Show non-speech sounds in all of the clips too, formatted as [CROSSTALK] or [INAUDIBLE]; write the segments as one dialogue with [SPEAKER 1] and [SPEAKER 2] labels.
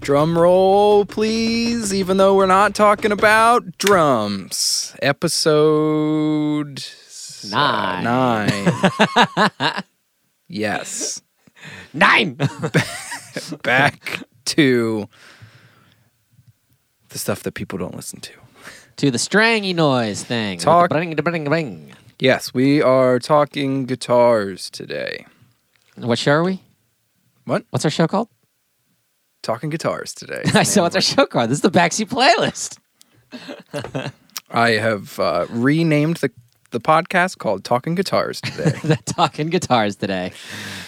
[SPEAKER 1] Drum roll, please, even though we're not talking about drums. Episode s-
[SPEAKER 2] Nine.
[SPEAKER 1] Nine.
[SPEAKER 2] [LAUGHS]
[SPEAKER 1] yes.
[SPEAKER 2] Nine.
[SPEAKER 1] Back to the stuff that people don't listen to.
[SPEAKER 2] [LAUGHS] to the strangy noise thing. with the
[SPEAKER 1] Talk-
[SPEAKER 2] Bring, bring, bring.
[SPEAKER 1] Yes, we are talking guitars today.
[SPEAKER 2] What show are we?
[SPEAKER 1] What?
[SPEAKER 2] What's our show called? [LAUGHS]
[SPEAKER 1] Talking guitars today.
[SPEAKER 2] I said, what's our show called? This is the backseat playlist. [LAUGHS]
[SPEAKER 1] I have uh, renamed the the podcast called Talking Guitars
[SPEAKER 2] [LAUGHS]
[SPEAKER 1] today.
[SPEAKER 2] the talking guitars today.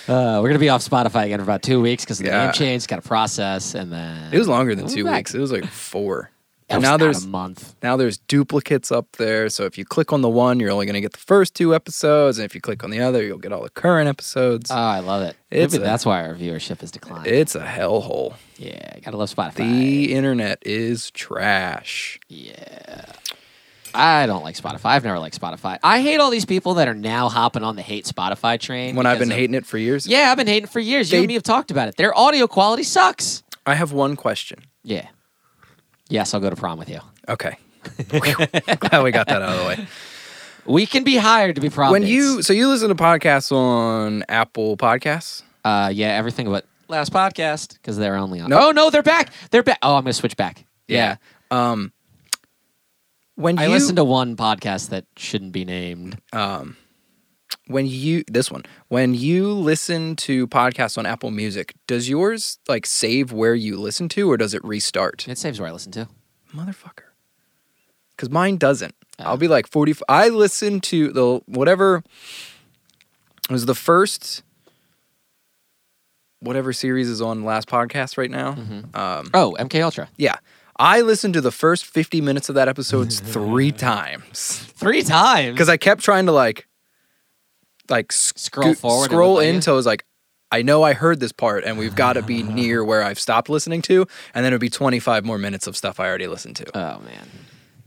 [SPEAKER 2] Uh, we're gonna be off Spotify again for about two weeks because the
[SPEAKER 1] Yeah.
[SPEAKER 2] name change. Got to process, and then
[SPEAKER 1] it was longer than
[SPEAKER 2] We'll be
[SPEAKER 1] two
[SPEAKER 2] back.
[SPEAKER 1] weeks. It was like four.
[SPEAKER 2] It was
[SPEAKER 1] now
[SPEAKER 2] about
[SPEAKER 1] there's
[SPEAKER 2] a month.
[SPEAKER 1] now there's duplicates up there. So if you click on the one, you're only going to get the first two episodes, and if you click on the other, you'll get all the current episodes.
[SPEAKER 2] Oh, I love it.
[SPEAKER 1] It's
[SPEAKER 2] Maybe
[SPEAKER 1] a-
[SPEAKER 2] that's why our viewership has declined.
[SPEAKER 1] it's a hellhole.
[SPEAKER 2] yeah, gotta love Spotify.
[SPEAKER 1] The internet is trash.
[SPEAKER 2] I don't like Spotify. I've never liked Spotify. I hate all these people that are now hopping on the hate Spotify train.
[SPEAKER 1] When I've
[SPEAKER 2] because
[SPEAKER 1] been
[SPEAKER 2] of-
[SPEAKER 1] hating it for years,
[SPEAKER 2] Yeah, I've been hating for years.
[SPEAKER 1] They-
[SPEAKER 2] you and me have talked about it. Their audio quality sucks.
[SPEAKER 1] I have one question.
[SPEAKER 2] Yeah. Yes, I'll go to prom with you. [LAUGHS]
[SPEAKER 1] Okay, glad we got that out of the way.
[SPEAKER 2] We can be hired to be prom.
[SPEAKER 1] When
[SPEAKER 2] dates.
[SPEAKER 1] you so you listen to podcasts on Apple Podcasts.
[SPEAKER 2] Uh, yeah, everything but last podcast because they're only on.
[SPEAKER 1] Nope.
[SPEAKER 2] Oh no, they're back. They're back. Oh, I'm gonna switch back.
[SPEAKER 1] Yeah. Um, when
[SPEAKER 2] I
[SPEAKER 1] you Uh,
[SPEAKER 2] listened to one podcast that shouldn't be named.
[SPEAKER 1] when you this one when you listen to podcasts on Apple Music, does yours like save where you listen to, or does it restart?
[SPEAKER 2] It saves where I listen to.
[SPEAKER 1] Motherfucker, because mine doesn't.
[SPEAKER 2] Oh.
[SPEAKER 1] I'll be like forty. I listened to the whatever it was the first whatever series is on last podcast right now. Um,
[SPEAKER 2] Oh, MK Ultra
[SPEAKER 1] yeah, I listened to the first fifty minutes of that episode
[SPEAKER 2] [LAUGHS]
[SPEAKER 1] three times.
[SPEAKER 2] three times.
[SPEAKER 1] because I kept trying to like, like sco-
[SPEAKER 2] Scroll forward and
[SPEAKER 1] scroll
[SPEAKER 2] look at
[SPEAKER 1] in
[SPEAKER 2] you.
[SPEAKER 1] till I was like, I know I heard this part, and we've got to
[SPEAKER 2] [LAUGHS]
[SPEAKER 1] be near where I've stopped listening to, and then it'd be twenty five more minutes of stuff I already listened to.
[SPEAKER 2] oh man,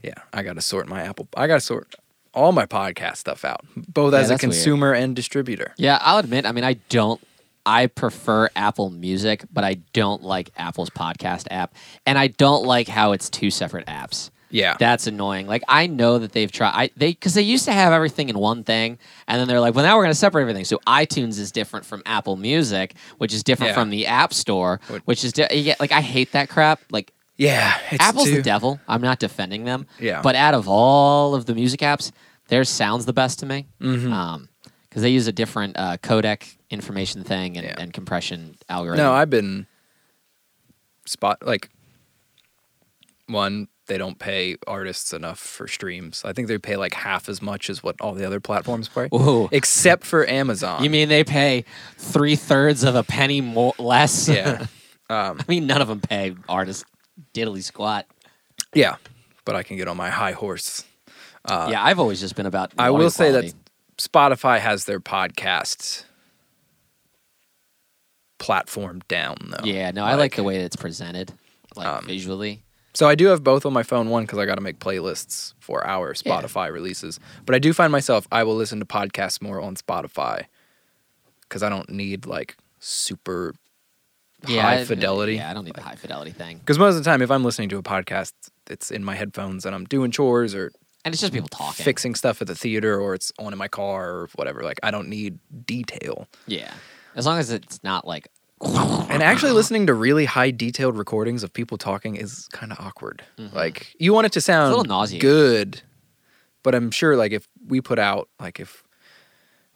[SPEAKER 1] yeah, I got to sort my Apple. I got to sort all my podcast stuff out, both
[SPEAKER 2] Yeah,
[SPEAKER 1] as a
[SPEAKER 2] that's weird.
[SPEAKER 1] consumer and distributor.
[SPEAKER 2] yeah, I'll admit. I mean, I don't. I prefer Apple Music, but I don't like Apple's podcast app, and I don't like how it's two separate apps.
[SPEAKER 1] Yeah,
[SPEAKER 2] That's annoying. Like I know that they've tried. I they because they used to have everything in one thing, and then they're like, well, now we're going to separate everything. So iTunes is different from Apple Music, which is different
[SPEAKER 1] Yeah.
[SPEAKER 2] from the App Store,
[SPEAKER 1] What-
[SPEAKER 2] which is di- yeah. Like I hate that crap. Like
[SPEAKER 1] yeah. It's
[SPEAKER 2] Apple's
[SPEAKER 1] too-
[SPEAKER 2] the devil. I'm not defending them.
[SPEAKER 1] Yeah.
[SPEAKER 2] But out of all of the music apps, theirs sounds the best to me.
[SPEAKER 1] Mhm.
[SPEAKER 2] Um, because they use a different uh, codec information thing and,
[SPEAKER 1] Yeah.
[SPEAKER 2] and compression algorithm.
[SPEAKER 1] No, I've been spot like one. They don't pay artists enough for streams. I think they pay like half as much as what all the other platforms pay,
[SPEAKER 2] Ooh.
[SPEAKER 1] except for Amazon.
[SPEAKER 2] You mean they pay three thirds of a penny more less?
[SPEAKER 1] [LAUGHS] yeah, um,
[SPEAKER 2] I mean, none of them pay artists diddly squat.
[SPEAKER 1] yeah. But I can get on my high horse.
[SPEAKER 2] yeah, I've always just been about.
[SPEAKER 1] Uh, I
[SPEAKER 2] audio
[SPEAKER 1] will say that
[SPEAKER 2] quality.
[SPEAKER 1] Spotify has their podcast platform down though.
[SPEAKER 2] Yeah, no, I like, the way that it's presented, like
[SPEAKER 1] um,
[SPEAKER 2] visually.
[SPEAKER 1] So I do have both on my phone, one because I got to make playlists for our Spotify releases. But I do find myself I will listen to podcasts more on Spotify because I don't need like super
[SPEAKER 2] Yeah,
[SPEAKER 1] high
[SPEAKER 2] I-
[SPEAKER 1] fidelity.
[SPEAKER 2] Yeah, I don't need the high fidelity thing,
[SPEAKER 1] Because most of the time, if I'm listening to a podcast, it's in my headphones and I'm doing chores or
[SPEAKER 2] and it's just people talking.
[SPEAKER 1] fixing stuff at the theater or it's on in my car or whatever. Like I don't need detail.
[SPEAKER 2] Yeah, as long as it's not like.
[SPEAKER 1] And actually, listening to really high detailed recordings of people talking is kind of awkward. Like you want it to sound
[SPEAKER 2] Mm-hmm. little nauseating.
[SPEAKER 1] good, but I'm sure like if we put out like if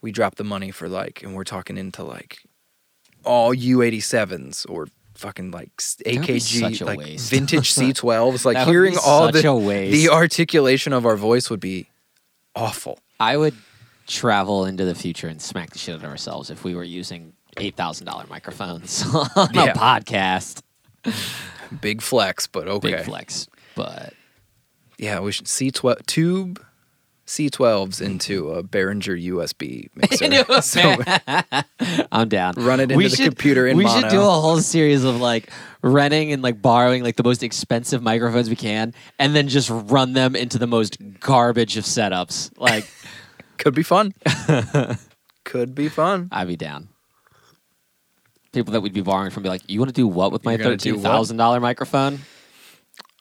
[SPEAKER 1] we drop the money for like and we're talking into like all U87s or fucking like s-
[SPEAKER 2] would be such
[SPEAKER 1] AKG
[SPEAKER 2] a
[SPEAKER 1] like
[SPEAKER 2] waste. [LAUGHS]
[SPEAKER 1] vintage C12s, like
[SPEAKER 2] That would
[SPEAKER 1] hearing
[SPEAKER 2] be
[SPEAKER 1] all
[SPEAKER 2] such
[SPEAKER 1] the
[SPEAKER 2] a waste.
[SPEAKER 1] the articulation of our voice would be awful.
[SPEAKER 2] I would travel into the future and smack the shit out of ourselves if we were using eight thousand dollar microphones [LAUGHS] on
[SPEAKER 1] Yeah.
[SPEAKER 2] a podcast.
[SPEAKER 1] Big flex, but okay.
[SPEAKER 2] Big flex, but
[SPEAKER 1] Yeah, we should C twelve tube C twelves into a Behringer USB mixer.
[SPEAKER 2] Into
[SPEAKER 1] [LAUGHS]
[SPEAKER 2] a
[SPEAKER 1] so
[SPEAKER 2] [LAUGHS] I'm down.
[SPEAKER 1] Run it into the computer in
[SPEAKER 2] We
[SPEAKER 1] mono.
[SPEAKER 2] should do a whole series of like renting and like borrowing like the most expensive microphones we can, and then just run them into the most garbage of setups.
[SPEAKER 1] [LAUGHS]
[SPEAKER 2] Like
[SPEAKER 1] could be fun. could be fun.
[SPEAKER 2] I'd be down. people that we'd be borrowing from be like, "You want to do what with my
[SPEAKER 1] You're gonna do
[SPEAKER 2] thirteen
[SPEAKER 1] what?
[SPEAKER 2] thousand dollar microphone?"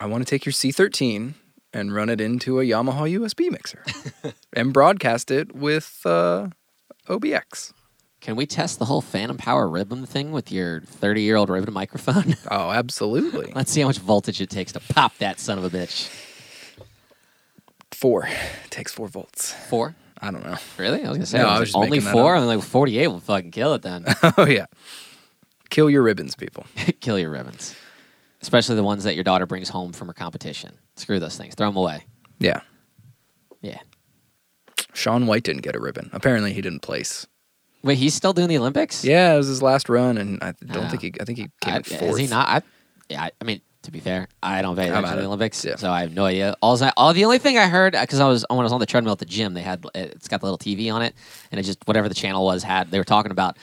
[SPEAKER 1] I want to take your C13 and run it into a Yamaha USB mixer and broadcast it with uh, OBX.
[SPEAKER 2] Can we test the whole Phantom Power ribbon thing with your thirty-year-old ribbon microphone? [LAUGHS]
[SPEAKER 1] Oh, absolutely.
[SPEAKER 2] Let's see how much voltage it takes to pop that son of a bitch.
[SPEAKER 1] Four. It takes four volts.
[SPEAKER 2] Four?
[SPEAKER 1] I don't know. [LAUGHS]
[SPEAKER 2] Really? I was gonna say
[SPEAKER 1] No,
[SPEAKER 2] it
[SPEAKER 1] I
[SPEAKER 2] was
[SPEAKER 1] was just
[SPEAKER 2] only
[SPEAKER 1] making that
[SPEAKER 2] four. I'm like forty-eight will fucking kill
[SPEAKER 1] [LAUGHS]
[SPEAKER 2] it then. [LAUGHS]
[SPEAKER 1] oh, yeah. Kill your ribbons, people.
[SPEAKER 2] kill your ribbons, especially the ones that your daughter brings home from her competition. Screw those things. Throw them away.
[SPEAKER 1] Yeah.
[SPEAKER 2] Yeah.
[SPEAKER 1] Sean White didn't get a ribbon. Apparently, he didn't place.
[SPEAKER 2] Wait, he's still doing the Olympics?
[SPEAKER 1] Yeah, it was his last run, and I don't
[SPEAKER 2] Oh.
[SPEAKER 1] think he. I think he came
[SPEAKER 2] I-
[SPEAKER 1] in fourth.
[SPEAKER 2] Is he not? I, yeah, I- I mean, to be fair, I don't pay
[SPEAKER 1] I'm
[SPEAKER 2] attention
[SPEAKER 1] out
[SPEAKER 2] to the
[SPEAKER 1] of-
[SPEAKER 2] Olympics,
[SPEAKER 1] yeah.
[SPEAKER 2] so I have no idea. All, I, all the only thing I heard because I was when I was on the treadmill at the gym, they had it's got the little TV on it, and it just whatever the channel was had. They were talking about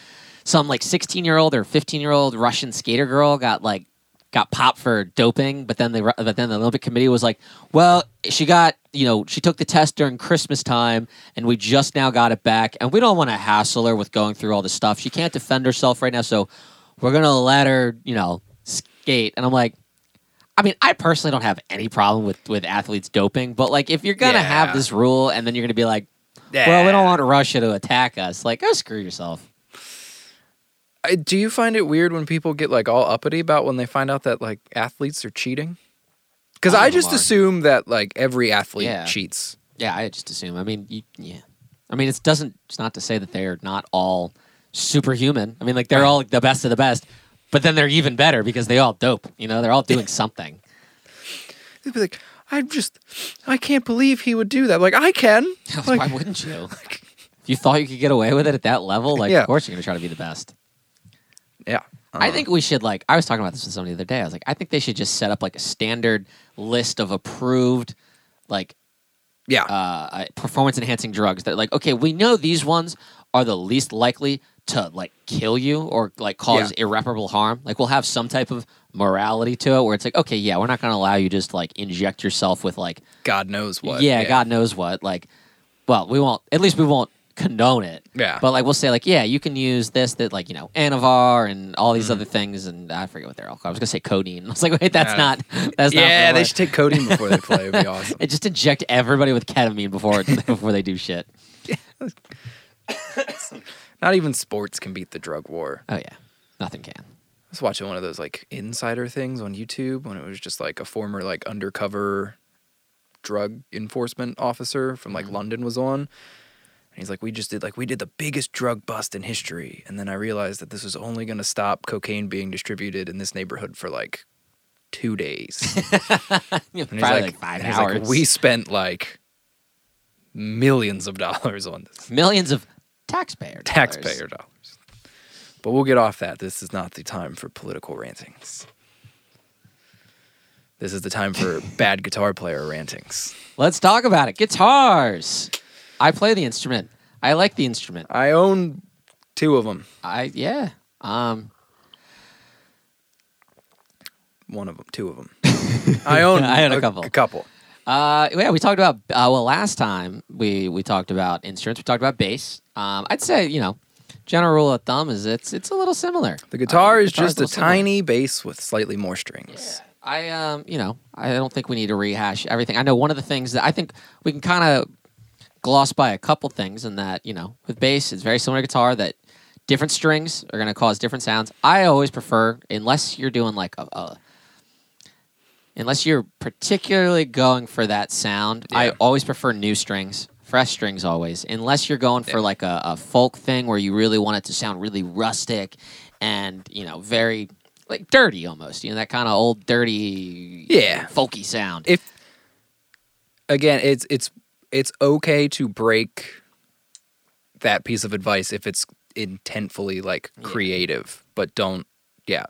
[SPEAKER 2] some like 16 year old or 15 year old Russian skater girl got like got popped for doping, but then they ru- but then the Olympic committee was like, well, she got you know she took the test during Christmas time, and we just now got it back, and we don't want to hassle her with going through all this stuff. She can't defend herself right now, so we're gonna let her you know skate. And I'm like. I mean, I personally don't have any problem with with athletes doping, but like if you're gonna
[SPEAKER 1] Yeah.
[SPEAKER 2] have this rule and then you're gonna be like,
[SPEAKER 1] Yeah.
[SPEAKER 2] well, we don't want Russia to attack us, like go screw yourself.
[SPEAKER 1] I, do you find it weird when people get like all uppity about when they find out that like athletes are cheating? Because
[SPEAKER 2] All
[SPEAKER 1] I
[SPEAKER 2] of them
[SPEAKER 1] just
[SPEAKER 2] are.
[SPEAKER 1] assume that like every athlete
[SPEAKER 2] Oh, Yeah.
[SPEAKER 1] cheats.
[SPEAKER 2] Yeah, I just assume. I mean, you, yeah, I mean, it doesn't. It's not to say that they're not all superhuman. I mean, like they're all the best of the best, but then they're even better because they all dope. You know, they're all doing [LAUGHS] something.
[SPEAKER 1] They'd be like, I just, I can't believe he would do that. Like I can. Like,
[SPEAKER 2] [LAUGHS] Why wouldn't you? [LAUGHS] if you thought you could get away with it at that level, like
[SPEAKER 1] Yeah.
[SPEAKER 2] of course you're gonna try to be the best.
[SPEAKER 1] yeah.
[SPEAKER 2] I
[SPEAKER 1] Uh,
[SPEAKER 2] think we should like. I was talking about this with someone the other day. I was like, I think they should just set up like a standard list of approved, like
[SPEAKER 1] Yeah.
[SPEAKER 2] uh, uh, performance enhancing drugs. That like, okay, we know these ones are the least likely to like kill you or like cause irreparable harm. Like, we'll have some type of morality to it where it's like, okay, yeah, we're not going to allow you just like inject yourself with like,
[SPEAKER 1] God knows what.
[SPEAKER 2] yeah, God knows what. Like, well, we won't. At least we won't condone it.
[SPEAKER 1] Yeah.
[SPEAKER 2] But like we'll say like, yeah, you can use this that like you know Anavar and all
[SPEAKER 1] Mm-hmm.
[SPEAKER 2] these other things, and I forget what they're all called. I was gonna say codeine. [LAUGHS] I was like, wait, that's
[SPEAKER 1] Yeah.
[SPEAKER 2] not. That's not.
[SPEAKER 1] yeah, they
[SPEAKER 2] what-
[SPEAKER 1] should take codeine before they play. It'd
[SPEAKER 2] [LAUGHS]
[SPEAKER 1] be awesome.
[SPEAKER 2] It just inject everybody with ketamine
[SPEAKER 1] [LAUGHS]
[SPEAKER 2] before it- before they do shit.
[SPEAKER 1] Not even sports can beat the drug war.
[SPEAKER 2] Oh yeah, nothing can. [LAUGHS]
[SPEAKER 1] I was watching one of those like insider things on YouTube when it was just like a former like undercover drug enforcement officer from
[SPEAKER 2] Mm-hmm.
[SPEAKER 1] like London was on. And he's like, we just did like we did the biggest drug bust in history, and then I realized that this was only going to stop cocaine being distributed in this neighborhood for like two
[SPEAKER 2] [LAUGHS]
[SPEAKER 1] days. And
[SPEAKER 2] Probably
[SPEAKER 1] he's
[SPEAKER 2] like,
[SPEAKER 1] like-
[SPEAKER 2] five
[SPEAKER 1] and he's like,
[SPEAKER 2] hours.
[SPEAKER 1] we spent like millions of dollars on this
[SPEAKER 2] millions of taxpayer dollars.
[SPEAKER 1] taxpayer dollars. But we'll get off that. This is not the time for political rantings. This is the time
[SPEAKER 2] [LAUGHS]
[SPEAKER 1] for bad guitar player rantings.
[SPEAKER 2] Let's talk about it. Guitars. I play the instrument. I like the instrument.
[SPEAKER 1] I own two of them.
[SPEAKER 2] I yeah. Um,
[SPEAKER 1] One of them, two of them.
[SPEAKER 2] [LAUGHS]
[SPEAKER 1] I own.
[SPEAKER 2] I own a couple.
[SPEAKER 1] A couple.
[SPEAKER 2] Uh, yeah, we talked about uh, well last time we we talked about instruments. We talked about bass. Um, I'd say you know, general rule of thumb is it's it's a little similar.
[SPEAKER 1] The guitar
[SPEAKER 2] Uh,
[SPEAKER 1] is
[SPEAKER 2] guitar's
[SPEAKER 1] just a
[SPEAKER 2] little similar.
[SPEAKER 1] tiny bass with slightly more strings.
[SPEAKER 2] I um, you know, I don't think we need to rehash everything. I know one of the things that I think we can kind of gloss by a couple things in that you know, with bass it's very similar to guitar that different strings are going to cause different sounds. I always prefer unless you're doing like a. a Unless you're particularly going for that sound, I
[SPEAKER 1] Yeah.
[SPEAKER 2] always prefer new strings, fresh strings always. Unless you're going for like a, a folk thing where you really want it to sound really rustic and, you know, very like dirty almost, you know, that kind of old dirty
[SPEAKER 1] Yeah.
[SPEAKER 2] folky sound.
[SPEAKER 1] If again, it's it's it's okay to break that piece of advice if it's intentfully like creative, but don't. Yeah,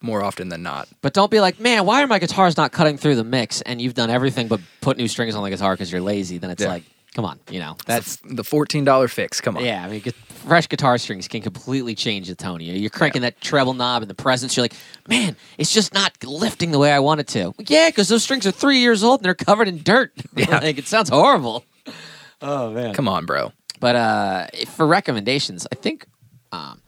[SPEAKER 1] more often than not,
[SPEAKER 2] but don't be like, "Man, why are my guitars not cutting through the mix?" and you've done everything but put new strings on the guitar cuz you're lazy, then it's
[SPEAKER 1] Yeah.
[SPEAKER 2] like, "Come on, you know." That's
[SPEAKER 1] That's the fourteen dollar fix. Come on.
[SPEAKER 2] Yeah, I mean, gu- fresh guitar strings can completely change the tone. You know, you're cranking that treble knob in the presence. You're like, man, it's just not lifting the way I want it to. Yeah, because those strings are three years old and they're covered in dirt. [LAUGHS]
[SPEAKER 1] Yeah.
[SPEAKER 2] like, it sounds horrible. Oh man.
[SPEAKER 1] Come on, bro.
[SPEAKER 2] But uh, if- for recommendations, I think um,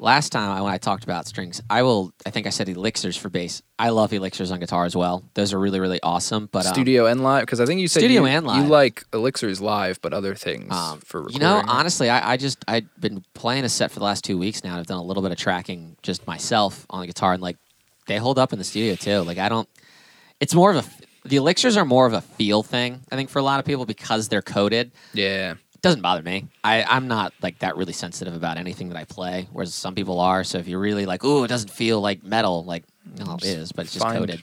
[SPEAKER 2] last time I- when I talked about strings, I will. I think I said elixirs for bass. I love elixirs on guitar as well. Those are really really awesome. But um,
[SPEAKER 1] studio and live because I think you said
[SPEAKER 2] Studio
[SPEAKER 1] you,
[SPEAKER 2] and
[SPEAKER 1] you
[SPEAKER 2] live.
[SPEAKER 1] like elixirs live, but other things
[SPEAKER 2] Um,
[SPEAKER 1] for recording.
[SPEAKER 2] you know, honestly, I, I just I've been playing a set for the last two weeks now. and I've done a little bit of tracking just myself on the guitar, and like they hold up in the studio too. Like I don't. It's more of a the elixirs are more of a feel thing. I think for a lot of people because they're coded.
[SPEAKER 1] yeah,
[SPEAKER 2] It doesn't bother me. I I'm not like that really sensitive about anything that I play, whereas some people are. So if you're really like, ooh, it doesn't feel like metal, like no, it is, but it's just
[SPEAKER 1] Find-
[SPEAKER 2] coded.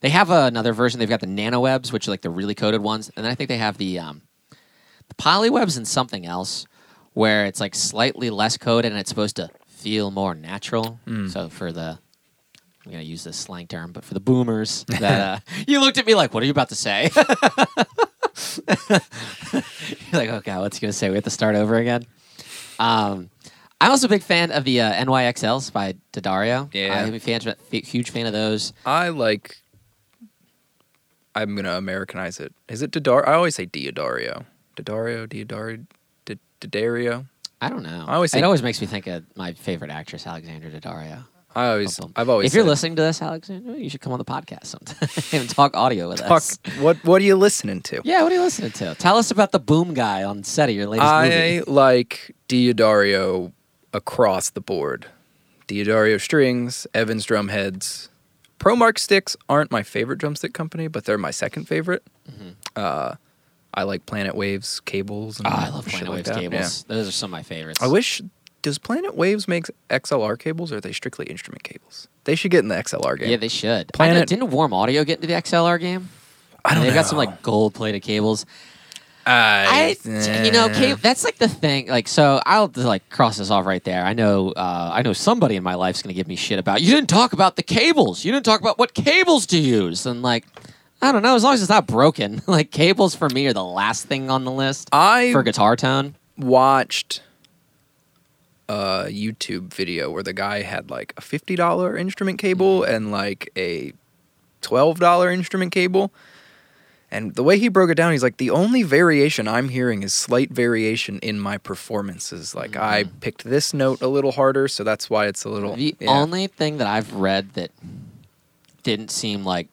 [SPEAKER 2] They have uh, another version. They've got the nanowebs, which are like the really coded ones, and then I think they have the um, the polywebs and something else, where it's like slightly less coded and it's supposed to feel more natural. So for the I'm gonna use this slang term, but for the boomers, [LAUGHS] that uh, you looked at me like, "What are you about to say?" [LAUGHS] You're like, oh god, what's he gonna say? We have to start over again. Um, I'm also a big fan of the uh, NYXLs by Daddario.
[SPEAKER 1] Yeah.
[SPEAKER 2] I'm a fan, huge fan of those.
[SPEAKER 1] I like. I'm gonna Americanize it. Is it Didar? I always say Diodario. Diodario, Diodario, Di- Didario.
[SPEAKER 2] I don't know.
[SPEAKER 1] I always
[SPEAKER 2] it
[SPEAKER 1] think-
[SPEAKER 2] always makes me think of my favorite actress, Alexandra Daddario.
[SPEAKER 1] I always,
[SPEAKER 2] Bum, bum.
[SPEAKER 1] I've always.
[SPEAKER 2] if you're
[SPEAKER 1] said,
[SPEAKER 2] listening to this, Alexandra, you should come on the podcast sometime [LAUGHS] and talk audio with
[SPEAKER 1] Fuck,
[SPEAKER 2] us. [LAUGHS]
[SPEAKER 1] what what are you listening to?
[SPEAKER 2] Yeah, what are you listening to? Tell us about the boom guy on set of your latest
[SPEAKER 1] I
[SPEAKER 2] movie.
[SPEAKER 1] like Diodario across the board. Diodario strings, Evans drum heads. Promark sticks aren't my favorite drumstick company, but they're my second favorite.
[SPEAKER 2] Mm-hmm.
[SPEAKER 1] Uh, I like Planet Waves cables. And
[SPEAKER 2] Oh, I love
[SPEAKER 1] Mm, shit
[SPEAKER 2] Planet
[SPEAKER 1] like
[SPEAKER 2] Waves
[SPEAKER 1] that. Yeah.
[SPEAKER 2] cables. Those are some of my favorites.
[SPEAKER 1] I wish. Does Planet Waves make XLR cables, or are they strictly instrument cables? They should get in the XLR game.
[SPEAKER 2] Yeah, they should. I know-
[SPEAKER 1] Planet-
[SPEAKER 2] didn't Warm Audio get into the XLR game?
[SPEAKER 1] I don't
[SPEAKER 2] They've
[SPEAKER 1] know.
[SPEAKER 2] got some like gold plated cables.
[SPEAKER 1] I, eh.
[SPEAKER 2] I, you know, cable, that's like the thing. Like, so I'll just, like cross this off right there. I know, uh, I know somebody in my life's gonna give me shit about. You didn't talk about the cables. You didn't talk about what cables to use. And like, I don't know. As long as it's not broken, [LAUGHS] like cables for me are the last thing on the list
[SPEAKER 1] I
[SPEAKER 2] for guitar tone.
[SPEAKER 1] watched a YouTube video where the guy had like a $50 instrument cable and like a $12 instrument cable. And the way he broke it down, he's like, the only variation I'm hearing is slight variation in my performances. Like, I picked this note a little harder, so that's why it's a little.
[SPEAKER 2] The
[SPEAKER 1] yeah.
[SPEAKER 2] only thing that I've read that didn't seem like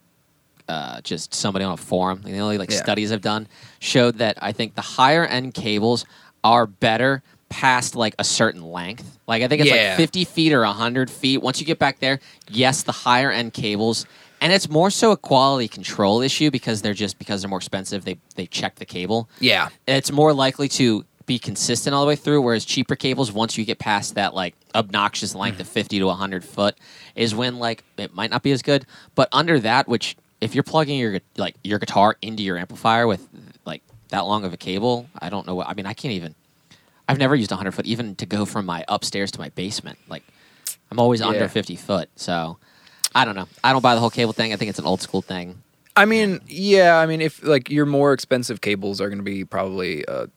[SPEAKER 2] uh, just somebody on a forum, the only like
[SPEAKER 1] Yeah.
[SPEAKER 2] studies I've done showed that I think the higher end cables are better past like a certain length. Like I think it's
[SPEAKER 1] Yeah.
[SPEAKER 2] like 50 feet or 100 feet. Once you get back there, yes, the higher end cables. And it's more so a quality control issue because they're just because they're more expensive. They they check the cable
[SPEAKER 1] yeah.
[SPEAKER 2] it's more likely to be consistent all the way through whereas cheaper cables once you get past that like obnoxious length of 50 to 100 foot is when like it might not be as good but under that which if you're plugging your gu- like your guitar into your amplifier with like that long of a cable i don't know what i mean i can't even i've never used 100 foot even to go from my upstairs to my basement like i'm always
[SPEAKER 1] Yeah.
[SPEAKER 2] under 50 foot so i don't know i don't buy the whole cable thing i think it's an old school thing
[SPEAKER 1] I mean, yeah. I mean, if like your more expensive cables are going to be probably a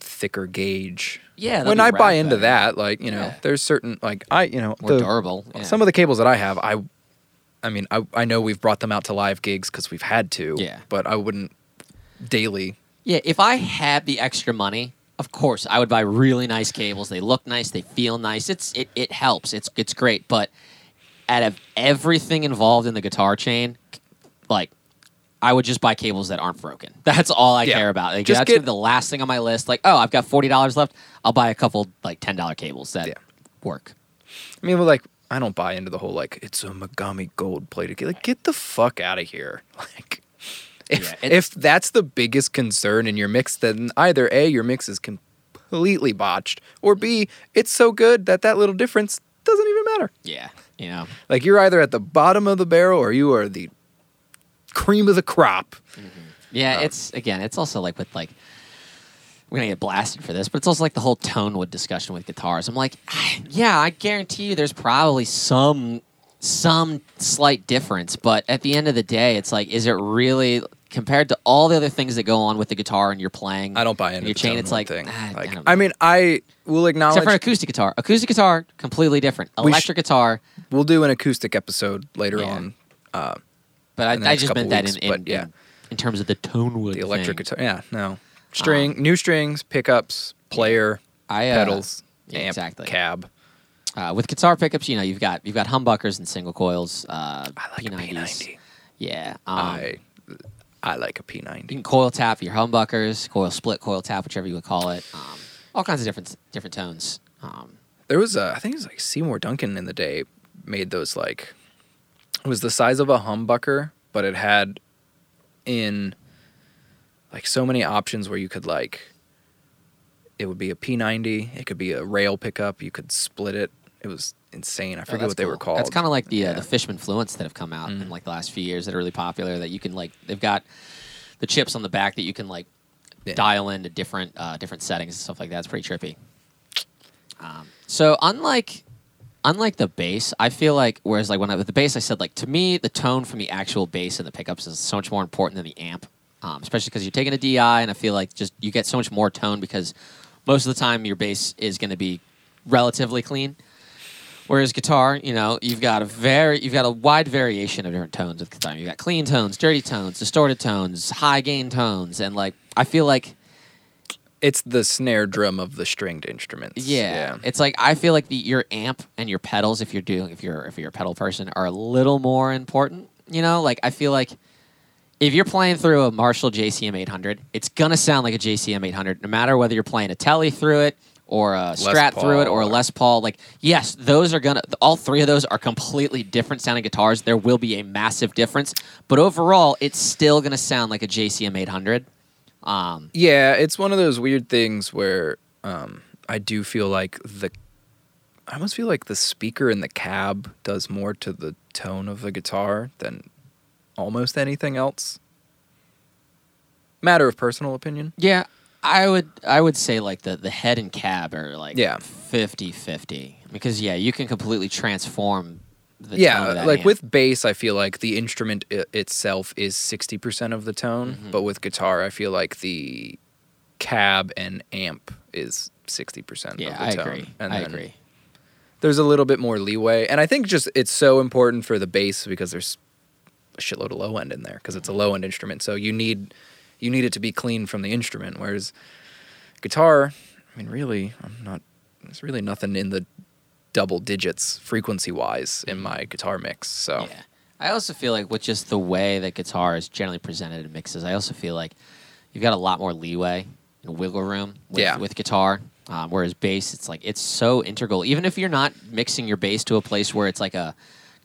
[SPEAKER 1] thicker gauge.
[SPEAKER 2] Yeah, they'll
[SPEAKER 1] When
[SPEAKER 2] be
[SPEAKER 1] I buy
[SPEAKER 2] wrapped
[SPEAKER 1] into
[SPEAKER 2] better.
[SPEAKER 1] that, like you know,
[SPEAKER 2] Yeah.
[SPEAKER 1] there's certain like I you know
[SPEAKER 2] more
[SPEAKER 1] the-
[SPEAKER 2] durable yeah.
[SPEAKER 1] some of the cables that I have, I, I mean, I I know we've brought them out to live gigs because we've had to.
[SPEAKER 2] Yeah.
[SPEAKER 1] But I wouldn't daily.
[SPEAKER 2] Yeah, if I had the extra money, of course I would buy really nice cables. They look nice, they feel nice. It's it, it helps. It's it's great, but out of everything involved in the guitar chain, like I would just buy cables that aren't broken. [LAUGHS] That's all I
[SPEAKER 1] Yeah.
[SPEAKER 2] care about. Like,
[SPEAKER 1] Just
[SPEAKER 2] that's gonna
[SPEAKER 1] get-
[SPEAKER 2] be the last thing on my list. Like, oh, I've got forty dollars left. I'll buy a couple like ten dollar cables that
[SPEAKER 1] Yeah.
[SPEAKER 2] work.
[SPEAKER 1] I mean, well, like I don't buy into the whole like it's a Megami gold plated. Like get the fuck out of here. [LAUGHS] Like if
[SPEAKER 2] Yeah, it-
[SPEAKER 1] if that's the biggest concern in your mix, then either a your mix is completely botched, or b it's so good that that little difference doesn't even matter.
[SPEAKER 2] Yeah, you know.
[SPEAKER 1] Like you're either at the bottom of the barrel or you are the cream of the crop. Um,
[SPEAKER 2] Yeah, it's again, it's also like with like we're gonna get blasted for this, but it's also like the whole tonewood discussion with guitars. I'm like, [SIGHS] yeah, I guarantee you, there's probably some some slight difference, but at the end of the day, it's like, is it really compared to all the other things that go on with the guitar and you're playing?
[SPEAKER 1] I don't buy into
[SPEAKER 2] your
[SPEAKER 1] the
[SPEAKER 2] chain.
[SPEAKER 1] tone
[SPEAKER 2] It's
[SPEAKER 1] one
[SPEAKER 2] like,
[SPEAKER 1] thing.
[SPEAKER 2] ah, I
[SPEAKER 1] Like,
[SPEAKER 2] don't
[SPEAKER 1] I
[SPEAKER 2] know.
[SPEAKER 1] mean, I will acknowledge.
[SPEAKER 2] except for acoustic guitar. Acoustic guitar, completely different.
[SPEAKER 1] We sh-
[SPEAKER 2] Electric guitar,
[SPEAKER 1] we'll do an acoustic episode later
[SPEAKER 2] Yeah.
[SPEAKER 1] on.
[SPEAKER 2] but
[SPEAKER 1] in the
[SPEAKER 2] I, I
[SPEAKER 1] next
[SPEAKER 2] just meant
[SPEAKER 1] couple
[SPEAKER 2] that in
[SPEAKER 1] weeks,
[SPEAKER 2] in,
[SPEAKER 1] but yeah.
[SPEAKER 2] in in terms of the tonewood.
[SPEAKER 1] The electric
[SPEAKER 2] thing. Ah.
[SPEAKER 1] guitar. Yeah, no string, new strings, pickups, player,
[SPEAKER 2] I, uh,
[SPEAKER 1] pedals,
[SPEAKER 2] yeah,
[SPEAKER 1] amp,
[SPEAKER 2] exactly.
[SPEAKER 1] cab.
[SPEAKER 2] Uh, with Qatar pickups, you know you've got you've got humbuckers and single coils. Uh,
[SPEAKER 1] I like a
[SPEAKER 2] P90s.
[SPEAKER 1] P90.
[SPEAKER 2] Yeah, um,
[SPEAKER 1] I I like a P90.
[SPEAKER 2] you can coil tap your humbuckers, coil split, coil tap, whichever you would call it. Um, all kinds of different different tones. Um,
[SPEAKER 1] There was a, I think it was like Seymour Duncan in the day made those like, it was the size of a humbucker, but it had in like so many options where you could like, it would be a P90, it could be a rail pickup, you could split it. It was insane. I
[SPEAKER 2] Oh,
[SPEAKER 1] forget
[SPEAKER 2] that's
[SPEAKER 1] what they were
[SPEAKER 2] cool.
[SPEAKER 1] called.
[SPEAKER 2] That's kind of like the uh,
[SPEAKER 1] Yeah. Mm.
[SPEAKER 2] the Fishman Fluents that have come out in like the last few years that are really popular. That you can like they've got the chips on the back that you can like
[SPEAKER 1] Yeah.
[SPEAKER 2] dial into different uh, different settings and stuff like that. It's pretty trippy. Um, so unlike unlike the bass, I feel like whereas like when I with the bass, I said like to me the tone from the actual bass and the pickups is so much more important than the amp, um, especially because you're taking a DI and I feel like just you get so much more tone because most of the time your bass is going to be relatively clean. Whereas guitar, you know, you've got a very you've got a wide variation of different tones with guitar. You've got clean tones, dirty tones, distorted tones, high gain tones, and like I feel like
[SPEAKER 1] it's the snare drum of the stringed instruments.
[SPEAKER 2] yeah, it's like I feel like the your amp and your pedals, if you're doing if you're if you're a pedal person, are a little more important. You know, like I feel like if you're playing through a Marshall JCM 800, it's gonna sound like a JCM 800, no matter whether you're playing a Tele through it or a Strat through it or a
[SPEAKER 1] Paul.
[SPEAKER 2] Les Paul. Like, yes, those are gonna all three of those are completely different sounding guitars. There will be a massive difference, but overall, it's still gonna sound like a JCM 800. Um,
[SPEAKER 1] Yeah, it's one of those weird things where um, I do feel like the I almost feel like the speaker in the cab does more to the tone of the guitar than almost anything else. Matter of personal opinion.
[SPEAKER 2] Yeah, I would I would say like the the head and cab are like
[SPEAKER 1] Yeah.
[SPEAKER 2] 50-50. because yeah, you can completely transform the tone
[SPEAKER 1] yeah,
[SPEAKER 2] of that
[SPEAKER 1] like
[SPEAKER 2] amp.
[SPEAKER 1] with bass, I feel like the instrument I- itself is sixty percent of the tone,
[SPEAKER 2] Mm-hmm.
[SPEAKER 1] but with guitar, I feel like the cab and amp is sixty percent.
[SPEAKER 2] yeah,
[SPEAKER 1] of the
[SPEAKER 2] I
[SPEAKER 1] tone.
[SPEAKER 2] agree.
[SPEAKER 1] And
[SPEAKER 2] I
[SPEAKER 1] then
[SPEAKER 2] agree.
[SPEAKER 1] there's a little bit more leeway. And I think just it's so important for the bass because there's a shitload of low end in there because it's a low end instrument. So you need you need it to be clean from the instrument. Whereas guitar, I mean, really, I'm not. There's really nothing in the double digits frequency wise in my guitar mix. So
[SPEAKER 2] Yeah. I also feel like with just the way that guitar is generally presented in mixes, I also feel like you've got a lot more leeway and wiggle room with,
[SPEAKER 1] Yeah.
[SPEAKER 2] with guitar. Um, whereas bass, it's like it's so integral. Even if you're not mixing your bass to a place where it's like a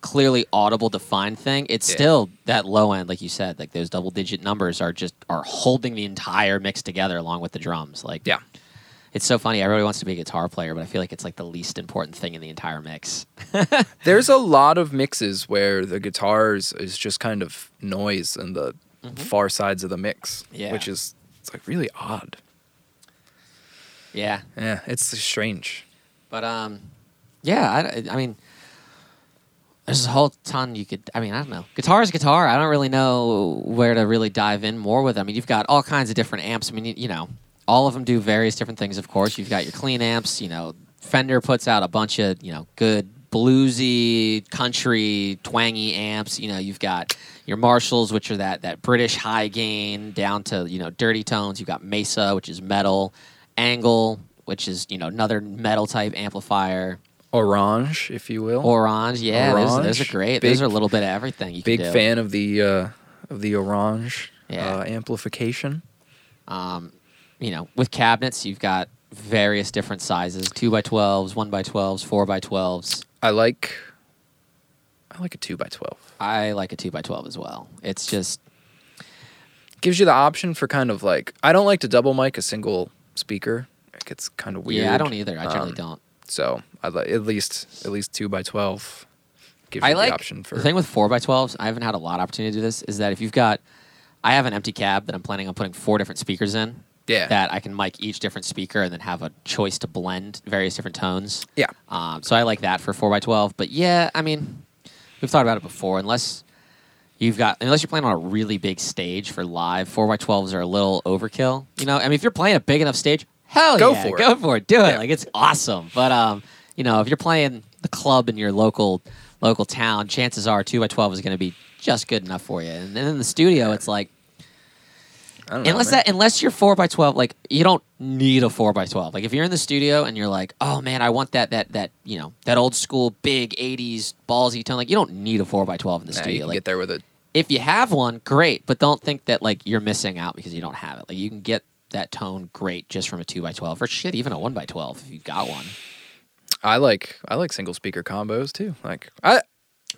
[SPEAKER 2] clearly audible defined thing, it's
[SPEAKER 1] Yeah.
[SPEAKER 2] still that low end, like you said, like those double digit numbers are just are holding the entire mix together along with the drums. Like
[SPEAKER 1] yeah,
[SPEAKER 2] it's so funny. I really wants to be a guitar player, but I feel like it's like the least important thing in the entire mix. [LAUGHS]
[SPEAKER 1] there's a lot of mixes where the guitars is just kind of noise in the far sides of the mix,
[SPEAKER 2] Mm-hmm. Yeah.
[SPEAKER 1] which is it's like really odd.
[SPEAKER 2] yeah.
[SPEAKER 1] Yeah, it's strange.
[SPEAKER 2] But um, yeah, I, I mean, there's a whole ton you could. I mean, I don't know. Guitar is guitar. I don't really know where to really dive in more with. I mean, you've got all kinds of different amps. I mean, you, you know, all of them do various different things. Of course, you've got your clean amps. You know, Fender puts out a bunch of you know good bluesy, country, twangy amps. You know, you've got your Marshalls, which are that that British high gain down to you know dirty tones. You've got Mesa, which is metal. Angle, which is you know another metal type amplifier.
[SPEAKER 1] orange, if you will.
[SPEAKER 2] Orange, yeah, Those, those
[SPEAKER 1] Orange,
[SPEAKER 2] are great.
[SPEAKER 1] big-
[SPEAKER 2] those are a little bit of everything. You can
[SPEAKER 1] Big
[SPEAKER 2] do.
[SPEAKER 1] fan of the uh, of the orange
[SPEAKER 2] Yeah.
[SPEAKER 1] uh, amplification.
[SPEAKER 2] Um, you know, with cabinets, you've got various different sizes: two by twelves, one by twelves, four by twelves.
[SPEAKER 1] I like I like a two by twelve.
[SPEAKER 2] I like a two by twelve as well. It's just
[SPEAKER 1] Gives you the option for kind of like I don't like to double mic a single speaker. It gets kind of weird.
[SPEAKER 2] yeah, I don't e- either. I generally
[SPEAKER 1] Um,
[SPEAKER 2] don't.
[SPEAKER 1] So I like at least at least two by twelve gives
[SPEAKER 2] I
[SPEAKER 1] you
[SPEAKER 2] like
[SPEAKER 1] the option for
[SPEAKER 2] the thing with four by twelves. I haven't had a lot of opportunity to do this. Is that if you've got, I have an empty cab that I'm planning on putting four different speakers in.
[SPEAKER 1] Yeah.
[SPEAKER 2] That I can mic each different speaker and then have a choice to blend various different tones.
[SPEAKER 1] yeah.
[SPEAKER 2] Um, so I like that for four x twelve. But yeah, I mean, we've thought about it before. Unless you've got, unless you're playing on a really big stage for live, four x twelves are a little overkill. You know, I mean, if you're playing a big enough stage, hell
[SPEAKER 1] Go
[SPEAKER 2] yeah,
[SPEAKER 1] for it.
[SPEAKER 2] go for it, do it.
[SPEAKER 1] Yeah.
[SPEAKER 2] Like it's awesome. But um, you know, if you're playing the club in your local local town, chances are two x twelve is going to be just good enough for you. And then in the studio, it's like
[SPEAKER 1] I don't know.
[SPEAKER 2] Mm-hmm. Unless
[SPEAKER 1] man.
[SPEAKER 2] that, unless you're four by twelve, like you don't need a four by twelve. Like if you're in the studio and you're like, oh man, I want that that that you know that old school big '80s ballsy tone. Like you don't need a four by twelve in the
[SPEAKER 1] Nah, you
[SPEAKER 2] studio.
[SPEAKER 1] can
[SPEAKER 2] Like
[SPEAKER 1] get there with it.
[SPEAKER 2] if you have one, great, but don't think that like you're missing out because you don't have it. Like you can get that tone great just from a two by twelve or shit, even a one by twelve if you've got one.
[SPEAKER 1] I like I like single speaker combos too. Like I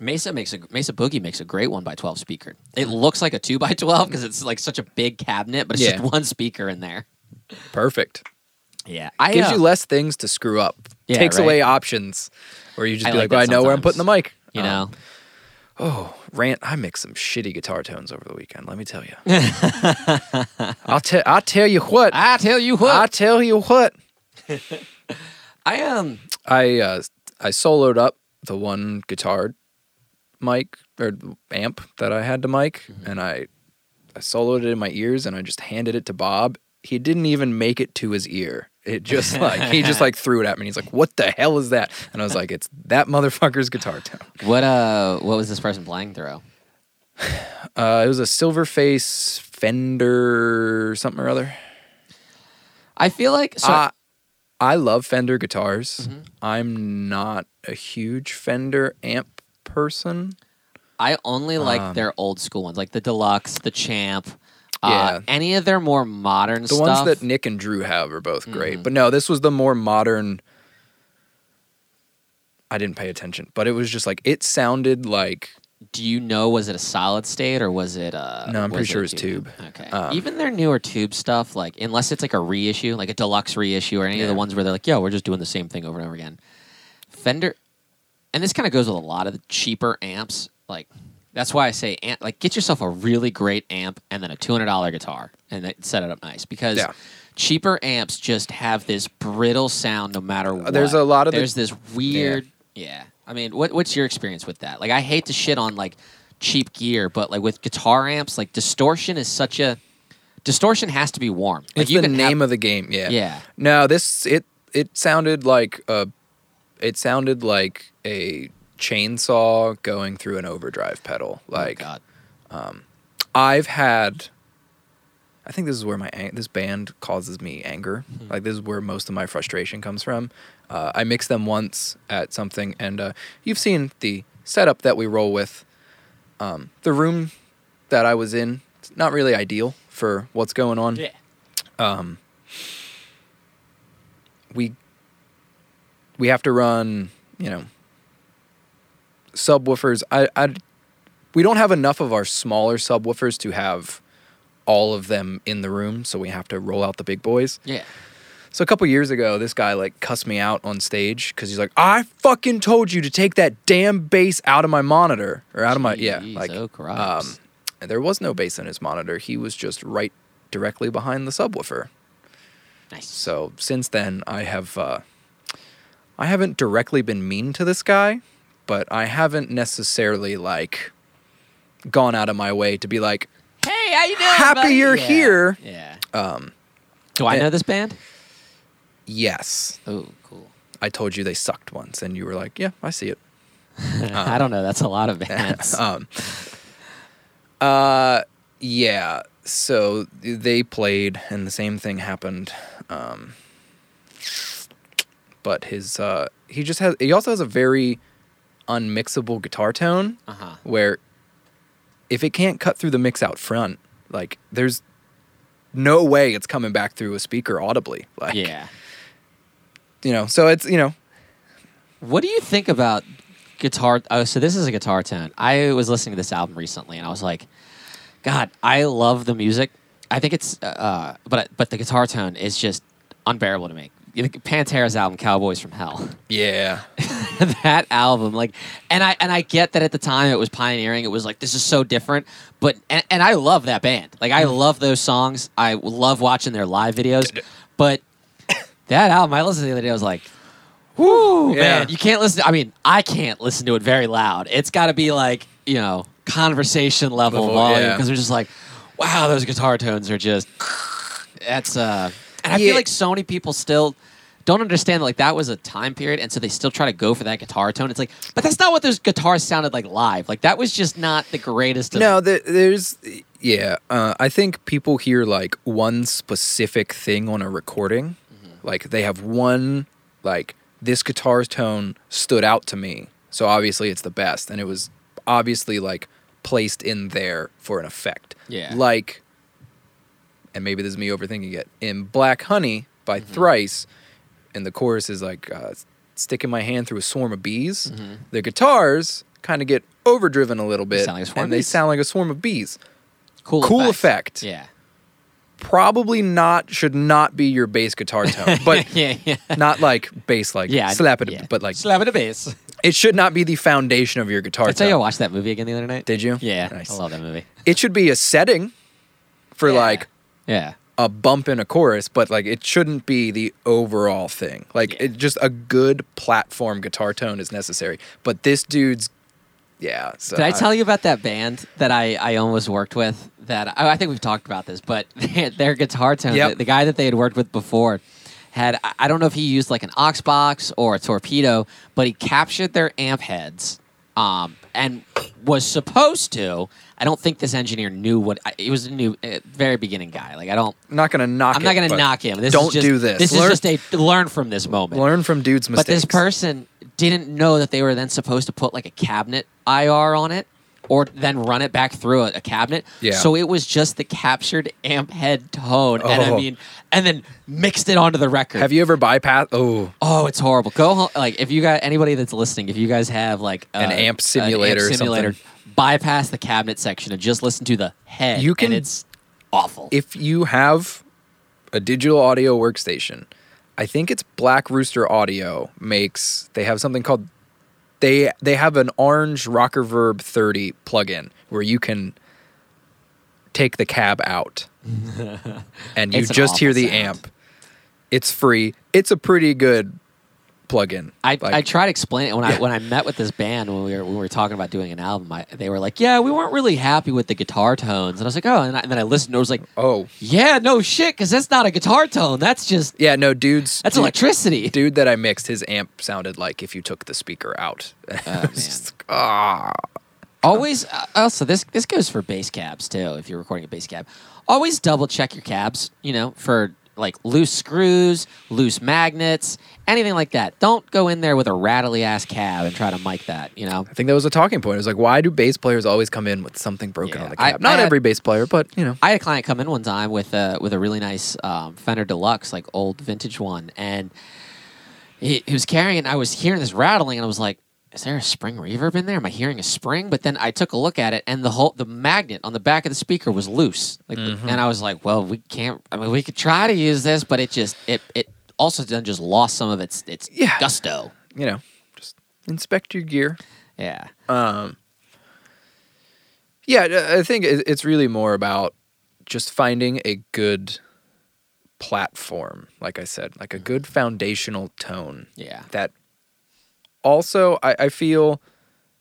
[SPEAKER 2] Mesa makes a Mesa Boogie makes a great one by twelve speaker. It looks like a two by twelve because it's like such a big cabinet, but it's
[SPEAKER 1] Yeah.
[SPEAKER 2] just one speaker in there.
[SPEAKER 1] perfect.
[SPEAKER 2] Yeah, I
[SPEAKER 1] Gives
[SPEAKER 2] uh,
[SPEAKER 1] you less things to screw up.
[SPEAKER 2] Yeah,
[SPEAKER 1] Takes
[SPEAKER 2] right.
[SPEAKER 1] away options where you just
[SPEAKER 2] I
[SPEAKER 1] be
[SPEAKER 2] like
[SPEAKER 1] like, well, I
[SPEAKER 2] that
[SPEAKER 1] know where I'm putting the
[SPEAKER 2] sometimes.
[SPEAKER 1] mic.
[SPEAKER 2] you
[SPEAKER 1] Um,
[SPEAKER 2] know.
[SPEAKER 1] Oh, rant! I mixed some shitty guitar tones over the weekend. Let me tell
[SPEAKER 2] [LAUGHS]
[SPEAKER 1] you. I'll tell. I tell you what. I,
[SPEAKER 2] I tell you what,
[SPEAKER 1] tell you what.
[SPEAKER 2] I am.
[SPEAKER 1] I uh, I soloed up the one guitar mic or amp that I had to mic, and I I soloed it in my ears, and I just handed it to Bob. He didn't even make it to his ear. It just like he just like threw it at me. And he's like, "What the hell is that?" And I was like, "It's that motherfucker's guitar tone."
[SPEAKER 2] What uh? What was this person playing through?
[SPEAKER 1] Uh, it was a Silverface Fender something or other.
[SPEAKER 2] I feel like so.
[SPEAKER 1] I, I love Fender guitars. I'm not a huge Fender amp person.
[SPEAKER 2] I only like
[SPEAKER 1] Um,
[SPEAKER 2] their old school ones, like the deluxe, the champ.
[SPEAKER 1] Yeah.
[SPEAKER 2] Uh, any of their more modern
[SPEAKER 1] The
[SPEAKER 2] stuff.
[SPEAKER 1] ones that Nick and Drew have are both great. But no, this was the more modern. I didn't pay attention, but it was just like it sounded like
[SPEAKER 2] do you know? Was it a solid state or was it? Uh,
[SPEAKER 1] No, I'm pretty sure
[SPEAKER 2] a
[SPEAKER 1] it was tube.
[SPEAKER 2] Okay.
[SPEAKER 1] Um,
[SPEAKER 2] Even their newer tube stuff, like unless it's like a reissue, like a deluxe reissue, or any of the
[SPEAKER 1] Yeah.
[SPEAKER 2] ones where they're like, "Yo, we're just doing the same thing over and over again." Fender, and this kind of goes with a lot of the cheaper amps. Like that's why I say, amp, like, get yourself a really great amp and then a two hundred dollar guitar, and then set it up nice because.
[SPEAKER 1] Yeah.
[SPEAKER 2] Cheaper amps just have this brittle sound no matter what.
[SPEAKER 1] there's a lot of the-
[SPEAKER 2] There's this weird yeah. I mean, what what's your experience with that? Like I hate to shit on like cheap gear, but like with guitar amps, like distortion is such a distortion has to be warm. Like
[SPEAKER 1] it's the name of the game. Yeah.
[SPEAKER 2] Yeah. Oh,
[SPEAKER 1] No, this it it sounded like a it sounded like a chainsaw going through an overdrive pedal. Like
[SPEAKER 2] God.
[SPEAKER 1] I've had. I think this is where my ang- this band causes me anger. Like this is where most of my frustration comes from. Uh, I mixed them once at something, and uh, you've seen the setup that we roll with. Um, the room that I was in, it's not really ideal for what's going on.
[SPEAKER 2] Yeah.
[SPEAKER 1] we we have to run you know subwoofers i i we don't have enough of our smaller subwoofers to have all of them in the room so we have to roll out the big boys
[SPEAKER 2] Yeah.
[SPEAKER 1] so a couple years ago this guy like cussed me out on stage because he's like i fucking told you to take that damn bass out of my monitor or out of my yeah
[SPEAKER 2] Jeez,
[SPEAKER 1] like um,
[SPEAKER 2] oh, cripes.
[SPEAKER 1] and there was no bass in his monitor he was just right directly behind the subwoofer
[SPEAKER 2] Nice.
[SPEAKER 1] so since then, I have uh, I haven't directly been mean to this guy, but I haven't necessarily like gone out of my way to be like,
[SPEAKER 2] Hey, how you doing?
[SPEAKER 1] Happy
[SPEAKER 2] buddy?
[SPEAKER 1] you're
[SPEAKER 2] Yeah.
[SPEAKER 1] here.
[SPEAKER 2] Yeah.
[SPEAKER 1] um,
[SPEAKER 2] Do I
[SPEAKER 1] eh.
[SPEAKER 2] know this band?
[SPEAKER 1] yes,
[SPEAKER 2] Oh,
[SPEAKER 1] [LAUGHS]
[SPEAKER 2] cool.
[SPEAKER 1] I told you they sucked once, and you were like, yeah, I see it. Uh,
[SPEAKER 2] [LAUGHS] I don't know. That's
[SPEAKER 1] [LAUGHS]
[SPEAKER 2] a lot of bands.
[SPEAKER 1] Um, uh, yeah. So they played, and the same thing happened. Um, but his uh, he just has he also has a very unmixable guitar tone
[SPEAKER 2] uh-huh.
[SPEAKER 1] where if it can't cut through the mix out front, like there's no way it's coming back through a speaker audibly. Like
[SPEAKER 2] Yeah.
[SPEAKER 1] you know, so it's you know
[SPEAKER 2] What do you think about guitar? Oh, so this is a guitar tone. I was listening to this album recently, and I was like, God, I love the music. I think it's, uh, but but the guitar tone is just unbearable to me. Pantera's album, Cowboys from Hell. [LAUGHS]
[SPEAKER 1] yeah.
[SPEAKER 2] that album like and i and i get that at the time it was pioneering it was like this is so different but and, and i love that band like
[SPEAKER 1] Mm-hmm.
[SPEAKER 2] i love those songs i love watching their live videos but [COUGHS] that album i listened to the other day i was like whoo
[SPEAKER 1] Yeah.
[SPEAKER 2] man you can't listen i mean i can't listen to it very loud it's got to be like you know conversation level
[SPEAKER 1] Level,
[SPEAKER 2] volume
[SPEAKER 1] yeah.
[SPEAKER 2] because they're just like wow those guitar tones are just that's uh and i
[SPEAKER 1] Yeah.
[SPEAKER 2] feel like so many people still don't understand like that was a time period, and so they still try to go for that guitar tone. It's like, but that's not what those guitars sounded like live. Like that was just not the greatest. Of,
[SPEAKER 1] No, there, there's yeah. Uh, I think people hear like one specific thing on a recording, like they have one like this guitar's tone stood out to me, so obviously it's the best, and it was obviously like placed in there for an effect.
[SPEAKER 2] Yeah.
[SPEAKER 1] like, and maybe this is me overthinking it. In Black Honey by Thrice, and the chorus is like uh, sticking my hand through a swarm of bees. The guitars kind of get overdriven a little bit,
[SPEAKER 2] Mm-hmm. sound like a swarm of
[SPEAKER 1] and they
[SPEAKER 2] bees.
[SPEAKER 1] sound like a swarm of bees.
[SPEAKER 2] cool,
[SPEAKER 1] cool effect.
[SPEAKER 2] Yeah,
[SPEAKER 1] Probably not should not be your bass guitar
[SPEAKER 2] [LAUGHS]
[SPEAKER 1] tone, but
[SPEAKER 2] yeah, yeah,
[SPEAKER 1] not like bass like
[SPEAKER 2] yeah. I-
[SPEAKER 1] slap it,
[SPEAKER 2] yeah.
[SPEAKER 1] but like
[SPEAKER 2] slap it a bass.
[SPEAKER 1] it should not be the foundation of your guitar
[SPEAKER 2] I tell
[SPEAKER 1] tone.
[SPEAKER 2] you, I watched that movie again the other night.
[SPEAKER 1] Did you?
[SPEAKER 2] Yeah,
[SPEAKER 1] Nice.
[SPEAKER 2] I love that movie.
[SPEAKER 1] It should be a setting for
[SPEAKER 2] Yeah.
[SPEAKER 1] like
[SPEAKER 2] Yeah,
[SPEAKER 1] a bump in a chorus, but like it shouldn't be the overall thing. Like
[SPEAKER 2] Yeah.
[SPEAKER 1] it just a good platform guitar tone is necessary. But this dude's yeah. So
[SPEAKER 2] Did I tell you about that band that I, I almost worked with? That oh, I, I think we've talked about this, but [LAUGHS] their guitar tone,
[SPEAKER 1] Yep.
[SPEAKER 2] the, the guy that they had worked with before, had I, I don't know if he used like an ox box or a torpedo, but he captured their amp heads, um, and was supposed to. I don't think this engineer knew what I, it was. A new, uh, very beginning guy. Like I don't.
[SPEAKER 1] I'm not gonna knock.
[SPEAKER 2] I'm not
[SPEAKER 1] it,
[SPEAKER 2] going to
[SPEAKER 1] but
[SPEAKER 2] knock him. This
[SPEAKER 1] don't
[SPEAKER 2] is just,
[SPEAKER 1] do this.
[SPEAKER 2] This
[SPEAKER 1] learn,
[SPEAKER 2] is just a learn from this moment.
[SPEAKER 1] learn from dude's mistakes.
[SPEAKER 2] But this person didn't know that they were then supposed to put like a cabinet IR on it or then run it back through a, a cabinet.
[SPEAKER 1] Yeah.
[SPEAKER 2] So it was just the captured amp head tone. And I
[SPEAKER 1] Oh.
[SPEAKER 2] mean, and then mixed it onto the record.
[SPEAKER 1] Have you ever bypassed? Oh,
[SPEAKER 2] Oh, it's horrible. Go home. Like, if you got anybody that's listening, if you guys have like uh,
[SPEAKER 1] An amp simulator or
[SPEAKER 2] bypass the cabinet section and just listen to the head.
[SPEAKER 1] You
[SPEAKER 2] and
[SPEAKER 1] can-
[SPEAKER 2] it's awful.
[SPEAKER 1] if you have a digital audio workstation, I think it's Black Rooster Audio makes they have something called they they have an orange Rocker Verb 30 plugin where you can take the cab
[SPEAKER 2] [LAUGHS]
[SPEAKER 1] out and you
[SPEAKER 2] It's an
[SPEAKER 1] just hear
[SPEAKER 2] awful
[SPEAKER 1] the
[SPEAKER 2] sound.
[SPEAKER 1] amp. It's free. It's a pretty good plugin.
[SPEAKER 2] I,
[SPEAKER 1] Like,
[SPEAKER 2] I tried to explain it when I when I met with this band when we were when we were talking about doing an album. I, they were like, "Yeah, we weren't really happy with the guitar tones," and I was like, "Oh," and, I, and then I listened. and I was like,
[SPEAKER 1] oh
[SPEAKER 2] "Yeah, no shit, because that's not a guitar tone. That's just
[SPEAKER 1] yeah no dudes
[SPEAKER 2] that's
[SPEAKER 1] dude,
[SPEAKER 2] electricity."
[SPEAKER 1] dude that I mixed his amp sounded like if you took the speaker out. [LAUGHS] It was
[SPEAKER 2] Oh, man.
[SPEAKER 1] just, ah.
[SPEAKER 2] Always. Uh, also, this this goes for bass cabs too. If you're recording a bass cab, always double check your cabs. You know, for like loose screws, loose magnets, anything like that. Don't go in there with a rattly ass cab and try to mic that. You know.
[SPEAKER 1] I think that was a talking point. It was like, why do bass players always come in with something broken
[SPEAKER 2] Yeah,
[SPEAKER 1] on the
[SPEAKER 2] I-
[SPEAKER 1] cab? Not
[SPEAKER 2] I had-
[SPEAKER 1] every bass player, but you know,
[SPEAKER 2] I had a client come in one time with a with a really nice um, Fender Deluxe, like old vintage one, and he, he was carrying. it, And I was hearing this rattling, and I was like, "Is there a spring reverb in there? Am I hearing a spring?" But then I took a look at it, and the whole the magnet on the back of the speaker was loose. Like, the-
[SPEAKER 1] Mm-hmm.
[SPEAKER 2] and I was like, "Well, we can't. I mean, we could try to use this, but it just it it also then just lost some of its its
[SPEAKER 1] Yeah.
[SPEAKER 2] gusto."
[SPEAKER 1] you know, just inspect your gear.
[SPEAKER 2] Yeah.
[SPEAKER 1] Yeah, I- I think it- it's really more about just finding a good platform. Like I said, like a good foundational tone.
[SPEAKER 2] Yeah.
[SPEAKER 1] That also, I, I feel,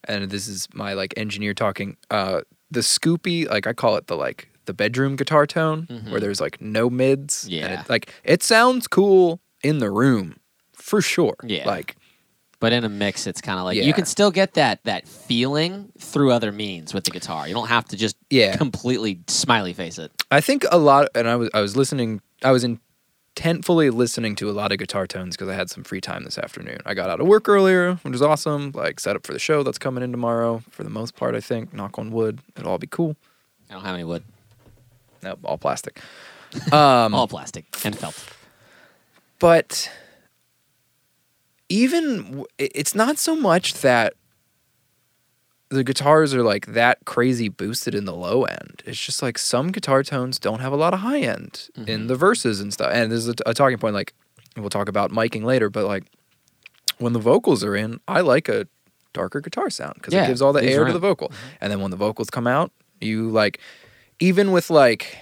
[SPEAKER 1] and this is my like engineer talking. Uh, the scoopy, like I call it the like the bedroom guitar tone, where there's like no mids. and
[SPEAKER 2] Mm-hmm. Yeah.
[SPEAKER 1] it, like it sounds cool in the room for sure.
[SPEAKER 2] Yeah.
[SPEAKER 1] Like
[SPEAKER 2] But in a mix, it's kind of like
[SPEAKER 1] Yeah.
[SPEAKER 2] you can still get that that feeling through other means with the guitar. You don't have to just
[SPEAKER 1] Yeah.
[SPEAKER 2] completely smiley face it.
[SPEAKER 1] I think a lot, and I was I was listening, I was intentfully listening to a lot of guitar tones because I had some free time this afternoon. I got out of work earlier, which is awesome. Like set up for the show that's coming in tomorrow. For the most part, I think. Knock on wood, it'll all be cool.
[SPEAKER 2] I don't have any wood,
[SPEAKER 1] Nope, all plastic.
[SPEAKER 2] all plastic and felt.
[SPEAKER 1] but even w- it- it's not so much that the guitars are like that crazy boosted in the low end. It's just like some guitar tones don't have a lot of high end in the verses and stuff. And there's a, a talking point like we'll talk about miking later, but like when the vocals are in, I like a darker guitar sound because
[SPEAKER 2] Yeah,
[SPEAKER 1] it gives all the
[SPEAKER 2] leaves
[SPEAKER 1] air to
[SPEAKER 2] room.
[SPEAKER 1] the vocal. And then when the vocals come out, you like even with like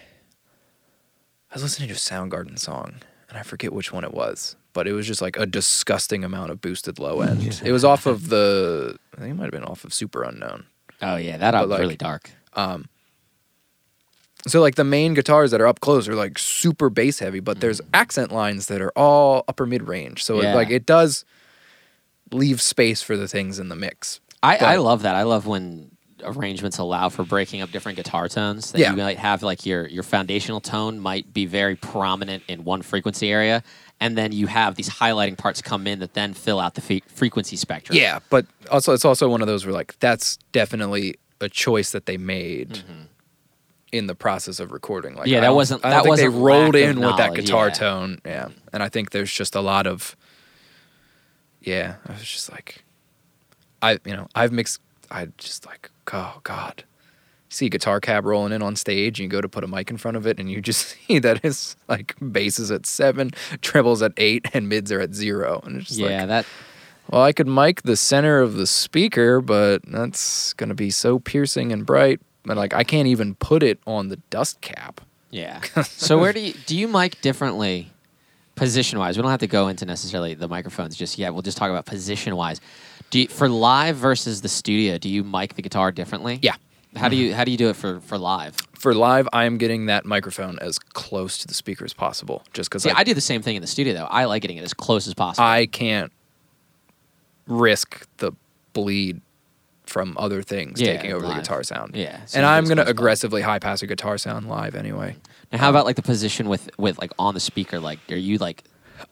[SPEAKER 1] I was listening to a Soundgarden song and I forget which one it was, but it was just like a disgusting amount of boosted low end. it was off of the I think it might have been off of Super Unknown.
[SPEAKER 2] Oh yeah, that album's
[SPEAKER 1] like-
[SPEAKER 2] really dark.
[SPEAKER 1] So like the main guitars that are up close are like super bass heavy, but there's accent lines that are all upper mid range. So
[SPEAKER 2] Yeah.
[SPEAKER 1] it, like it does leave space for the things in the mix.
[SPEAKER 2] I, I
[SPEAKER 1] But-
[SPEAKER 2] love that. I love when arrangements allow for breaking up different guitar tones. That
[SPEAKER 1] Yeah.
[SPEAKER 2] you might have like your your foundational tone might be very prominent in one frequency area, and then you have these highlighting parts come in that then fill out the fe- frequency spectrum.
[SPEAKER 1] Yeah, but also it's also one of those where like that's definitely a choice that they made in the process of recording. Like
[SPEAKER 2] Mm-hmm. Yeah,
[SPEAKER 1] I
[SPEAKER 2] that
[SPEAKER 1] don't-
[SPEAKER 2] wasn't-
[SPEAKER 1] I
[SPEAKER 2] that
[SPEAKER 1] don't think
[SPEAKER 2] wasn't
[SPEAKER 1] they rolled
[SPEAKER 2] lack of
[SPEAKER 1] in with that
[SPEAKER 2] knowledge,
[SPEAKER 1] guitar
[SPEAKER 2] yeah. Mm-hmm.
[SPEAKER 1] tone. Yeah, and I think there's just a lot of yeah. I was just like, I you know I've mixed. I just like oh god. You see a guitar cab rolling in on stage, and you go to put a mic in front of it, and you just [LAUGHS] see that it's like basses at seven, trebles at eight, and mids are at zero. And it's just like,
[SPEAKER 2] yeah. that
[SPEAKER 1] well, I could mic the center of the speaker, but that's going to be so piercing and bright. And like, I can't even put it on the dust cap. [LAUGHS]
[SPEAKER 2] yeah. so where do you do you mic differently? Position wise, we don't have to go into necessarily the microphones just yet. We'll just talk about position wise. Do you, for live versus the studio, do you mic the guitar differently?
[SPEAKER 1] Yeah. Mm-hmm.
[SPEAKER 2] How do you how do you do it for for live?
[SPEAKER 1] For live, I am getting that microphone as close to the speaker as possible just because
[SPEAKER 2] See,
[SPEAKER 1] like,
[SPEAKER 2] I do the same thing in the studio though. I like getting it as close as possible.
[SPEAKER 1] I can't risk the bleed from other things
[SPEAKER 2] Yeah,
[SPEAKER 1] taking over
[SPEAKER 2] live.
[SPEAKER 1] the guitar sound.
[SPEAKER 2] Yeah, so
[SPEAKER 1] and
[SPEAKER 2] you
[SPEAKER 1] I'm
[SPEAKER 2] just
[SPEAKER 1] going to
[SPEAKER 2] goes by.
[SPEAKER 1] aggressively high pass a guitar sound live anyway.
[SPEAKER 2] now, how about like the position with with like on the speaker? Like, are you like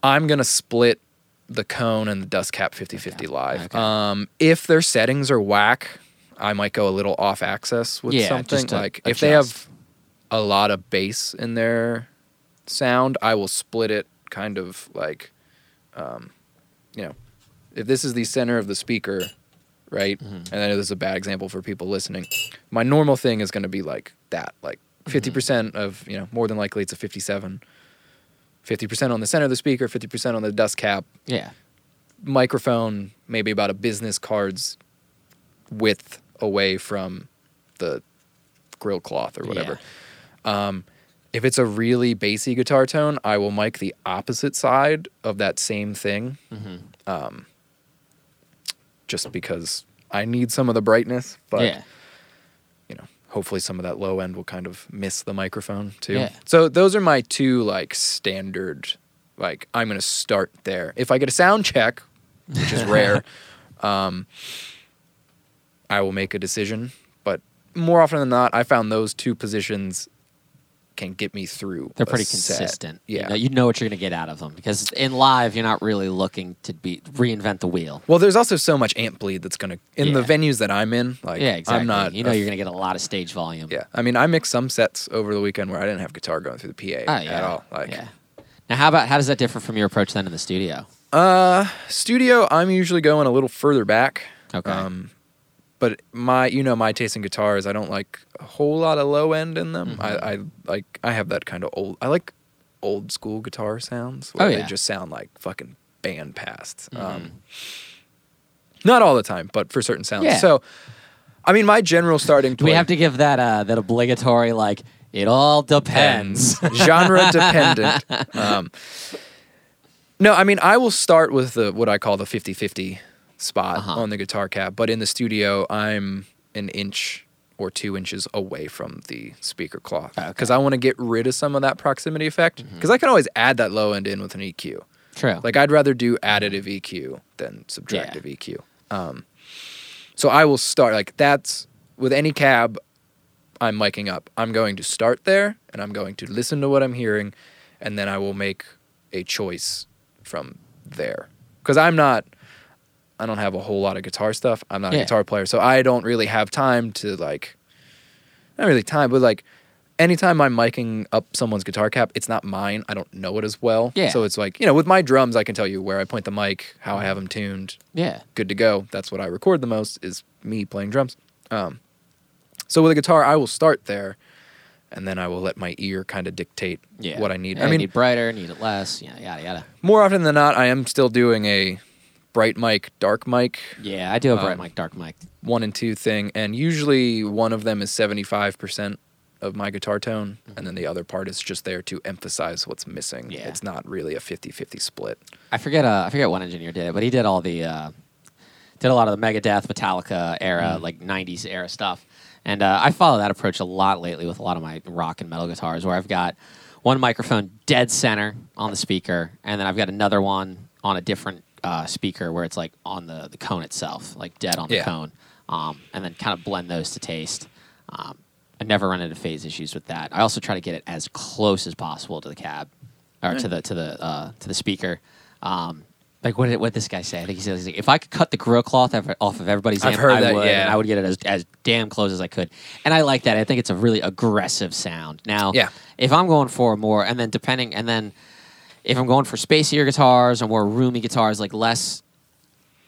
[SPEAKER 1] I'm gonna split the cone and the dust cap 50-50 live.
[SPEAKER 2] Okay.
[SPEAKER 1] Um, if their settings are whack, I might go a little off axis with
[SPEAKER 2] Yeah,
[SPEAKER 1] something.
[SPEAKER 2] just to
[SPEAKER 1] like if they
[SPEAKER 2] adjust.
[SPEAKER 1] have a lot of bass in their sound, I will split it kind of like, um, you know, if this is the center of the speaker, right? And
[SPEAKER 2] Mm-hmm.
[SPEAKER 1] I know this is a bad example for people listening. My normal thing is gonna be like that, like
[SPEAKER 2] Mm-hmm.
[SPEAKER 1] 50% percent of, you know, more than likely it's a 57. 50% on the center of the speaker, 50% on the dust cap,
[SPEAKER 2] yeah?
[SPEAKER 1] microphone, maybe about a business card's width away from the grill cloth or whatever. Um,
[SPEAKER 2] Yeah.
[SPEAKER 1] If it's a really bassy guitar tone, I will mic the opposite side of that same thing. Um,
[SPEAKER 2] Mm-hmm.
[SPEAKER 1] just because I need some of the brightness, but
[SPEAKER 2] yeah.
[SPEAKER 1] you know, hopefully some of that low end will kind of miss the microphone too.
[SPEAKER 2] Yeah.
[SPEAKER 1] So those are my two like standard like I'm going to start there. If I get a sound check, which is rare,
[SPEAKER 2] [LAUGHS]
[SPEAKER 1] um I will make a decision, but more often than not, I found those two positions can get me through.
[SPEAKER 2] They're
[SPEAKER 1] a
[SPEAKER 2] pretty
[SPEAKER 1] set.
[SPEAKER 2] consistent. You
[SPEAKER 1] Yeah.
[SPEAKER 2] know, you know what you're going to get out of them because in live you're not really looking to be reinvent the wheel.
[SPEAKER 1] well, there's also so much amp bleed that's going to in the
[SPEAKER 2] Yeah.
[SPEAKER 1] venues that I'm in, like
[SPEAKER 2] yeah, exactly.
[SPEAKER 1] I'm not
[SPEAKER 2] you know
[SPEAKER 1] a
[SPEAKER 2] you're going to get a lot of stage volume.
[SPEAKER 1] Yeah, I mean, I mixed some sets over the weekend where I didn't have guitar going through the PA
[SPEAKER 2] Oh, yeah.
[SPEAKER 1] at all. Like,
[SPEAKER 2] yeah. Now, how about how does that differ from your approach then in the studio?
[SPEAKER 1] uh, studio, I'm usually going a little further back. Um,
[SPEAKER 2] Okay.
[SPEAKER 1] but my, you know, my taste in guitars, I don't like a whole lot of low end in them.
[SPEAKER 2] Mm-hmm.
[SPEAKER 1] I, I like, I have that kind of old. I like old school guitar sounds where
[SPEAKER 2] Oh,
[SPEAKER 1] they
[SPEAKER 2] yeah.
[SPEAKER 1] just sound like fucking band past. Um, not all the time, but for certain sounds.
[SPEAKER 2] Mm-hmm. Yeah.
[SPEAKER 1] So, I mean, my general starting.
[SPEAKER 2] Do we have to give that uh, that obligatory like it all depends?
[SPEAKER 1] depends. [LAUGHS] genre
[SPEAKER 2] [LAUGHS]
[SPEAKER 1] dependent. Um, no, I mean, I will start with the what I call the 50 50 spot
[SPEAKER 2] Uh-huh.
[SPEAKER 1] on the guitar cap, but in the studio, I'm an inch or two inches away from the speaker cloth
[SPEAKER 2] Okay. Mm-hmm.
[SPEAKER 1] because I want to get rid of some of that proximity effect because I can always add that low end in with an E EQ.
[SPEAKER 2] [LAUGHS] True.
[SPEAKER 1] Like, I'd rather do additive EQ than subtractive EQ. Um, so I will start, like, that's with any cab, I'm miking up. I'm going to start there and I'm going to listen to what I'm hearing and then I will make a choice from there. Cuz I'm not I don't have a whole lot of guitar stuff. I'm not
[SPEAKER 2] Yeah.
[SPEAKER 1] a guitar player, so I don't really have time to like not really time, but like anytime I'm miking up someone's guitar cap, it's not mine. I don't know it as well.
[SPEAKER 2] Yeah.
[SPEAKER 1] So it's like, you know, with my drums I can tell you where I point the mic, how I have them tuned,
[SPEAKER 2] yeah.
[SPEAKER 1] good to go. That's what I record the most is me playing drums. Um, so with a guitar, I will start there, and then I will let my ear kind of dictate
[SPEAKER 2] Yeah.
[SPEAKER 1] what I need.
[SPEAKER 2] Yeah,
[SPEAKER 1] I
[SPEAKER 2] you
[SPEAKER 1] mean,
[SPEAKER 2] need brighter, need it less. Yeah, yada yada.
[SPEAKER 1] more often than not, I am still doing a bright mic, dark mic,
[SPEAKER 2] Yeah, I do a bright
[SPEAKER 1] Um,
[SPEAKER 2] mic, dark mic.
[SPEAKER 1] one and two thing, and usually one of them is seventy five percent of my guitar tone, and then the other part is just there to emphasize what's missing.
[SPEAKER 2] Yeah.
[SPEAKER 1] It's not really a 50-50 split.
[SPEAKER 2] I forget. Uh, I forget what engineer did it, but he did all the uh, did a lot of the Megadeth, Metallica era, like '90s era stuff. And uh, I follow that approach a lot lately with a lot of my rock and metal guitars, where I've got one microphone dead center on the speaker, and then I've got another one on a different uh, speaker where it's like on the, the cone itself, like dead on the
[SPEAKER 1] Yeah.
[SPEAKER 2] cone, um, and then kind of blend those to taste. Um, I never run into phase issues with that. I also try to get it as close as possible to the cab or to the to the uh, to the speaker. Um, like what did what did this guy say? I think he said he's like, if I could cut the grill cloth ever- off of everybody's
[SPEAKER 1] I've
[SPEAKER 2] amp,
[SPEAKER 1] heard
[SPEAKER 2] I
[SPEAKER 1] that,
[SPEAKER 2] would,
[SPEAKER 1] yeah.
[SPEAKER 2] and I would get it as as damn close as I could. And I like that. I think it's a really aggressive sound. Now,
[SPEAKER 1] Yeah.
[SPEAKER 2] if I'm going for more, and then depending, and then if I'm going for spacier guitars or more roomy guitars, like less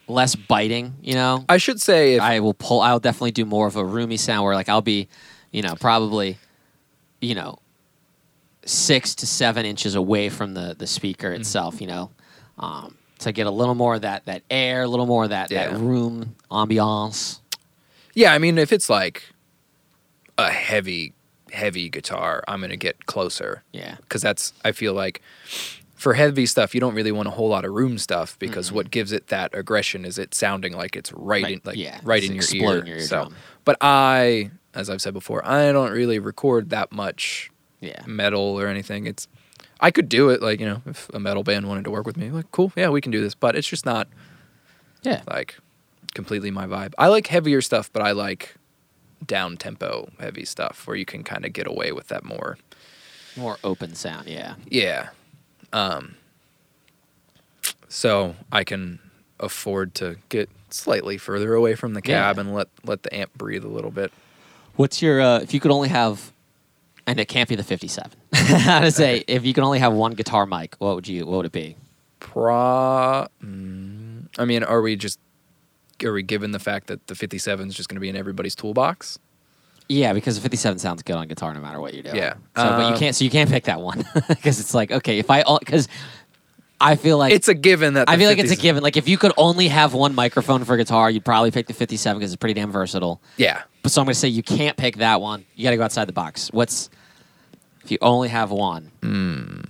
[SPEAKER 2] less biting, you know,
[SPEAKER 1] I should say if
[SPEAKER 2] I will pull. I'll definitely do more of a roomy sound where like I'll be, you know, probably, you know, six to seven inches away from the the speaker
[SPEAKER 1] Mm-hmm.
[SPEAKER 2] itself. You know, um, to get a little more of that that air, a little more of that
[SPEAKER 1] Yeah.
[SPEAKER 2] that room ambiance.
[SPEAKER 1] Yeah, I mean, if it's like a heavy, heavy guitar, I'm gonna get closer
[SPEAKER 2] Yeah.
[SPEAKER 1] because that's. I feel like for heavy stuff, you don't really want a whole lot of room stuff because what gives it that aggression is it sounding like it's right, in,
[SPEAKER 2] Right,
[SPEAKER 1] like
[SPEAKER 2] yeah,
[SPEAKER 1] right
[SPEAKER 2] it's
[SPEAKER 1] in your ear.
[SPEAKER 2] exploding your
[SPEAKER 1] so,
[SPEAKER 2] eardrum.
[SPEAKER 1] but I, as I've said before, I don't really record that much Mm.
[SPEAKER 2] Yeah.
[SPEAKER 1] metal or anything. It's I could do it, like you know, if a metal band wanted to work with me, like cool, yeah, we can do this. But it's just not
[SPEAKER 2] Yeah.
[SPEAKER 1] like completely my vibe. I like heavier stuff, but I like down tempo heavy stuff where you can kind of get away with that more.
[SPEAKER 2] More open sound. Yeah.
[SPEAKER 1] Yeah. Um so I can afford to get slightly further away from the cab
[SPEAKER 2] Yeah.
[SPEAKER 1] and let let the amp breathe a little bit.
[SPEAKER 2] What's your uh, if you could only have, and it can't be the
[SPEAKER 1] [LAUGHS]
[SPEAKER 2] fifty-seven. [LAUGHS] I would say if you could only have one guitar mic, what would you? What would it be?
[SPEAKER 1] Pro mm, I mean, are we just are we given the fact that the 57 is just going to be in everybody's toolbox?
[SPEAKER 2] Yeah, because the 57 sounds good on guitar no matter what you do.
[SPEAKER 1] Yeah.
[SPEAKER 2] So, but
[SPEAKER 1] Uh,
[SPEAKER 2] you can't. So you can't pick that one [LAUGHS] because it's like okay, if I because I feel like
[SPEAKER 1] It's a given that the
[SPEAKER 2] I feel like it's a
[SPEAKER 1] 50s
[SPEAKER 2] given. Like if you could only have one microphone for guitar, you'd probably pick the 57 because it's pretty damn versatile.
[SPEAKER 1] Yeah.
[SPEAKER 2] But so I'm gonna say you can't pick that one. You got to go outside the box. What's if you only have one?
[SPEAKER 1] Hmm.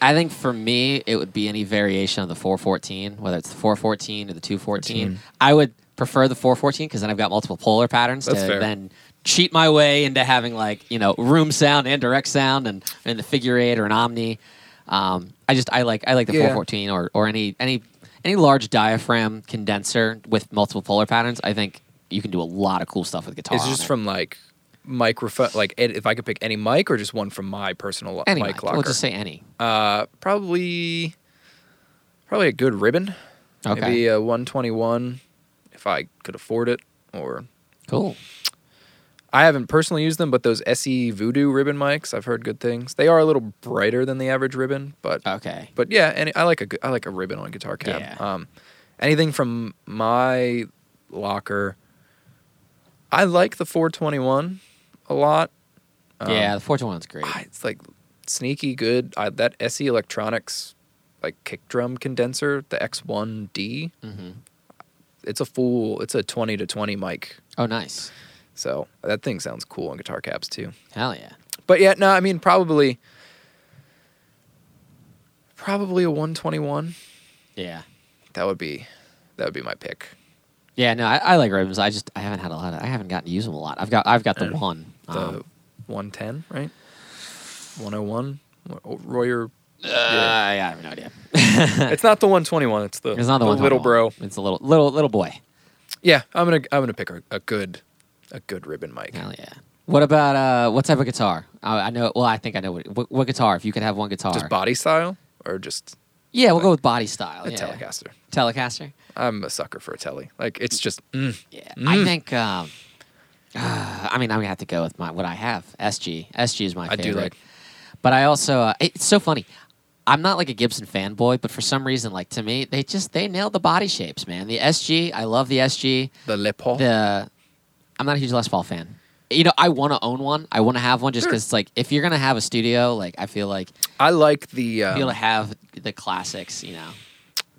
[SPEAKER 2] I think for me it would be any variation of the 414, whether it's the 414 or the 214. I would prefer the 414 because then I've got multiple polar patterns
[SPEAKER 1] That's
[SPEAKER 2] to
[SPEAKER 1] fair.
[SPEAKER 2] then cheat my way into having like you know room sound and direct sound and and the figure eight or an omni. Um, I just I like I like the
[SPEAKER 1] Yeah.
[SPEAKER 2] 414 or or any any any large diaphragm condenser with multiple polar patterns. I think you can do a lot of cool stuff with guitar.
[SPEAKER 1] It's
[SPEAKER 2] on
[SPEAKER 1] just
[SPEAKER 2] it.
[SPEAKER 1] from like microphone, like ed- if I could pick any mic or just one from my personal lo-
[SPEAKER 2] any
[SPEAKER 1] mic
[SPEAKER 2] mic.
[SPEAKER 1] locker.
[SPEAKER 2] We'll just say any.
[SPEAKER 1] uh, probably, probably a good ribbon.
[SPEAKER 2] Okay.
[SPEAKER 1] Maybe a 121 if I could afford it. Or
[SPEAKER 2] Cool.
[SPEAKER 1] I haven't personally used them, but those SE Voodoo ribbon mics, I've heard good things. They are a little brighter than the average ribbon, but
[SPEAKER 2] Okay.
[SPEAKER 1] but yeah, and I like a good- I like a ribbon on guitar cab.
[SPEAKER 2] Yeah.
[SPEAKER 1] Um, anything from my locker. I like the 421 a lot. Um,
[SPEAKER 2] yeah, the 421's great.
[SPEAKER 1] I- it's like sneaky good. I, that SE Electronics like kick drum condenser, the X1D.
[SPEAKER 2] Mhm.
[SPEAKER 1] It's a full. It's a 20 to 20 mic.
[SPEAKER 2] Oh, nice.
[SPEAKER 1] So that thing sounds cool on guitar cabs too.
[SPEAKER 2] Hell yeah.
[SPEAKER 1] But yeah, no, I mean probably probably a 121.
[SPEAKER 2] Yeah.
[SPEAKER 1] That would be that would be my pick.
[SPEAKER 2] Yeah, no, I, I like ribbons. I just I haven't had a lot. Of, I haven't gotten to use them a lot. I've got I've got the
[SPEAKER 1] Yeah.
[SPEAKER 2] one.
[SPEAKER 1] The
[SPEAKER 2] Um,
[SPEAKER 1] 110, right? 101 Ro- Oh, Royer.
[SPEAKER 2] uh, yeah, I have no idea.
[SPEAKER 1] it's not the 121. It's the,
[SPEAKER 2] It's not the,
[SPEAKER 1] the
[SPEAKER 2] one
[SPEAKER 1] little bro.
[SPEAKER 2] It's a little little little boy.
[SPEAKER 1] Yeah, I'm gonna I'm gonna pick a, a good a good ribbon mic.
[SPEAKER 2] Hell yeah. What about uh what type of guitar? I, I know. Well, I think I know what, what what guitar. If you could have one guitar,
[SPEAKER 1] Just body style or just
[SPEAKER 2] yeah, we'll go with body style.
[SPEAKER 1] a
[SPEAKER 2] yeah.
[SPEAKER 1] Telecaster.
[SPEAKER 2] Telecaster.
[SPEAKER 1] I'm a sucker for a Tele. Like it's just mm,
[SPEAKER 2] Yeah, I think. Um, ah, I mean, I'm gonna have to go with my what I have. SG. SG is my
[SPEAKER 1] I
[SPEAKER 2] favorite.
[SPEAKER 1] do like-
[SPEAKER 2] But I also uh, it's so funny. I'm not like a Gibson fanboy, but for some reason, like to me, they just they nailed the body shapes, man. The SG, I love the SG.
[SPEAKER 1] the Le Paul.
[SPEAKER 2] The I'm not a huge Les Paul fan. You know, I want to own one. I want to have one just
[SPEAKER 1] Sure.
[SPEAKER 2] because, like, if you're gonna have a studio, like, I feel like
[SPEAKER 1] I like the.
[SPEAKER 2] be able to
[SPEAKER 1] Um,
[SPEAKER 2] have the classics. You know,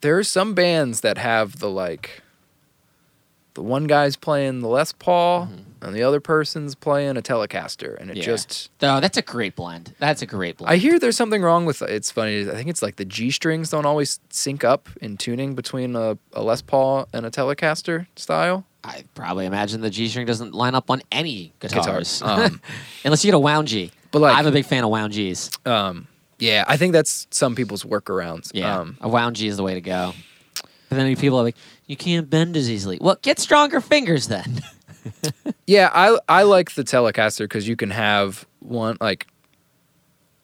[SPEAKER 1] there are some bands that have the like. The one guy's playing the Les Paul, and the other person's playing a Telecaster, and it
[SPEAKER 2] Mm-hmm. Yeah.
[SPEAKER 1] just.
[SPEAKER 2] Though that's a great blend. That's a great blend.
[SPEAKER 1] I hear there's something wrong with it's funny. I think it's like the G strings don't always sync up in tuning between a, a Les Paul and a Telecaster style.
[SPEAKER 2] I probably imagine the G string doesn't line up on any guitars,
[SPEAKER 1] Guitars,
[SPEAKER 2] [LAUGHS]
[SPEAKER 1] um,
[SPEAKER 2] unless you get a wound G.
[SPEAKER 1] But, like-
[SPEAKER 2] I'm a big fan of wound Gs.
[SPEAKER 1] Um, yeah, I think that's some people's workarounds.
[SPEAKER 2] Yeah,
[SPEAKER 1] Um,
[SPEAKER 2] a wound G is the way to go. But then people are like, you can't bend as easily. Well, get stronger fingers then.
[SPEAKER 1] Yeah, I I like the Telecaster because you can have one like.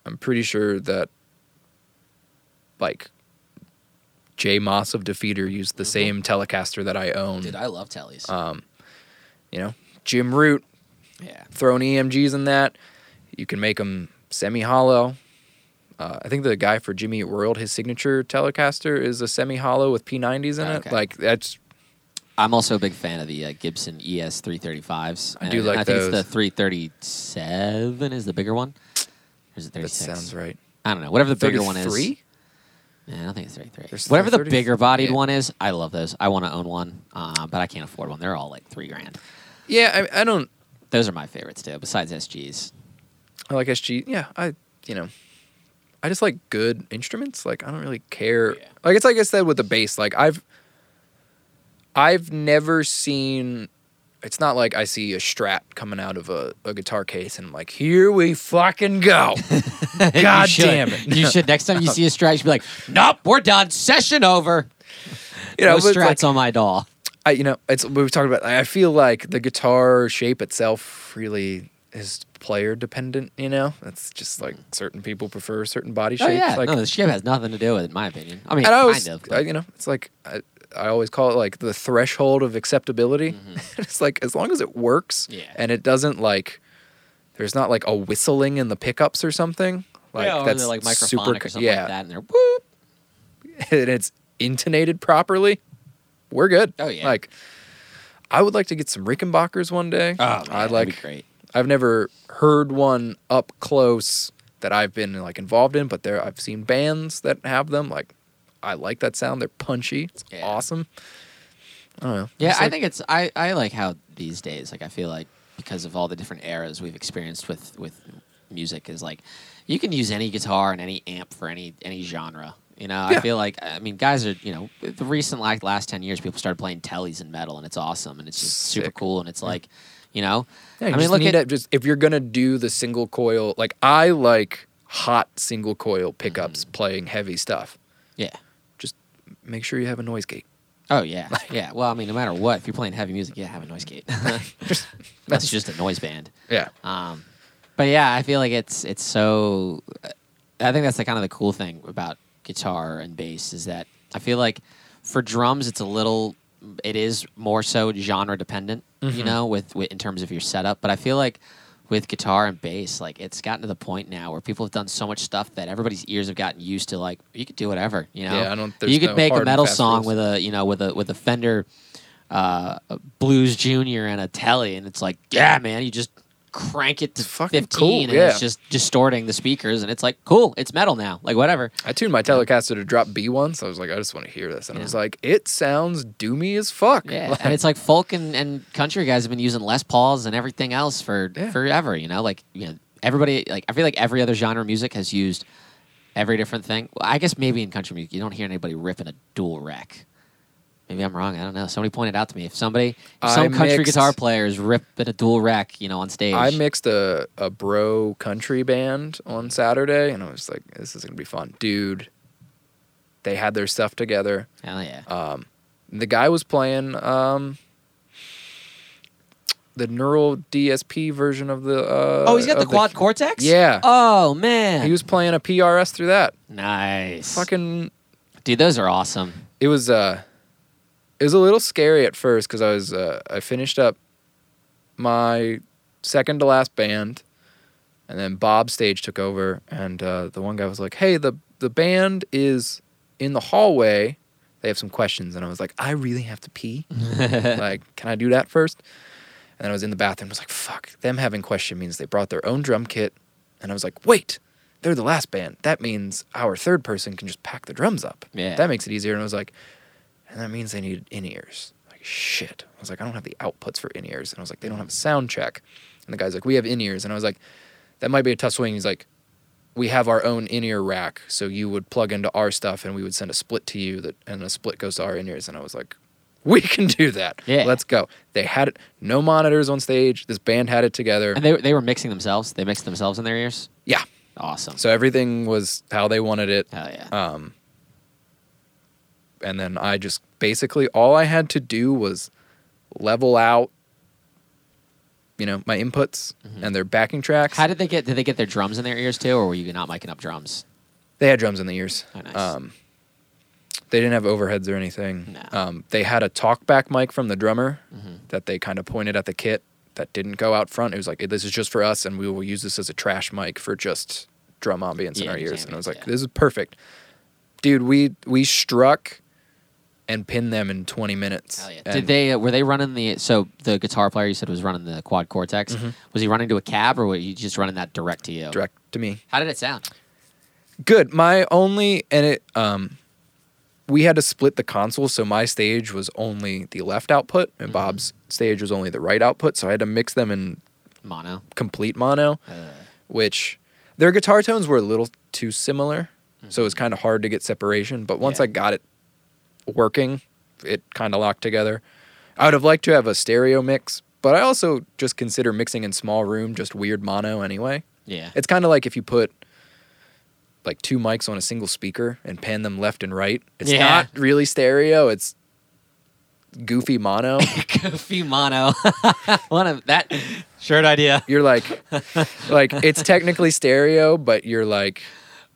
[SPEAKER 1] I'm pretty sure that. Like. J Moss of Defeater used the same Telecaster that I own.
[SPEAKER 2] Dude, Mm-hmm. I love tellies.
[SPEAKER 1] Um, you know, Jim Root
[SPEAKER 2] yeah,
[SPEAKER 1] throwing EMGs E in that. You can make them semi hollow. Uh, I think the guy for Jimmy Eat World, his signature Telecaster is a semi hollow with P90s in
[SPEAKER 2] Okay.
[SPEAKER 1] it. Like that's
[SPEAKER 2] I'm also a big fan of the uh, Gibson ES 335s.
[SPEAKER 1] I
[SPEAKER 2] And
[SPEAKER 1] do like
[SPEAKER 2] I think it's
[SPEAKER 1] those.
[SPEAKER 2] the 337 is the bigger one. Or is it 36?
[SPEAKER 1] that sounds right.
[SPEAKER 2] I don't know. Whatever the bigger one is.
[SPEAKER 1] 33?
[SPEAKER 2] Yeah, I don't think it's 33.
[SPEAKER 1] There's
[SPEAKER 2] Whatever the
[SPEAKER 1] 30?
[SPEAKER 2] bigger bodied
[SPEAKER 1] Yeah.
[SPEAKER 2] one is, I love those. I want to own one, uh, but I can't afford one. They're all like three grand.
[SPEAKER 1] Yeah, I, I don't.
[SPEAKER 2] Those are my favorites too,
[SPEAKER 1] [LAUGHS]
[SPEAKER 2] besides SGs.
[SPEAKER 1] I like SG. Yeah, I you know, I just like good instruments. Like I don't really care.
[SPEAKER 2] Yeah.
[SPEAKER 1] Like it's like I said with the bass. Like I've I've never seen. It's not like I see a Strat coming out of a, a guitar case and I'm like, here we fucking go.
[SPEAKER 2] [LAUGHS] You
[SPEAKER 1] God
[SPEAKER 2] should.
[SPEAKER 1] damn it.
[SPEAKER 2] You should. Next time you see a strike, you should be like, nope, we're done. Session over.
[SPEAKER 1] You know,
[SPEAKER 2] no
[SPEAKER 1] but it's
[SPEAKER 2] strats
[SPEAKER 1] like,
[SPEAKER 2] on my doll.
[SPEAKER 1] I, you know, it's we've talked about. I feel like the guitar shape itself really is player dependent. You know, that's just like certain people prefer certain body
[SPEAKER 2] Oh,
[SPEAKER 1] shapes.
[SPEAKER 2] yeah.
[SPEAKER 1] like,
[SPEAKER 2] no, the ship has nothing to do with it, in my opinion. I mean,
[SPEAKER 1] and I
[SPEAKER 2] kind
[SPEAKER 1] always,
[SPEAKER 2] of.
[SPEAKER 1] I,
[SPEAKER 2] but-
[SPEAKER 1] you know, it's like I, I always call it like the threshold of acceptability. [LAUGHS] it's like as long as it works,
[SPEAKER 2] Mm-hmm. Yeah.
[SPEAKER 1] and it doesn't like there's not like a whistling in the pickups or something. Like
[SPEAKER 2] yeah, or
[SPEAKER 1] that's
[SPEAKER 2] they're, like microphonic
[SPEAKER 1] super,
[SPEAKER 2] or
[SPEAKER 1] co-
[SPEAKER 2] something
[SPEAKER 1] yeah, Oh,
[SPEAKER 2] like that, and they're whoop.
[SPEAKER 1] [LAUGHS] and it's intonated properly. We're good.
[SPEAKER 2] Oh, yeah.
[SPEAKER 1] like. I would like to get some Rickenbackers one day.
[SPEAKER 2] Oh,
[SPEAKER 1] I'd like
[SPEAKER 2] great.
[SPEAKER 1] I've never heard one up close that I've been like involved in, but there I've seen bands that have them. Like, I like that sound. They're punchy. It's
[SPEAKER 2] Yeah.
[SPEAKER 1] awesome. I don't know.
[SPEAKER 2] Yeah,
[SPEAKER 1] Just
[SPEAKER 2] I
[SPEAKER 1] like-
[SPEAKER 2] think it's I, I like how these days like I feel like because of all the different eras we've experienced with with music is like you can use any guitar and any amp for any any genre. You know, I
[SPEAKER 1] Yeah.
[SPEAKER 2] feel like I mean guys are you know the recent like last ten years people started playing tellies and metal and it's awesome and it's just super
[SPEAKER 1] Sick.
[SPEAKER 2] cool and it's like you know
[SPEAKER 1] Yeah,
[SPEAKER 2] I
[SPEAKER 1] you
[SPEAKER 2] mean
[SPEAKER 1] just
[SPEAKER 2] look
[SPEAKER 1] need
[SPEAKER 2] at
[SPEAKER 1] to just if you're gonna do the single coil, like I like hot single coil pickups
[SPEAKER 2] Mm.
[SPEAKER 1] playing heavy stuff.
[SPEAKER 2] yeah
[SPEAKER 1] Just make sure you have a noise gate. [LAUGHS]
[SPEAKER 2] oh yeah yeah well I mean no matter what if you're playing heavy music yeah have a noise gate [LAUGHS] that's just a noise band
[SPEAKER 1] Yeah.
[SPEAKER 2] Um, but yeah, I feel like it's it's so. I think that's the kind of the cool thing about guitar and bass is that I feel like for drums it's a little it is more so genre dependent, you
[SPEAKER 1] Mm-hmm.
[SPEAKER 2] know, with, with in terms of your setup. But I feel like with guitar and bass, like it's gotten to the point now where people have done so much stuff that everybody's ears have gotten used to. Like you could do whatever, you know.
[SPEAKER 1] Yeah, I don't- there's
[SPEAKER 2] You could
[SPEAKER 1] no
[SPEAKER 2] make
[SPEAKER 1] hard
[SPEAKER 2] a
[SPEAKER 1] and
[SPEAKER 2] metal
[SPEAKER 1] fast
[SPEAKER 2] song
[SPEAKER 1] rules.
[SPEAKER 2] with a you know with a with a Fender uh, a Blues Junior and a Telly, and it's like, yeah, man, you just crank it to
[SPEAKER 1] It's fucking
[SPEAKER 2] fifteen,
[SPEAKER 1] cool,
[SPEAKER 2] and
[SPEAKER 1] yeah.
[SPEAKER 2] it's just distorting the speakers, and it's like, cool, it's metal now, like whatever.
[SPEAKER 1] I tuned my Telecaster to drop B once. I was like, I just want to hear this, and
[SPEAKER 2] Yeah.
[SPEAKER 1] I was like, it sounds doomy as fuck.
[SPEAKER 2] Yeah,
[SPEAKER 1] [LAUGHS] Like,
[SPEAKER 2] and [LAUGHS] it's like folk and, and country guys have been using Les Pauls and everything else for
[SPEAKER 1] Yeah.
[SPEAKER 2] forever. You know, like you know, everybody. Like I feel like every other genre of music has used every different thing. Well, I guess maybe in country music you don't hear anybody ripping a dual rack. Maybe I'm wrong. I don't know. Somebody pointed out to me if somebody, if
[SPEAKER 1] I
[SPEAKER 2] some country
[SPEAKER 1] mixed-
[SPEAKER 2] guitar player is ripping a dual rack, you know, on stage.
[SPEAKER 1] I mixed a, a bro country band on Saturday, and I was like, this is going to be fun. Dude, they had their stuff together.
[SPEAKER 2] Hell yeah.
[SPEAKER 1] Um, the guy was playing um, the neural DSP version of the. Uh,
[SPEAKER 2] Oh, he's got
[SPEAKER 1] of
[SPEAKER 2] the quad cortex.
[SPEAKER 1] Yeah.
[SPEAKER 2] Oh man.
[SPEAKER 1] He was playing a PRS through that.
[SPEAKER 2] nice.
[SPEAKER 1] Fucking.
[SPEAKER 2] Dude, those
[SPEAKER 1] [LAUGHS]
[SPEAKER 2] are awesome.
[SPEAKER 1] It was. Uh, it was a little scary at first because I was uh, I finished up my second to last band, and then Bob Stage took over, and uh, the one guy was like, "Hey, the the band is in the hallway. They have some questions," and I was like, "I really have to pee. [LAUGHS] like, can I do that first? And then I was in the bathroom. I was like, "Fuck, them having question means they brought their own drum kit," and I was like, "Wait." They're the last band. That means our third person can just pack the drums up.
[SPEAKER 2] Yeah.
[SPEAKER 1] That makes it easier. And I was like, and that means they need in ears. Like, shit. I was like, I don't have the outputs for in ears. And I was like, they don't have a sound check. And the guy's like, we have in ears. And I was like, that might be a tough swing. He's like, we have our own in ear rack. So you would plug into our stuff and we would send a split to you that, and a split goes to our in ears. And I was like, we can do that.
[SPEAKER 2] Yeah.
[SPEAKER 1] Let's go. They had it, no monitors on stage. This band had it together.
[SPEAKER 2] And they they were mixing themselves. They mixed themselves in their ears.
[SPEAKER 1] yeah.
[SPEAKER 2] Awesome.
[SPEAKER 1] So everything was how they wanted it.
[SPEAKER 2] Hell yeah.
[SPEAKER 1] Um, and then I just basically all I had to do was level out, you know, my inputs and their backing tracks.
[SPEAKER 2] Mm-hmm. How did they get? Did they get their drums in their ears too, or were you not miking up drums?
[SPEAKER 1] they had drums in the ears.
[SPEAKER 2] Oh, nice.
[SPEAKER 1] Um, they didn't have overheads or anything.
[SPEAKER 2] No.
[SPEAKER 1] Um, they had a talkback mic from the drummer
[SPEAKER 2] Mm-hmm.
[SPEAKER 1] that they kind of pointed at the kit that didn't go out front. It was like, this is just for us, and we will use this as a trash mic for just drum ambience in
[SPEAKER 2] Yeah,
[SPEAKER 1] our
[SPEAKER 2] just
[SPEAKER 1] ears. And I was
[SPEAKER 2] ambience,
[SPEAKER 1] like,
[SPEAKER 2] yeah.
[SPEAKER 1] this is perfect. Dude, we we struck and pinned them in 20 minutes.
[SPEAKER 2] Hell yeah.
[SPEAKER 1] And
[SPEAKER 2] Did they? Uh, were they running the? So the guitar player you said was running the quad cortex. Was he running to a cab, or were you just running that direct to you?
[SPEAKER 1] Mm-hmm. direct to me?
[SPEAKER 2] How did it sound?
[SPEAKER 1] good my only and it um we had to split the console so my stage was only the left output and bob's stage was only the right output so i had to mix them in
[SPEAKER 2] Mono.
[SPEAKER 1] complete mono which their guitar tones were a little too similar so it was kind of hard to get separation but once
[SPEAKER 2] Yeah.
[SPEAKER 1] i got it working it kind of locked together i would have liked to have a stereo mix but i also just consider mixing in small room just weird mono anyway
[SPEAKER 2] Yeah. [LAUGHS]
[SPEAKER 1] it's kind of like if you put like two mics on a single speaker and pan them left and right. It's
[SPEAKER 2] Yeah.
[SPEAKER 1] not really stereo. It's goofy
[SPEAKER 2] [LAUGHS]
[SPEAKER 1] mono.
[SPEAKER 2] Goofy mono. [LAUGHS] One of that shirt idea.
[SPEAKER 1] you're like, like it's technically stereo, but you're like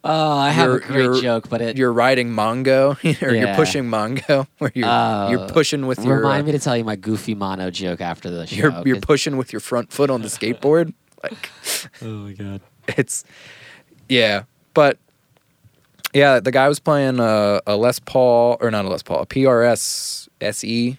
[SPEAKER 2] Oh, I have a
[SPEAKER 1] You're-
[SPEAKER 2] great
[SPEAKER 1] you're-
[SPEAKER 2] joke, but it
[SPEAKER 1] you're riding Mongo [LAUGHS] or
[SPEAKER 2] Yeah.
[SPEAKER 1] you're pushing Mongo [LAUGHS] or you're you're
[SPEAKER 2] Oh.
[SPEAKER 1] pushing with your uh,
[SPEAKER 2] remind me to tell you my goofy mono joke after the show.
[SPEAKER 1] you're you're
[SPEAKER 2] 'cause-
[SPEAKER 1] pushing with your front foot on the
[SPEAKER 2] [LAUGHS]
[SPEAKER 1] skateboard. Like
[SPEAKER 2] oh my god.
[SPEAKER 1] it's yeah, but yeah, the guy was playing uh, a, a Les Paul or not a Les Paul, a PRS SE E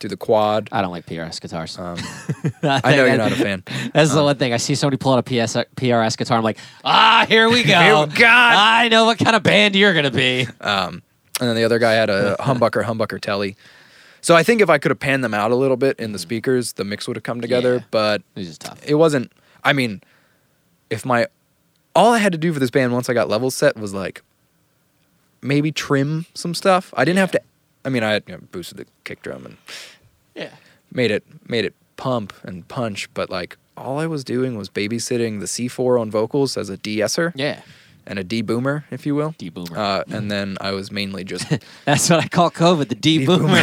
[SPEAKER 1] through the quad.
[SPEAKER 2] [LAUGHS] I don't like PRS guitars.
[SPEAKER 1] Um,
[SPEAKER 2] I,
[SPEAKER 1] I know
[SPEAKER 2] think
[SPEAKER 1] you're
[SPEAKER 2] [LAUGHS] that-
[SPEAKER 1] not a fan.
[SPEAKER 2] That's the one thing. I see somebody pull out a uh, PS, PRS guitar. I'm like, ah, here we go.
[SPEAKER 1] [LAUGHS] Here we go.
[SPEAKER 2] I know what kind of band you're going to be.
[SPEAKER 1] And then the other guy had
[SPEAKER 2] [LAUGHS]
[SPEAKER 1] a humbucker, humbucker telly. So I think if I could have panned them out a little bit in the speakers, the mix would have come together.
[SPEAKER 2] Mm. Yeah.
[SPEAKER 1] But
[SPEAKER 2] This is tough.
[SPEAKER 1] it wasn't. I mean, if my all I had to do for this band once I got level set was like maybe trim some stuff. I didn't have to. I mean, I had you know, boosted the kick drum and
[SPEAKER 2] Yeah.
[SPEAKER 1] made it made it pump and punch, but like all I was doing was babysitting the C4 on vocals as a de-esser
[SPEAKER 2] Yeah.
[SPEAKER 1] and a de-boomer, if you will.
[SPEAKER 2] D boomer.
[SPEAKER 1] Uh, and then I was mainly just
[SPEAKER 2] That's what I call COVID, the D boomer.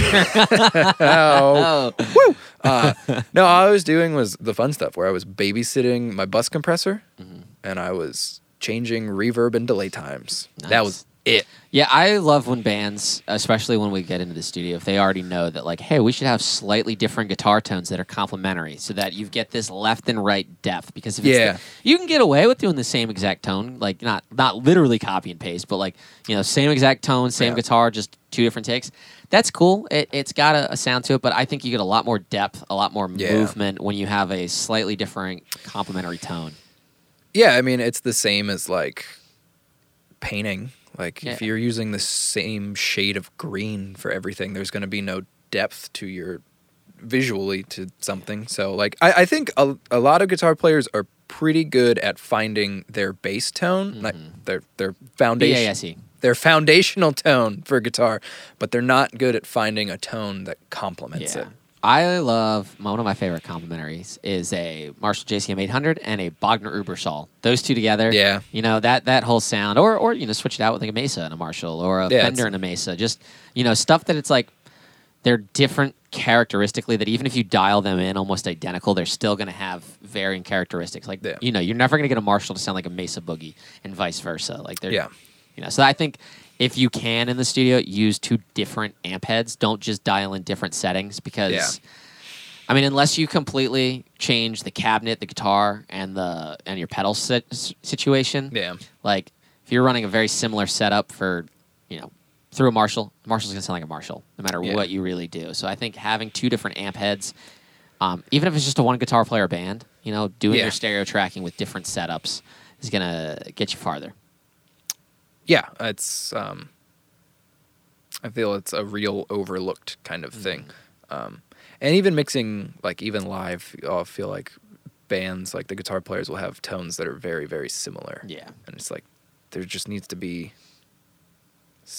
[SPEAKER 1] oh
[SPEAKER 2] [LAUGHS] oh.
[SPEAKER 1] woo. Uh, no, all I was doing was the fun stuff where I was babysitting my bus compressor
[SPEAKER 2] Mm-hmm.
[SPEAKER 1] and I was changing reverb and delay times. That
[SPEAKER 2] Nice.
[SPEAKER 1] was it.
[SPEAKER 2] Yeah, I love when bands, especially when we get into the studio, if they already know that, like, hey, we should have slightly different guitar tones that are complementary, so that you get this left and right depth. Because if
[SPEAKER 1] Yeah.
[SPEAKER 2] it's the, you can get away with doing the same exact tone, like not not literally copy and paste, but like you know, same exact tone, same
[SPEAKER 1] Yeah.
[SPEAKER 2] guitar, just two different takes. That's cool. It, it's got a, a sound to it, but I think you get a lot more depth, a lot more
[SPEAKER 1] Yeah.
[SPEAKER 2] movement when you have a slightly different complementary tone.
[SPEAKER 1] Yeah, I mean it's the same as like painting. Like if
[SPEAKER 2] Yeah.
[SPEAKER 1] you're using the same shade of green for everything, there's going to be no depth to your visually to something. So like I, I think a, a lot of guitar players are pretty good at finding their bass tone, like
[SPEAKER 2] Mm-hmm.
[SPEAKER 1] their their
[SPEAKER 2] B
[SPEAKER 1] foundation
[SPEAKER 2] A S E.
[SPEAKER 1] their foundational tone for guitar, but they're not good at finding a tone that complements it.
[SPEAKER 2] I love my, one of my favorite complimentaries is a Marshall JCM 800 and a Bogner Uberschall. Those two together.
[SPEAKER 1] Yeah.
[SPEAKER 2] You know that that whole sound, or or you know switch it out with like a Mesa and a Marshall, or a
[SPEAKER 1] Yeah,
[SPEAKER 2] Fender
[SPEAKER 1] it's-
[SPEAKER 2] and a Mesa. Just you know stuff that it's like they're different characteristically. That even if you dial them in almost identical, they're still going to have varying characteristics. Like
[SPEAKER 1] Yeah.
[SPEAKER 2] you know you're never going to get a Marshall to sound like a Mesa boogie, and vice versa. Like they're
[SPEAKER 1] Yeah.
[SPEAKER 2] you know, so I think if you can in the studio, use two different amp heads. Don't just dial in different settings because,
[SPEAKER 1] Yeah.
[SPEAKER 2] I mean, unless you completely change the cabinet, the guitar, and the and your pedal sit- s- situation.
[SPEAKER 1] Yeah.
[SPEAKER 2] Like if you're running a very similar setup for, you know, through a Marshall, Marshall's gonna sound like a Marshall no matter
[SPEAKER 1] Yeah.
[SPEAKER 2] what you really do. So I think having two different amp heads, um, even if it's just a one guitar player band, you know, doing
[SPEAKER 1] Yeah.
[SPEAKER 2] your stereo tracking with different setups is gonna get you farther.
[SPEAKER 1] Yeah, it's um I feel it's a real overlooked kind of thing.
[SPEAKER 2] Mm-hmm.
[SPEAKER 1] Um, and even mixing, like even live, I feel like bands, like the guitar players, will have tones that are very, very similar.
[SPEAKER 2] Yeah.
[SPEAKER 1] And it's like there just needs to be.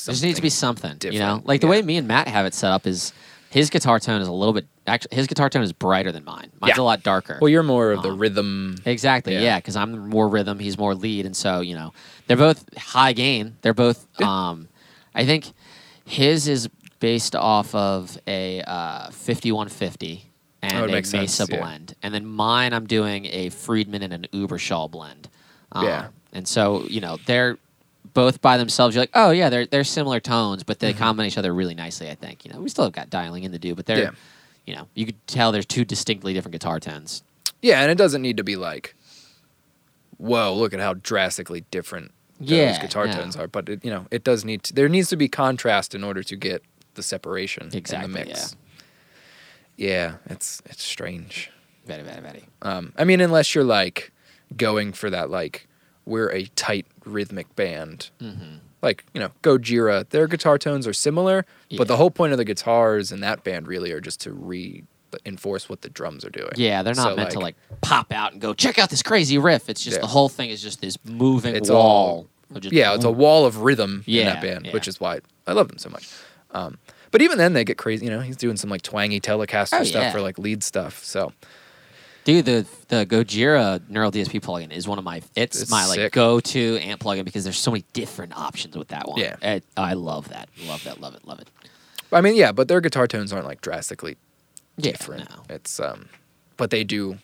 [SPEAKER 2] There just needs to be
[SPEAKER 1] something.
[SPEAKER 2] something, you know.
[SPEAKER 1] different,
[SPEAKER 2] Like the
[SPEAKER 1] yeah.
[SPEAKER 2] way me and Matt have it set up is his guitar tone is a little bit actually his guitar tone is brighter than mine. Mine's
[SPEAKER 1] Yeah.
[SPEAKER 2] a lot darker.
[SPEAKER 1] Well, you're more of the
[SPEAKER 2] Um,
[SPEAKER 1] rhythm.
[SPEAKER 2] exactly,
[SPEAKER 1] yeah.
[SPEAKER 2] yeah, because I'm more rhythm, he's more lead, and so you know they're both high gain. They're both. Um, I think his is based off of a uh, 5150
[SPEAKER 1] That
[SPEAKER 2] and
[SPEAKER 1] would
[SPEAKER 2] a
[SPEAKER 1] make
[SPEAKER 2] Mesa
[SPEAKER 1] sense, yeah.
[SPEAKER 2] blend, and then mine I'm doing a Friedman and an Ubershaw blend. Um,
[SPEAKER 1] Yeah.
[SPEAKER 2] and so you know they're both by themselves, you're like, oh yeah, they're they're similar tones, but
[SPEAKER 1] Mm-hmm.
[SPEAKER 2] they complement each other really nicely. I think you know we still have got dialing in to do, but they're
[SPEAKER 1] Yeah.
[SPEAKER 2] you know you could tell there's two distinctly different guitar tones.
[SPEAKER 1] Yeah, and it doesn't need to be like, whoa, look at how drastically different those
[SPEAKER 2] Yeah,
[SPEAKER 1] guitar
[SPEAKER 2] no.
[SPEAKER 1] tones are. But it, you know, it does need to, there needs to be contrast in order to get the separation
[SPEAKER 2] Exactly,
[SPEAKER 1] in the mix. Yeah. it's it's strange.
[SPEAKER 2] Very very very.
[SPEAKER 1] Um, I mean, unless you're like going for that like we're a tight rhythmic band.
[SPEAKER 2] Mm-hmm.
[SPEAKER 1] Like you know, Gojira, their guitar tones are similar, but
[SPEAKER 2] Yeah.
[SPEAKER 1] the whole point of the guitars in that band really are just to reinforce what the drums are doing.
[SPEAKER 2] Yeah, they're not
[SPEAKER 1] So,
[SPEAKER 2] meant to like pop out and go check out this crazy riff. It's just
[SPEAKER 1] Yeah.
[SPEAKER 2] the whole thing is just this moving
[SPEAKER 1] It's
[SPEAKER 2] wall. of just-
[SPEAKER 1] yeah, it's a wall of rhythm in
[SPEAKER 2] Yeah,
[SPEAKER 1] that band,
[SPEAKER 2] yeah.
[SPEAKER 1] which is why I love them so much. Um, but even then, they get crazy. You know, he's doing some like twangy Telecaster
[SPEAKER 2] Oh,
[SPEAKER 1] stuff
[SPEAKER 2] yeah.
[SPEAKER 1] for like lead stuff. So
[SPEAKER 2] dude. The the Gojira Neural DSP plugin is one of my it's,
[SPEAKER 1] It's
[SPEAKER 2] my like
[SPEAKER 1] sick.
[SPEAKER 2] go to amp plugin because there's so many different options with that one.
[SPEAKER 1] Yeah.
[SPEAKER 2] I, I love that. Love that. Love it. Love it.
[SPEAKER 1] I mean, yeah, but their guitar tones aren't like drastically
[SPEAKER 2] Yeah,
[SPEAKER 1] different.
[SPEAKER 2] no.
[SPEAKER 1] It's um, but they do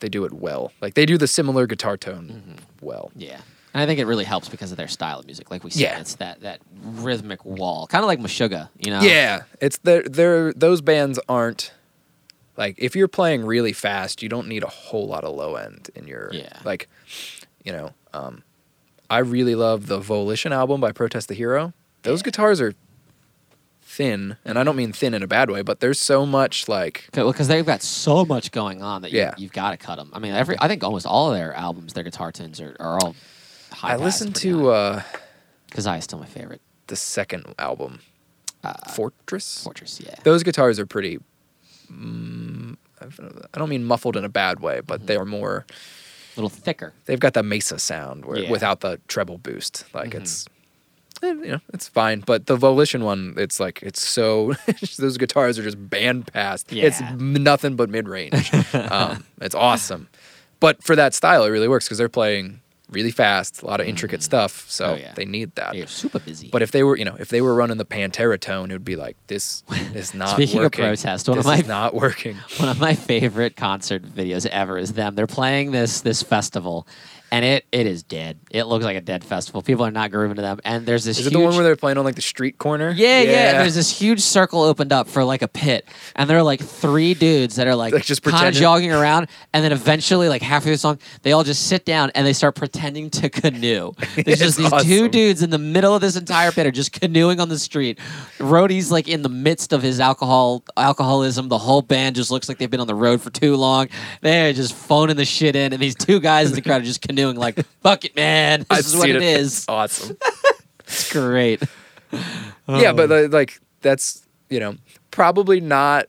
[SPEAKER 1] they do it well. Like they do the similar guitar tone
[SPEAKER 2] Mm-hmm.
[SPEAKER 1] well.
[SPEAKER 2] Yeah. And I think it really helps because of their style of music. Like we said,
[SPEAKER 1] Yeah.
[SPEAKER 2] it's that, that rhythmic wall, kind of like Meshuggah, you know?
[SPEAKER 1] Yeah, it's they're, they're those bands aren't like if you're playing really fast, you don't need a whole lot of low end in your
[SPEAKER 2] Yeah.
[SPEAKER 1] like you know, um I really love the Volition album by Protest the Hero. Those
[SPEAKER 2] Yeah.
[SPEAKER 1] guitars are thin, and I don't mean thin in a bad way, but there's so much like
[SPEAKER 2] Because they've got so much going on that you,
[SPEAKER 1] Yeah.
[SPEAKER 2] you've got to cut them. I mean, every I think almost all of their albums, their guitar tunes are, are all high.
[SPEAKER 1] I listened to uh
[SPEAKER 2] Because I is still my favorite.
[SPEAKER 1] the second album,
[SPEAKER 2] Uh,
[SPEAKER 1] Fortress.
[SPEAKER 2] Fortress, yeah.
[SPEAKER 1] those guitars are pretty mm, I don't mean muffled in a bad way,
[SPEAKER 2] Mm-hmm.
[SPEAKER 1] but they are more
[SPEAKER 2] A little thicker.
[SPEAKER 1] they've got the Mesa sound where,
[SPEAKER 2] Yeah. Mm-hmm.
[SPEAKER 1] without the treble boost. Like it's, eh, you know, it's fine. But the Volition one, it's like it's so [LAUGHS] those guitars are just band passed. It's
[SPEAKER 2] Yeah.
[SPEAKER 1] m- nothing but mid
[SPEAKER 2] [LAUGHS]
[SPEAKER 1] range. um, it's awesome, but for that style, it really works because they're playing really fast, a lot of intricate stuff. So
[SPEAKER 2] Oh, yeah.
[SPEAKER 1] they need that.
[SPEAKER 2] They're super busy.
[SPEAKER 1] But if they were, you know, if they were running the Pantera tone, it would be like
[SPEAKER 2] [LAUGHS]
[SPEAKER 1] this is not
[SPEAKER 2] Speaking of
[SPEAKER 1] working.
[SPEAKER 2] protest, one of
[SPEAKER 1] this
[SPEAKER 2] my-
[SPEAKER 1] is not working.
[SPEAKER 2] one of my favorite concert videos ever is them. They're playing this this festival, and it it is dead. It looks like a dead festival. People are not grooving to them. And there's this
[SPEAKER 1] Is
[SPEAKER 2] huge
[SPEAKER 1] it the one where they're playing on like the street corner?
[SPEAKER 2] Yeah, yeah. and there's this huge circle opened up for like a pit, and there are like three dudes that are like,
[SPEAKER 1] Like, just
[SPEAKER 2] kind of
[SPEAKER 1] pretending.
[SPEAKER 2] jogging around, and then eventually, like halfway through the song, they all just sit down and they start pretending to
[SPEAKER 1] [LAUGHS]
[SPEAKER 2] canoe. There's
[SPEAKER 1] It's
[SPEAKER 2] just these two
[SPEAKER 1] awesome.
[SPEAKER 2] dudes in the middle of this entire pit are just canoeing on the street. Rhodey's like in the midst of his alcohol alcoholism. The whole band just looks like they've been on the road for too long. They're just phoning the shit in, and these two guys in the crowd are just canoeing like, "Fuck it, man, this
[SPEAKER 1] I've
[SPEAKER 2] is what
[SPEAKER 1] seen
[SPEAKER 2] it is."
[SPEAKER 1] It's awesome.
[SPEAKER 2] It's great.
[SPEAKER 1] Yeah, but
[SPEAKER 2] Um,
[SPEAKER 1] uh, like that's you know probably not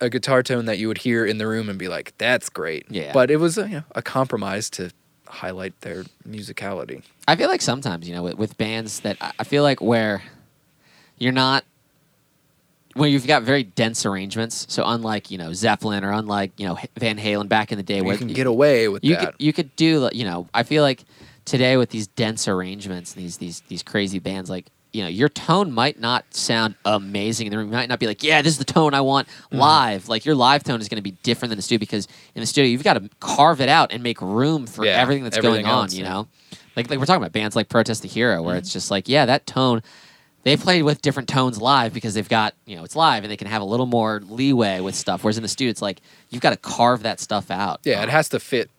[SPEAKER 1] a guitar tone that you would hear in the room and be like, "That's great."
[SPEAKER 2] Yeah.
[SPEAKER 1] But it was uh, you know, a compromise to highlight their musicality.
[SPEAKER 2] I feel like sometimes, you know, with, with bands that I I feel like where you're not where you've got very dense arrangements. So unlike you know Zeppelin or unlike you know H- Van Halen back in the day, where
[SPEAKER 1] You can get away with
[SPEAKER 2] you
[SPEAKER 1] that.
[SPEAKER 2] could you could do like, you know I feel like today with these dense arrangements, these these these crazy bands like. You know, your tone might not sound amazing in the room. You might not be like, "Yeah, this is the tone I want
[SPEAKER 1] Mm.
[SPEAKER 2] live." Like your live tone is going to be different than the studio because in the studio you've got to carve it out and make room for
[SPEAKER 1] Yeah,
[SPEAKER 2] everything that's
[SPEAKER 1] everything
[SPEAKER 2] going on.
[SPEAKER 1] else,
[SPEAKER 2] you
[SPEAKER 1] yeah. Mm.
[SPEAKER 2] know, like like we're talking about bands like Protest the Hero, where it's just like, yeah, that tone. They play with different tones live because they've got you know it's live and they can have a little more leeway with stuff. Whereas in the studio, it's like you've got to carve that stuff out.
[SPEAKER 1] yeah, it has to fit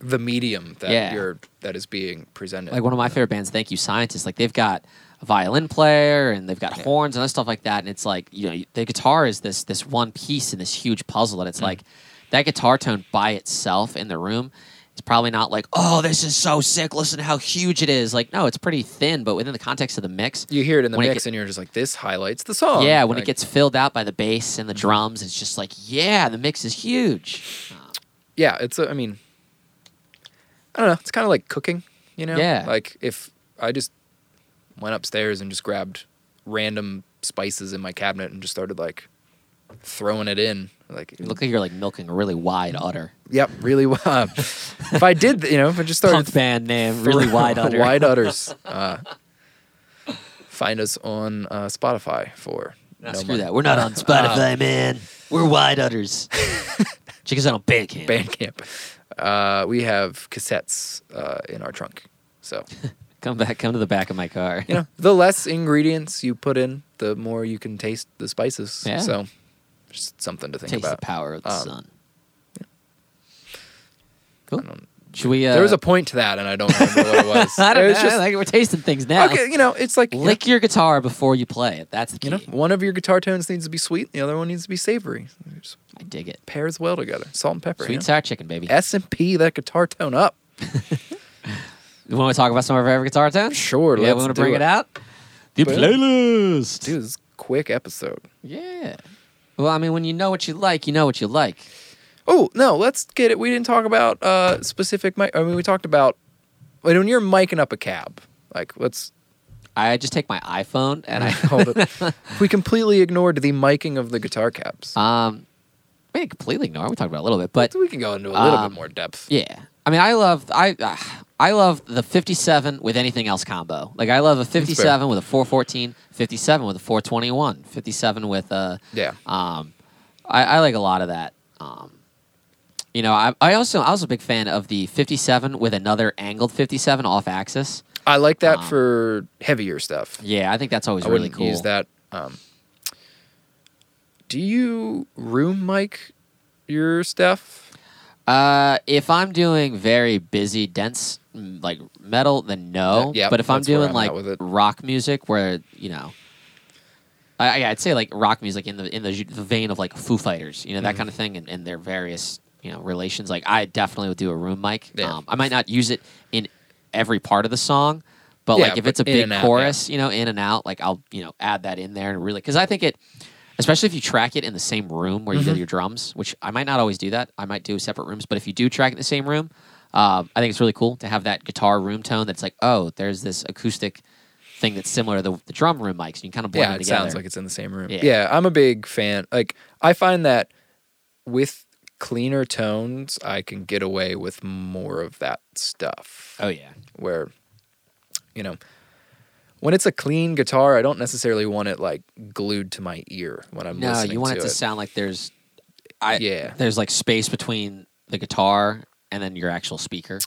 [SPEAKER 1] the medium that
[SPEAKER 2] Oh. Yeah.
[SPEAKER 1] you're that is being presented.
[SPEAKER 2] like one of my favorite bands, Thank You Scientists. Like they've got a violin player and they've got horns and other stuff like that. And it's like you know the guitar is this this one piece in this huge puzzle. And it's like that guitar tone by itself in the room It's probably not like, oh, this is so sick. Listen to how huge it is. Like, no, it's pretty thin, but within the context of the mix,
[SPEAKER 1] You hear it in the
[SPEAKER 2] When it
[SPEAKER 1] mix,
[SPEAKER 2] get-
[SPEAKER 1] and you're just like, this highlights the song.
[SPEAKER 2] yeah, when
[SPEAKER 1] Like,
[SPEAKER 2] it gets filled out by the bass and the drums, it's just like, yeah, the mix is huge.
[SPEAKER 1] yeah, it's. A, I mean, I don't know. It's kind of like cooking, you know.
[SPEAKER 2] Yeah.
[SPEAKER 1] Like if I just went upstairs and just grabbed random spices in my cabinet and just started like throwing it in, like
[SPEAKER 2] You look like you're like milking a really wide udder.
[SPEAKER 1] yep, [LAUGHS] really. Well. if I did, you know, if I just started
[SPEAKER 2] Punk band name, really
[SPEAKER 1] throw- [LAUGHS]
[SPEAKER 2] wide udder.
[SPEAKER 1] wide udders. Uh, find us on uh, Spotify for.
[SPEAKER 2] Nah,
[SPEAKER 1] no
[SPEAKER 2] screw
[SPEAKER 1] money. Uh,
[SPEAKER 2] that. We're not on Spotify, man. We're
[SPEAKER 1] [LAUGHS]
[SPEAKER 2] wide udders. Check us out on Bandcamp.
[SPEAKER 1] Bandcamp. Uh, we have cassettes uh, in our trunk. So,
[SPEAKER 2] Come back. Come to the back of my car.
[SPEAKER 1] you know, the less ingredients you put in, the more you can taste the spices.
[SPEAKER 2] Yeah.
[SPEAKER 1] So, just something to think
[SPEAKER 2] Taste
[SPEAKER 1] about.
[SPEAKER 2] the power of the
[SPEAKER 1] Um,
[SPEAKER 2] sun. Cool.
[SPEAKER 1] don't-
[SPEAKER 2] Should we? Uh,
[SPEAKER 1] there was a point to that, and I don't remember what it was.
[SPEAKER 2] [LAUGHS] I don't
[SPEAKER 1] It
[SPEAKER 2] know.
[SPEAKER 1] was just-
[SPEAKER 2] like we're tasting things now.
[SPEAKER 1] okay, you know, it's like, you know-
[SPEAKER 2] Lick your guitar before you play it. That's the key.
[SPEAKER 1] you know, one of your guitar tones needs to be sweet, the other one needs to be savory. It just
[SPEAKER 2] I dig it.
[SPEAKER 1] pairs well together. Salt and pepper.
[SPEAKER 2] Sweet
[SPEAKER 1] you know?
[SPEAKER 2] sour chicken, baby.
[SPEAKER 1] S and P that guitar tone up.
[SPEAKER 2] You want to talk about some of our favorite guitar tunes?
[SPEAKER 1] Sure,
[SPEAKER 2] Yeah,
[SPEAKER 1] let's
[SPEAKER 2] we want
[SPEAKER 1] do
[SPEAKER 2] to bring
[SPEAKER 1] it.
[SPEAKER 2] it, out. The
[SPEAKER 1] Boom.
[SPEAKER 2] playlist.
[SPEAKER 1] Dude, this is a quick episode.
[SPEAKER 2] Yeah. Well, I mean, when you know what you like, you know what you like.
[SPEAKER 1] Oh no, let's get it. We didn't talk about uh specific mic. I mean, we talked about like, when you're miking up a cab. Like, let's
[SPEAKER 2] I just take my iPhone [LAUGHS] and I
[SPEAKER 1] hold it. We completely ignored the miking of the guitar cabs.
[SPEAKER 2] um, we didn't completely ignore. it. We talked about it a little bit, but
[SPEAKER 1] So we can go into a little
[SPEAKER 2] um,
[SPEAKER 1] bit more depth.
[SPEAKER 2] yeah. I mean, I love I uh, I love the 57 with anything else combo. Like I love a 57 with a 414, 57 with a 421, 57 with a
[SPEAKER 1] Yeah.
[SPEAKER 2] Um, I, I like a lot of that. Um, you know, I, I also I was a big fan of the 57 with another angled 57 off axis.
[SPEAKER 1] I like that
[SPEAKER 2] um,
[SPEAKER 1] for heavier stuff.
[SPEAKER 2] Yeah, I think that's always
[SPEAKER 1] I
[SPEAKER 2] really
[SPEAKER 1] wouldn't
[SPEAKER 2] cool.
[SPEAKER 1] use that. Um, do you room mic your stuff?
[SPEAKER 2] Uh, if I'm doing very busy, dense, mm, like metal, then no.
[SPEAKER 1] Yeah,
[SPEAKER 2] but if I'm
[SPEAKER 1] that's where I'm
[SPEAKER 2] doing
[SPEAKER 1] at
[SPEAKER 2] like
[SPEAKER 1] with it.
[SPEAKER 2] rock music, where you know, I, I- I'd say like rock music in the in the, ju- the vein of like Foo Fighters, you know, that
[SPEAKER 1] Mm-hmm.
[SPEAKER 2] kind of thing, and, and their various you know relations. Like I definitely would do a room mic.
[SPEAKER 1] Yeah.
[SPEAKER 2] Um, I might not use it in every part of the song, but
[SPEAKER 1] Yeah,
[SPEAKER 2] like if
[SPEAKER 1] but
[SPEAKER 2] it's a
[SPEAKER 1] in
[SPEAKER 2] big
[SPEAKER 1] and out, yeah.
[SPEAKER 2] chorus, you know, in and out, like I'll you know add that in there and really because I think it especially if you track it in the same room where you
[SPEAKER 1] Mm-hmm.
[SPEAKER 2] do your drums, which I might not always do that. I might do separate rooms, but if you do track it in the same room, um, I think it's really cool to have that guitar room tone that's like, oh, there's this acoustic thing that's similar to the, the drum room mics, and you kind of blend
[SPEAKER 1] yeah,
[SPEAKER 2] them
[SPEAKER 1] it
[SPEAKER 2] together.
[SPEAKER 1] sounds like it's in the same room.
[SPEAKER 2] Yeah.
[SPEAKER 1] Yeah. I'm a big fan. Like I find that with cleaner tones, I can get away with more of that stuff.
[SPEAKER 2] oh yeah,
[SPEAKER 1] Where, you know, when it's a clean guitar, I don't necessarily want it like glued to my ear when I'm
[SPEAKER 2] no,
[SPEAKER 1] listening.
[SPEAKER 2] you want
[SPEAKER 1] to
[SPEAKER 2] it to sound like there's, I
[SPEAKER 1] Yeah.
[SPEAKER 2] there's like space between the guitar and then your actual speaker.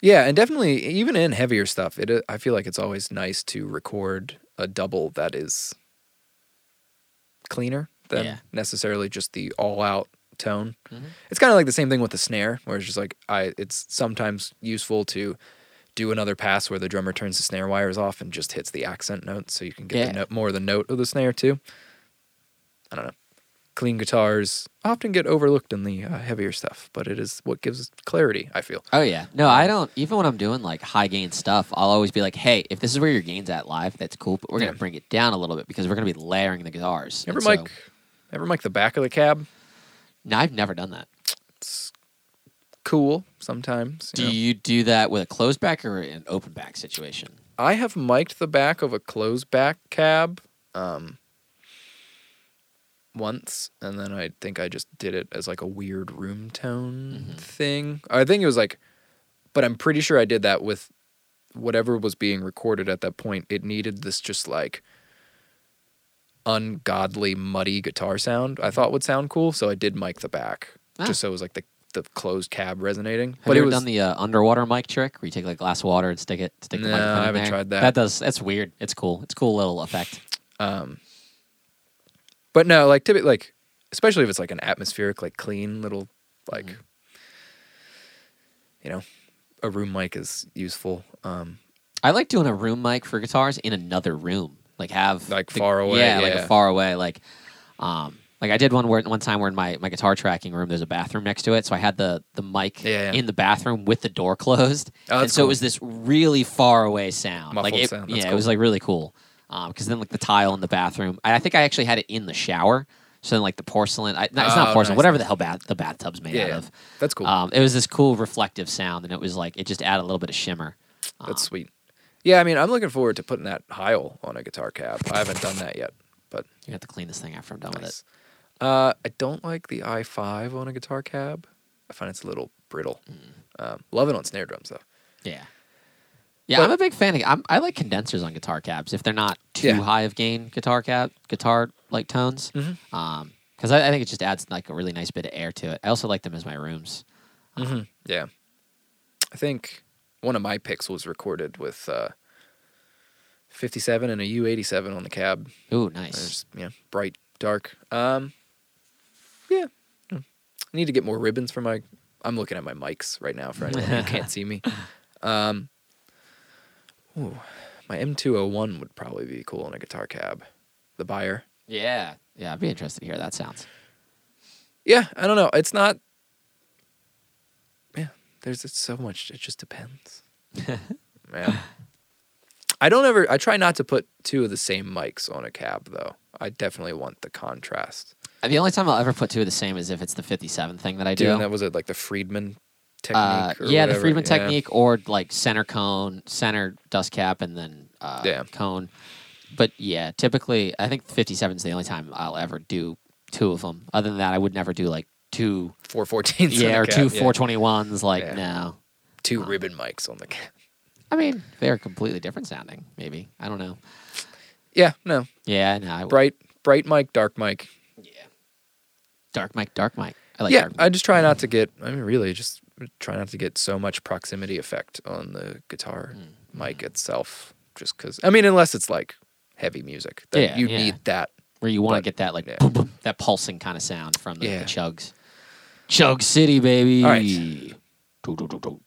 [SPEAKER 1] Yeah, and definitely, even in heavier stuff, it uh, I feel like it's always nice to record a double that is cleaner than
[SPEAKER 2] Yeah.
[SPEAKER 1] necessarily just the all-out tone.
[SPEAKER 2] Mhm.
[SPEAKER 1] It's kind of like the same thing with the snare, where it's just like I. It's sometimes useful to do another pass where the drummer turns the snare wires off and just hits the accent notes, so you can get
[SPEAKER 2] Yeah.
[SPEAKER 1] the note, more of the note of the snare too. I don't know. Clean guitars often get overlooked in the uh, heavier stuff, but it is what gives clarity. I feel.
[SPEAKER 2] Oh yeah, no, I don't. Even when I'm doing like high gain stuff, I'll always be like, "Hey, if this is where your gain's at live, that's cool, but we're gonna
[SPEAKER 1] Yeah.
[SPEAKER 2] bring it down a little bit because we're gonna be layering the guitars."
[SPEAKER 1] Ever
[SPEAKER 2] And
[SPEAKER 1] mic,
[SPEAKER 2] so-
[SPEAKER 1] ever mic the back of the cab.
[SPEAKER 2] No, I've never done that.
[SPEAKER 1] It's cool sometimes.
[SPEAKER 2] Do
[SPEAKER 1] You know.
[SPEAKER 2] you do that with a closed back or an open back situation?
[SPEAKER 1] I have mic'd the back of a closed back cab um, once, and then I think I just did it as like a weird room tone
[SPEAKER 2] Mm-hmm.
[SPEAKER 1] thing. I think it was like, but I'm pretty sure I did that with whatever was being recorded at that point. It needed this just like ungodly muddy guitar sound I thought would sound cool, so I did mic the back
[SPEAKER 2] Ah.
[SPEAKER 1] just so it was like the the closed cab resonating.
[SPEAKER 2] Have
[SPEAKER 1] but
[SPEAKER 2] you
[SPEAKER 1] it
[SPEAKER 2] ever
[SPEAKER 1] was
[SPEAKER 2] done the uh, underwater mic trick where you take like glass of water and stick it stick the
[SPEAKER 1] No,
[SPEAKER 2] microphone
[SPEAKER 1] I
[SPEAKER 2] in
[SPEAKER 1] haven't
[SPEAKER 2] there?
[SPEAKER 1] tried that.
[SPEAKER 2] That does that's weird. It's cool. It's a cool little effect.
[SPEAKER 1] Um, but no, like typically, like especially if it's like an atmospheric, like clean little, like
[SPEAKER 2] Mm-hmm.
[SPEAKER 1] you know, a room mic is useful. Um,
[SPEAKER 2] I like doing a room mic for guitars in another room. Like have
[SPEAKER 1] Like
[SPEAKER 2] the-
[SPEAKER 1] far away,
[SPEAKER 2] Yeah, like
[SPEAKER 1] yeah.
[SPEAKER 2] a far away. Like um Like I did one where one time where in my, my guitar tracking room there's a bathroom next to it, so I had the the mic
[SPEAKER 1] Yeah, yeah.
[SPEAKER 2] in the bathroom with the door closed,
[SPEAKER 1] Oh,
[SPEAKER 2] and
[SPEAKER 1] that's
[SPEAKER 2] so it
[SPEAKER 1] cool.
[SPEAKER 2] was this really far away sound. like
[SPEAKER 1] Muffled
[SPEAKER 2] it,
[SPEAKER 1] sound,
[SPEAKER 2] yeah,
[SPEAKER 1] that's
[SPEAKER 2] it was like really cool. Because then like the tile in the bathroom, I, I think I actually had it in the shower. So then like the porcelain, I, no, it's not
[SPEAKER 1] Oh,
[SPEAKER 2] porcelain,
[SPEAKER 1] nice.
[SPEAKER 2] whatever the hell bath, the bathtub's made
[SPEAKER 1] Yeah,
[SPEAKER 2] out
[SPEAKER 1] yeah.
[SPEAKER 2] of.
[SPEAKER 1] That's cool.
[SPEAKER 2] Um, it was this cool reflective sound, and it was like it just added a little bit of shimmer.
[SPEAKER 1] That's sweet. Yeah, I mean, I'm looking forward to putting that Heil on a guitar cab. I haven't done that yet, but
[SPEAKER 2] You have to clean this thing after I'm [LAUGHS] done with it.
[SPEAKER 1] nice. Uh, I don't like the i5 on a guitar cab. I find it's a little brittle.
[SPEAKER 2] Mm.
[SPEAKER 1] Um, love it on snare drums though.
[SPEAKER 2] Yeah. Yeah,
[SPEAKER 1] But-
[SPEAKER 2] I'm a big fan. Of, I'm, I like condensers on guitar cabs if they're not too
[SPEAKER 1] Yeah.
[SPEAKER 2] high of gain guitar cab guitar like tones, because
[SPEAKER 1] Mhm.
[SPEAKER 2] I, I think it just adds like a really nice bit of air to it. I also like them as my rooms.
[SPEAKER 1] Mm-hmm. Yeah, I think one of my picks was recorded with uh, 57 and a U87 on the cab.
[SPEAKER 2] Ooh,
[SPEAKER 1] It's
[SPEAKER 2] nice.
[SPEAKER 1] just, you know, bright, dark. Um, yeah. I need to get more ribbons for my. I'm looking at my mics right now for anyone who can't see me. Um, ooh, my M201 would probably be cool on a guitar cab. The buyer.
[SPEAKER 2] Yeah, yeah. I'd be interested to hear how that sounds.
[SPEAKER 1] Yeah, I don't know. It's not. Yeah, there's it's so much. It just
[SPEAKER 2] [LAUGHS]
[SPEAKER 1] depends. yeah. I don't ever. I try not to put two of the same mics on a cab, though. I definitely want the contrast.
[SPEAKER 2] Uh, The only time I'll ever put two of the same is if it's the 57 thing that I do.
[SPEAKER 1] Dude, that was it like the Friedman technique?
[SPEAKER 2] Uh,
[SPEAKER 1] or
[SPEAKER 2] yeah, the
[SPEAKER 1] whatever?
[SPEAKER 2] Friedman
[SPEAKER 1] Yeah.
[SPEAKER 2] technique or like center cone, center dust cap, and then uh,
[SPEAKER 1] Yeah.
[SPEAKER 2] cone. But yeah, typically, I think 57 is the only time I'll ever do two of them. Other than that, I would never do like
[SPEAKER 1] [LAUGHS]
[SPEAKER 2] two,
[SPEAKER 1] 414s. on
[SPEAKER 2] yeah,
[SPEAKER 1] the
[SPEAKER 2] or
[SPEAKER 1] cab,
[SPEAKER 2] two
[SPEAKER 1] yeah.
[SPEAKER 2] 421s. Like,
[SPEAKER 1] Yeah.
[SPEAKER 2] no.
[SPEAKER 1] Two ribbon mics on the cab.
[SPEAKER 2] I mean, they're completely different sounding, maybe. I don't know.
[SPEAKER 1] Yeah, no.
[SPEAKER 2] Yeah, no. I would.
[SPEAKER 1] Bright, bright mic, dark mic.
[SPEAKER 2] Dark mic, dark mic. I like
[SPEAKER 1] yeah,
[SPEAKER 2] dark mic.
[SPEAKER 1] I just try not to get. I mean, really, just try not to get so much proximity effect on the guitar
[SPEAKER 2] Mm.
[SPEAKER 1] mic itself. Just because, I mean, unless it's like heavy music, that
[SPEAKER 2] Yeah,
[SPEAKER 1] you
[SPEAKER 2] yeah.
[SPEAKER 1] need that.
[SPEAKER 2] Where you want to
[SPEAKER 1] but-
[SPEAKER 2] get that like
[SPEAKER 1] yeah.
[SPEAKER 2] boom, boom, that pulsing kind of sound from the,
[SPEAKER 1] Yeah.
[SPEAKER 2] the chugs. Chug City, baby.
[SPEAKER 1] All right.
[SPEAKER 2] Do, do, do, do.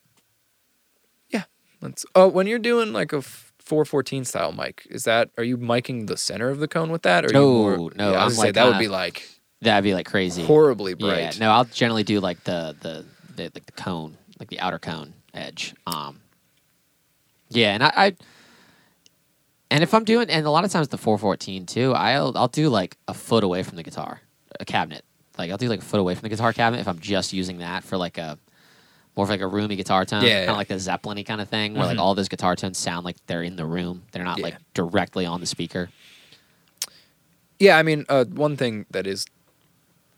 [SPEAKER 1] Yeah. Let's. Oh, when you're doing like a f- 414 style mic, is that are you micing the center of the cone with that? Or
[SPEAKER 2] No,
[SPEAKER 1] you more,
[SPEAKER 2] no,
[SPEAKER 1] Yeah, I
[SPEAKER 2] I'm
[SPEAKER 1] was gonna say
[SPEAKER 2] like
[SPEAKER 1] that would
[SPEAKER 2] kinda
[SPEAKER 1] be like
[SPEAKER 2] That'd be like crazy.
[SPEAKER 1] horribly
[SPEAKER 2] Yeah,
[SPEAKER 1] bright.
[SPEAKER 2] no, I'll generally do like the the, the like the cone, like the outer cone edge. Um, yeah, and I, I and if I'm doing, and a lot of times the 414 too, I'll I'll do like a foot away from the guitar, a cabinet. Like I'll do like a foot away from the guitar cabinet if I'm just using that for like a more of like a roomy guitar tone,
[SPEAKER 1] Yeah,
[SPEAKER 2] kind
[SPEAKER 1] yeah.
[SPEAKER 2] of like the Zeppelin kind of thing, where like
[SPEAKER 1] Mhm.
[SPEAKER 2] all those guitar tones sound like they're in the room, they're not
[SPEAKER 1] Yeah.
[SPEAKER 2] like directly on the speaker.
[SPEAKER 1] Yeah, I mean, uh, one thing that is,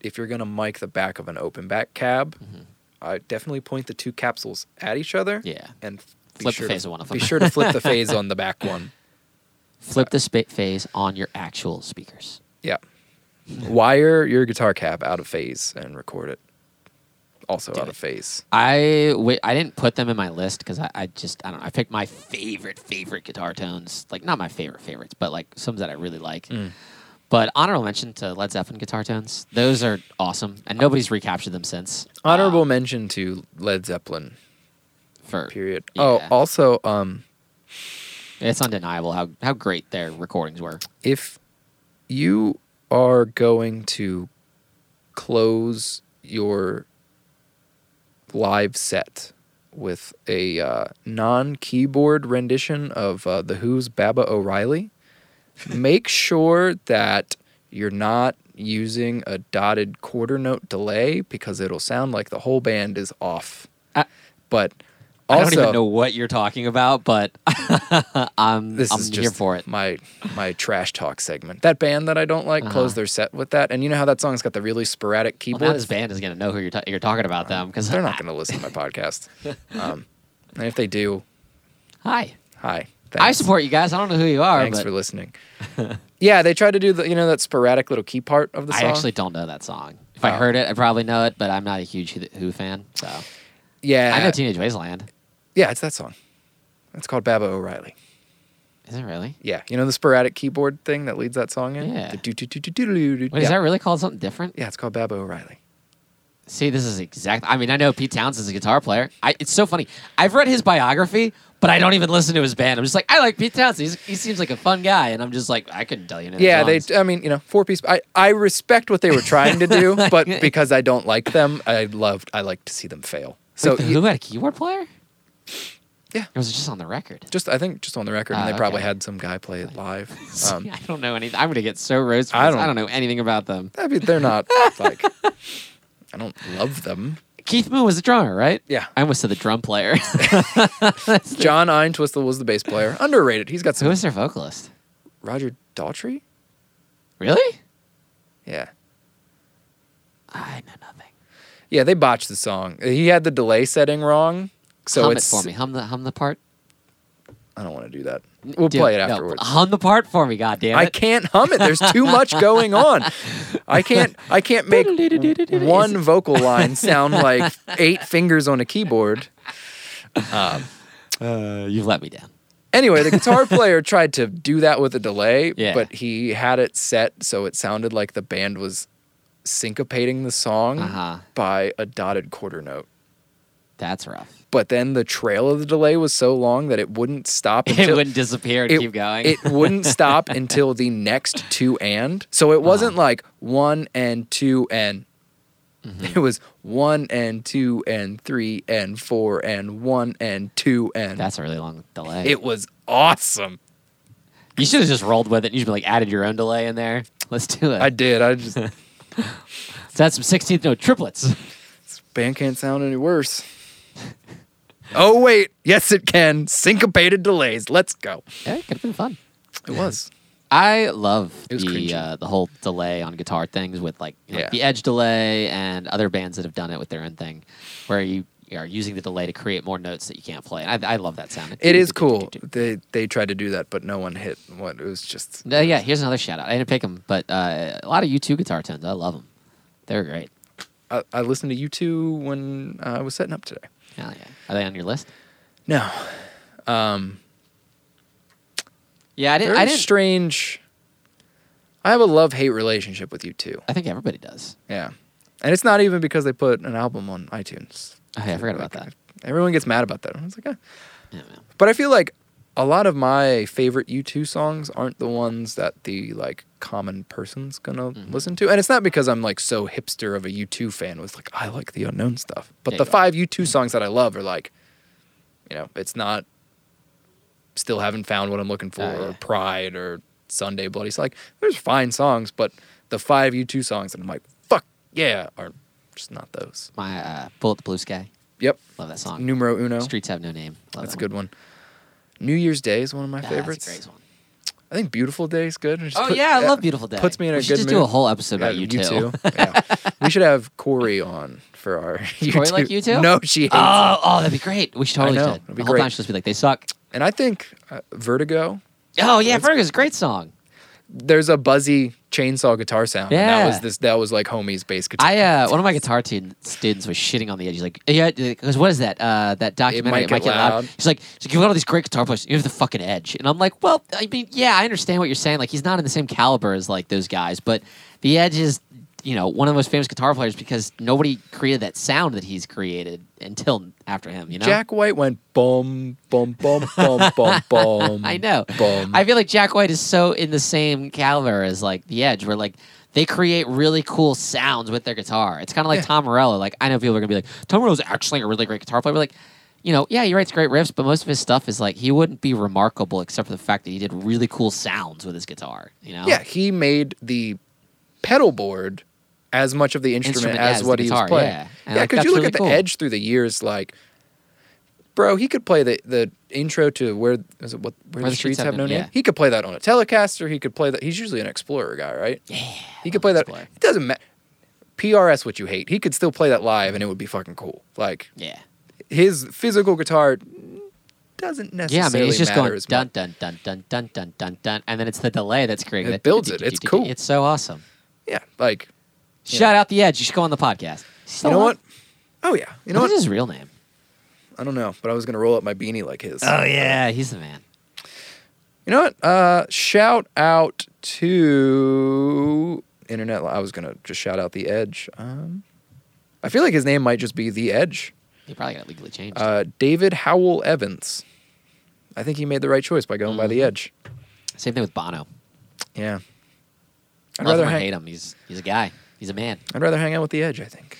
[SPEAKER 1] if you're gonna mic the back of an open back cab,
[SPEAKER 2] Mm-hmm.
[SPEAKER 1] I definitely point the two capsules at each other.
[SPEAKER 2] Yeah.
[SPEAKER 1] and f- be
[SPEAKER 2] Flip the
[SPEAKER 1] sure
[SPEAKER 2] phase
[SPEAKER 1] to,
[SPEAKER 2] of one of
[SPEAKER 1] Be
[SPEAKER 2] them.
[SPEAKER 1] sure to flip the
[SPEAKER 2] [LAUGHS]
[SPEAKER 1] phase on the back one.
[SPEAKER 2] Flip the spa phase on your actual speakers.
[SPEAKER 1] Yeah, wire your guitar cab out of phase and record it. Also
[SPEAKER 2] Do
[SPEAKER 1] out
[SPEAKER 2] it.
[SPEAKER 1] of phase.
[SPEAKER 2] I wi- I didn't put them in my list because I, I just I don't know. I picked my favorite favorite guitar tones, like not my favorite favorites, but like some that I really like.
[SPEAKER 1] Mm.
[SPEAKER 2] But honorable mention to Led Zeppelin guitar tones; those are awesome, and nobody's recaptured them since.
[SPEAKER 1] Honorable
[SPEAKER 2] Uh,
[SPEAKER 1] mention to Led Zeppelin.
[SPEAKER 2] for
[SPEAKER 1] Period.
[SPEAKER 2] yeah.
[SPEAKER 1] Oh, also, um,
[SPEAKER 2] it's undeniable how how great their recordings were.
[SPEAKER 1] if you are going to close your live set with a uh, non-keyboard rendition of uh, the Who's Baba
[SPEAKER 2] [LAUGHS]
[SPEAKER 1] O'Reilly, make sure that you're not using a dotted quarter note delay because it'll sound like the whole band is off.
[SPEAKER 2] I-
[SPEAKER 1] but
[SPEAKER 2] I don't
[SPEAKER 1] also,
[SPEAKER 2] even know what you're talking about, but [LAUGHS] I'm
[SPEAKER 1] this
[SPEAKER 2] I'm
[SPEAKER 1] is
[SPEAKER 2] here
[SPEAKER 1] just
[SPEAKER 2] for it.
[SPEAKER 1] my my trash talk segment. That band that I don't like closed their set with that, and you know how that song's got the really sporadic
[SPEAKER 2] Well,
[SPEAKER 1] keyboard.
[SPEAKER 2] now this band is gonna know who you're ta- you're talking about them because
[SPEAKER 1] Uh, They're not going to listen to my podcast. Um, and if they do,
[SPEAKER 2] [LAUGHS] Hi,
[SPEAKER 1] hi.
[SPEAKER 2] I
[SPEAKER 1] Thanks.
[SPEAKER 2] support you guys. I don't know who you are,
[SPEAKER 1] Thanks
[SPEAKER 2] but
[SPEAKER 1] for listening. yeah, they tried to do the you know that sporadic little key part of the
[SPEAKER 2] I
[SPEAKER 1] song.
[SPEAKER 2] actually don't know that song. If I
[SPEAKER 1] Oh.
[SPEAKER 2] heard it, I probably know it, but I'm not a huge Who Who fan. So
[SPEAKER 1] yeah,
[SPEAKER 2] I know Teenage Wasteland.
[SPEAKER 1] yeah, it's that song. It's called Baba O'Reilly.
[SPEAKER 2] Is it really?
[SPEAKER 1] Yeah, you know the sporadic keyboard thing that leads that song in.
[SPEAKER 2] Yeah.
[SPEAKER 1] The do do do do do do do.
[SPEAKER 2] Wait, is that really called something different?
[SPEAKER 1] Yeah, it's called Baba O'Reilly.
[SPEAKER 2] See, this is exact. I mean, I know Pete Townsend's a guitar player. I, it's so funny. I've read his biography, but I don't even listen to his band. I'm just like, I like Pete Townsend. He's, he seems like a fun guy, and I'm just like, I couldn't tell you. any of the
[SPEAKER 1] Yeah,
[SPEAKER 2] songs.
[SPEAKER 1] they. I mean, you know, four piece. I I respect what they were trying to
[SPEAKER 2] [LAUGHS]
[SPEAKER 1] do, but because I don't like them, I loved. I like to see them fail. So
[SPEAKER 2] Wait, the
[SPEAKER 1] you-
[SPEAKER 2] Who had a keyboard player?
[SPEAKER 1] Yeah.
[SPEAKER 2] Or was it just on the record?
[SPEAKER 1] just I think just on the record,
[SPEAKER 2] Ah,
[SPEAKER 1] and they
[SPEAKER 2] okay.
[SPEAKER 1] probably had some guy play it
[SPEAKER 2] [LAUGHS]
[SPEAKER 1] live. [LAUGHS] Um,
[SPEAKER 2] I don't know anything. I'm gonna get so roasted.
[SPEAKER 1] I
[SPEAKER 2] I don't,
[SPEAKER 1] don't-
[SPEAKER 2] I don't know anything about them.
[SPEAKER 1] I mean, they're
[SPEAKER 2] [LAUGHS]
[SPEAKER 1] not like. I don't love them.
[SPEAKER 2] Keith Moon was the drummer, right?
[SPEAKER 1] Yeah.
[SPEAKER 2] I almost said the drum player. [LAUGHS]
[SPEAKER 1] John Eintwistle was the bass player. Underrated. He's got
[SPEAKER 2] Who
[SPEAKER 1] some.
[SPEAKER 2] was their vocalist?
[SPEAKER 1] Roger Daughtry.
[SPEAKER 2] Really?
[SPEAKER 1] Yeah.
[SPEAKER 2] I know nothing.
[SPEAKER 1] Yeah, they botched the song. He had the delay setting wrong, so
[SPEAKER 2] hum
[SPEAKER 1] it's.
[SPEAKER 2] it for me. Hum the hum the part.
[SPEAKER 1] I don't want to do that. We'll
[SPEAKER 2] Do-
[SPEAKER 1] play it
[SPEAKER 2] no,
[SPEAKER 1] afterwards.
[SPEAKER 2] hum the part for me. God damn it.
[SPEAKER 1] I can't hum it. There's too much going on. I can't. I can't
[SPEAKER 2] [LAUGHS]
[SPEAKER 1] make one vocal line sound like eight fingers on a keyboard.
[SPEAKER 2] Uh, you've let me down.
[SPEAKER 1] Anyway, the guitar player tried to do that with a delay,
[SPEAKER 2] Yeah.
[SPEAKER 1] but he had it set so it sounded like the band was syncopating the song
[SPEAKER 2] Uh-huh.
[SPEAKER 1] by a dotted quarter note.
[SPEAKER 2] That's rough.
[SPEAKER 1] But then the trail of the delay was so long that [LAUGHS] it wouldn't stop
[SPEAKER 2] [LAUGHS] It
[SPEAKER 1] until
[SPEAKER 2] wouldn't disappear and keep going.
[SPEAKER 1] it wouldn't stop until the next two and. So
[SPEAKER 2] Uh-huh.
[SPEAKER 1] it wasn't like one and two and.
[SPEAKER 2] Mm-hmm.
[SPEAKER 1] It was one and two and three and four and one and two and.
[SPEAKER 2] That's a really long delay.
[SPEAKER 1] it was awesome.
[SPEAKER 2] you should have just rolled with it. You should have like added your own delay in there. Let's do it.
[SPEAKER 1] I did. I
[SPEAKER 2] [LAUGHS]
[SPEAKER 1] just
[SPEAKER 2] Let's add some 16th
[SPEAKER 1] [LAUGHS]
[SPEAKER 2] note triplets.
[SPEAKER 1] band can't sound any worse. Oh wait, yes it can. Syncopated delays. Let's go.
[SPEAKER 2] yeah, it could have been fun.
[SPEAKER 1] It was.
[SPEAKER 2] I love
[SPEAKER 1] It was
[SPEAKER 2] the
[SPEAKER 1] cringy.
[SPEAKER 2] uh, the whole delay on guitar things with like, you know,
[SPEAKER 1] Yeah.
[SPEAKER 2] the edge delay and other bands that have done it with their own thing, where you are using the delay to create more notes that you can't play. And I, I love that sound.
[SPEAKER 1] It is
[SPEAKER 2] [LAUGHS]
[SPEAKER 1] cool. They they tried to do that, but no one hit. What it was just
[SPEAKER 2] No, yeah, here's another shout out. I didn't pick them, but uh, a lot of U2 guitar tones. I love them. They're great.
[SPEAKER 1] I, I listened to you two when uh, I was setting up today.
[SPEAKER 2] Hell yeah. Are they on your list?
[SPEAKER 1] No,
[SPEAKER 2] Yeah, I
[SPEAKER 1] very
[SPEAKER 2] didn't. I didn't.
[SPEAKER 1] strange. I have a love hate relationship with you two.
[SPEAKER 2] I think everybody does.
[SPEAKER 1] Yeah, and it's not even because they put an album on iTunes.
[SPEAKER 2] Oh, yeah, I forgot about
[SPEAKER 1] Like,
[SPEAKER 2] that.
[SPEAKER 1] Everyone gets mad about that. I was like, eh.
[SPEAKER 2] Yeah, man.
[SPEAKER 1] but I feel like a lot of my favorite U two songs aren't the ones that the like common person's gonna
[SPEAKER 2] Mm-hmm.
[SPEAKER 1] listen to, and it's not because I'm like so hipster of a U two fan. Was like I like the unknown stuff, but
[SPEAKER 2] Yeah,
[SPEAKER 1] the
[SPEAKER 2] you are. Mm-hmm.
[SPEAKER 1] five U two songs that I love are like, you know, it's not. Still haven't found what I'm looking for,
[SPEAKER 2] Oh, yeah.
[SPEAKER 1] or Pride, or Sunday Bloody. So like, there's fine songs, but the five U two songs that I'm like, fuck yeah, are just not those.
[SPEAKER 2] My uh, Bullet the Blue Sky.
[SPEAKER 1] Yep,
[SPEAKER 2] Love that song.
[SPEAKER 1] numero uno.
[SPEAKER 2] Streets Have No Name. Love
[SPEAKER 1] That's a
[SPEAKER 2] that
[SPEAKER 1] good one. New Year's Day is one of my
[SPEAKER 2] Yeah,
[SPEAKER 1] favorites.
[SPEAKER 2] That's a great one.
[SPEAKER 1] I think Beautiful Day is good. It just
[SPEAKER 2] Oh
[SPEAKER 1] put- uh,
[SPEAKER 2] yeah, I love Beautiful Day.
[SPEAKER 1] Puts me in
[SPEAKER 2] we
[SPEAKER 1] a
[SPEAKER 2] should
[SPEAKER 1] good
[SPEAKER 2] just
[SPEAKER 1] mood.
[SPEAKER 2] do a whole episode
[SPEAKER 1] Yeah,
[SPEAKER 2] about you,
[SPEAKER 1] you
[SPEAKER 2] too.
[SPEAKER 1] too. yeah. We should have Corey on for our. [LAUGHS] You
[SPEAKER 2] Corey
[SPEAKER 1] two.
[SPEAKER 2] like you too?
[SPEAKER 1] No, she hates. it.
[SPEAKER 2] [LAUGHS] Oh, oh, that'd be great. We should totally
[SPEAKER 1] I know.
[SPEAKER 2] should.
[SPEAKER 1] It'd be
[SPEAKER 2] the whole
[SPEAKER 1] great.
[SPEAKER 2] time she'll just be like, they suck.
[SPEAKER 1] And I think uh, Vertigo.
[SPEAKER 2] Oh yeah, Fergus, great song.
[SPEAKER 1] There's a buzzy chainsaw guitar sound. and that was
[SPEAKER 2] Yeah.
[SPEAKER 1] this. That was like homie's bass guitar.
[SPEAKER 2] I uh, one of my guitar teen students was shitting on the edge. He's like, yeah, because what is that? Uh, that documentary,
[SPEAKER 1] Might Get Loud.
[SPEAKER 2] He's like, he's like, you've got all these great guitar players. You have the fucking edge. And I'm like, well, I mean, yeah, I understand what you're saying. Like, he's not in the same caliber as like those guys, but the edge is, you know, one of the most famous guitar players because nobody created that sound that he's created until after him. You know,
[SPEAKER 1] Jack White went bum bum bum
[SPEAKER 2] [LAUGHS]
[SPEAKER 1] bum bum bum.
[SPEAKER 2] I know.
[SPEAKER 1] Mm. Bum.
[SPEAKER 2] I feel like Jack White is so in the same caliber as like The Edge, where like they create really cool sounds with their guitar. It's kind of like
[SPEAKER 1] Yeah.
[SPEAKER 2] Tom Morello. Like I know people are gonna be like, Tom Morello's actually a really great guitar player. But like, you know, yeah, he writes great riffs, but most of his stuff is like he wouldn't be remarkable except for the fact that he did really cool sounds with his guitar. You know?
[SPEAKER 1] yeah, he made the pedal board as much of the instrument,
[SPEAKER 2] Instrument
[SPEAKER 1] as,
[SPEAKER 2] as the
[SPEAKER 1] what he
[SPEAKER 2] guitar,
[SPEAKER 1] was playing.
[SPEAKER 2] yeah. And,
[SPEAKER 1] Yeah,
[SPEAKER 2] like,
[SPEAKER 1] because
[SPEAKER 2] that's
[SPEAKER 1] you look
[SPEAKER 2] really
[SPEAKER 1] at the
[SPEAKER 2] cool.
[SPEAKER 1] Edge through the years, like, bro, he could play the, the intro to where is it what where, the, streets, have no name.
[SPEAKER 2] yeah.
[SPEAKER 1] He could play that on a Telecaster. He could play that. He's usually an Explorer guy, right? Yeah, he could play that.
[SPEAKER 2] Explorer.
[SPEAKER 1] It doesn't matter. PRS what you hate. He could still play that live, and it would be fucking cool. Like
[SPEAKER 2] Yeah.
[SPEAKER 1] his physical guitar doesn't
[SPEAKER 2] Yeah, I
[SPEAKER 1] necessarily
[SPEAKER 2] mean, it's just
[SPEAKER 1] matter
[SPEAKER 2] going
[SPEAKER 1] as much.
[SPEAKER 2] dun dun dun dun dun dun dun dun, and then it's the delay that's creating
[SPEAKER 1] It builds it. It's cool.
[SPEAKER 2] It's so awesome.
[SPEAKER 1] Yeah, like
[SPEAKER 2] Shout out the Edge. You should go on the podcast.
[SPEAKER 1] you know what? Oh yeah, you know
[SPEAKER 2] What's
[SPEAKER 1] what?
[SPEAKER 2] his real name?
[SPEAKER 1] I don't know, but I was gonna roll up my beanie like his.
[SPEAKER 2] Oh yeah, he's the man.
[SPEAKER 1] You know what? Uh, shout out to internet. I was gonna just shout out the Edge. Um, I feel like his name might just be The Edge.
[SPEAKER 2] They probably got it legally changed.
[SPEAKER 1] Uh, David Howell Evans. I think he made the right choice by going by The
[SPEAKER 2] Mm-hmm.
[SPEAKER 1] Edge.
[SPEAKER 2] Same thing with Bono.
[SPEAKER 1] Yeah. I'd
[SPEAKER 2] Love
[SPEAKER 1] rather
[SPEAKER 2] him or
[SPEAKER 1] hang,
[SPEAKER 2] hate him. He's he's a guy. He's a man.
[SPEAKER 1] I'd rather hang out with The Edge, I think.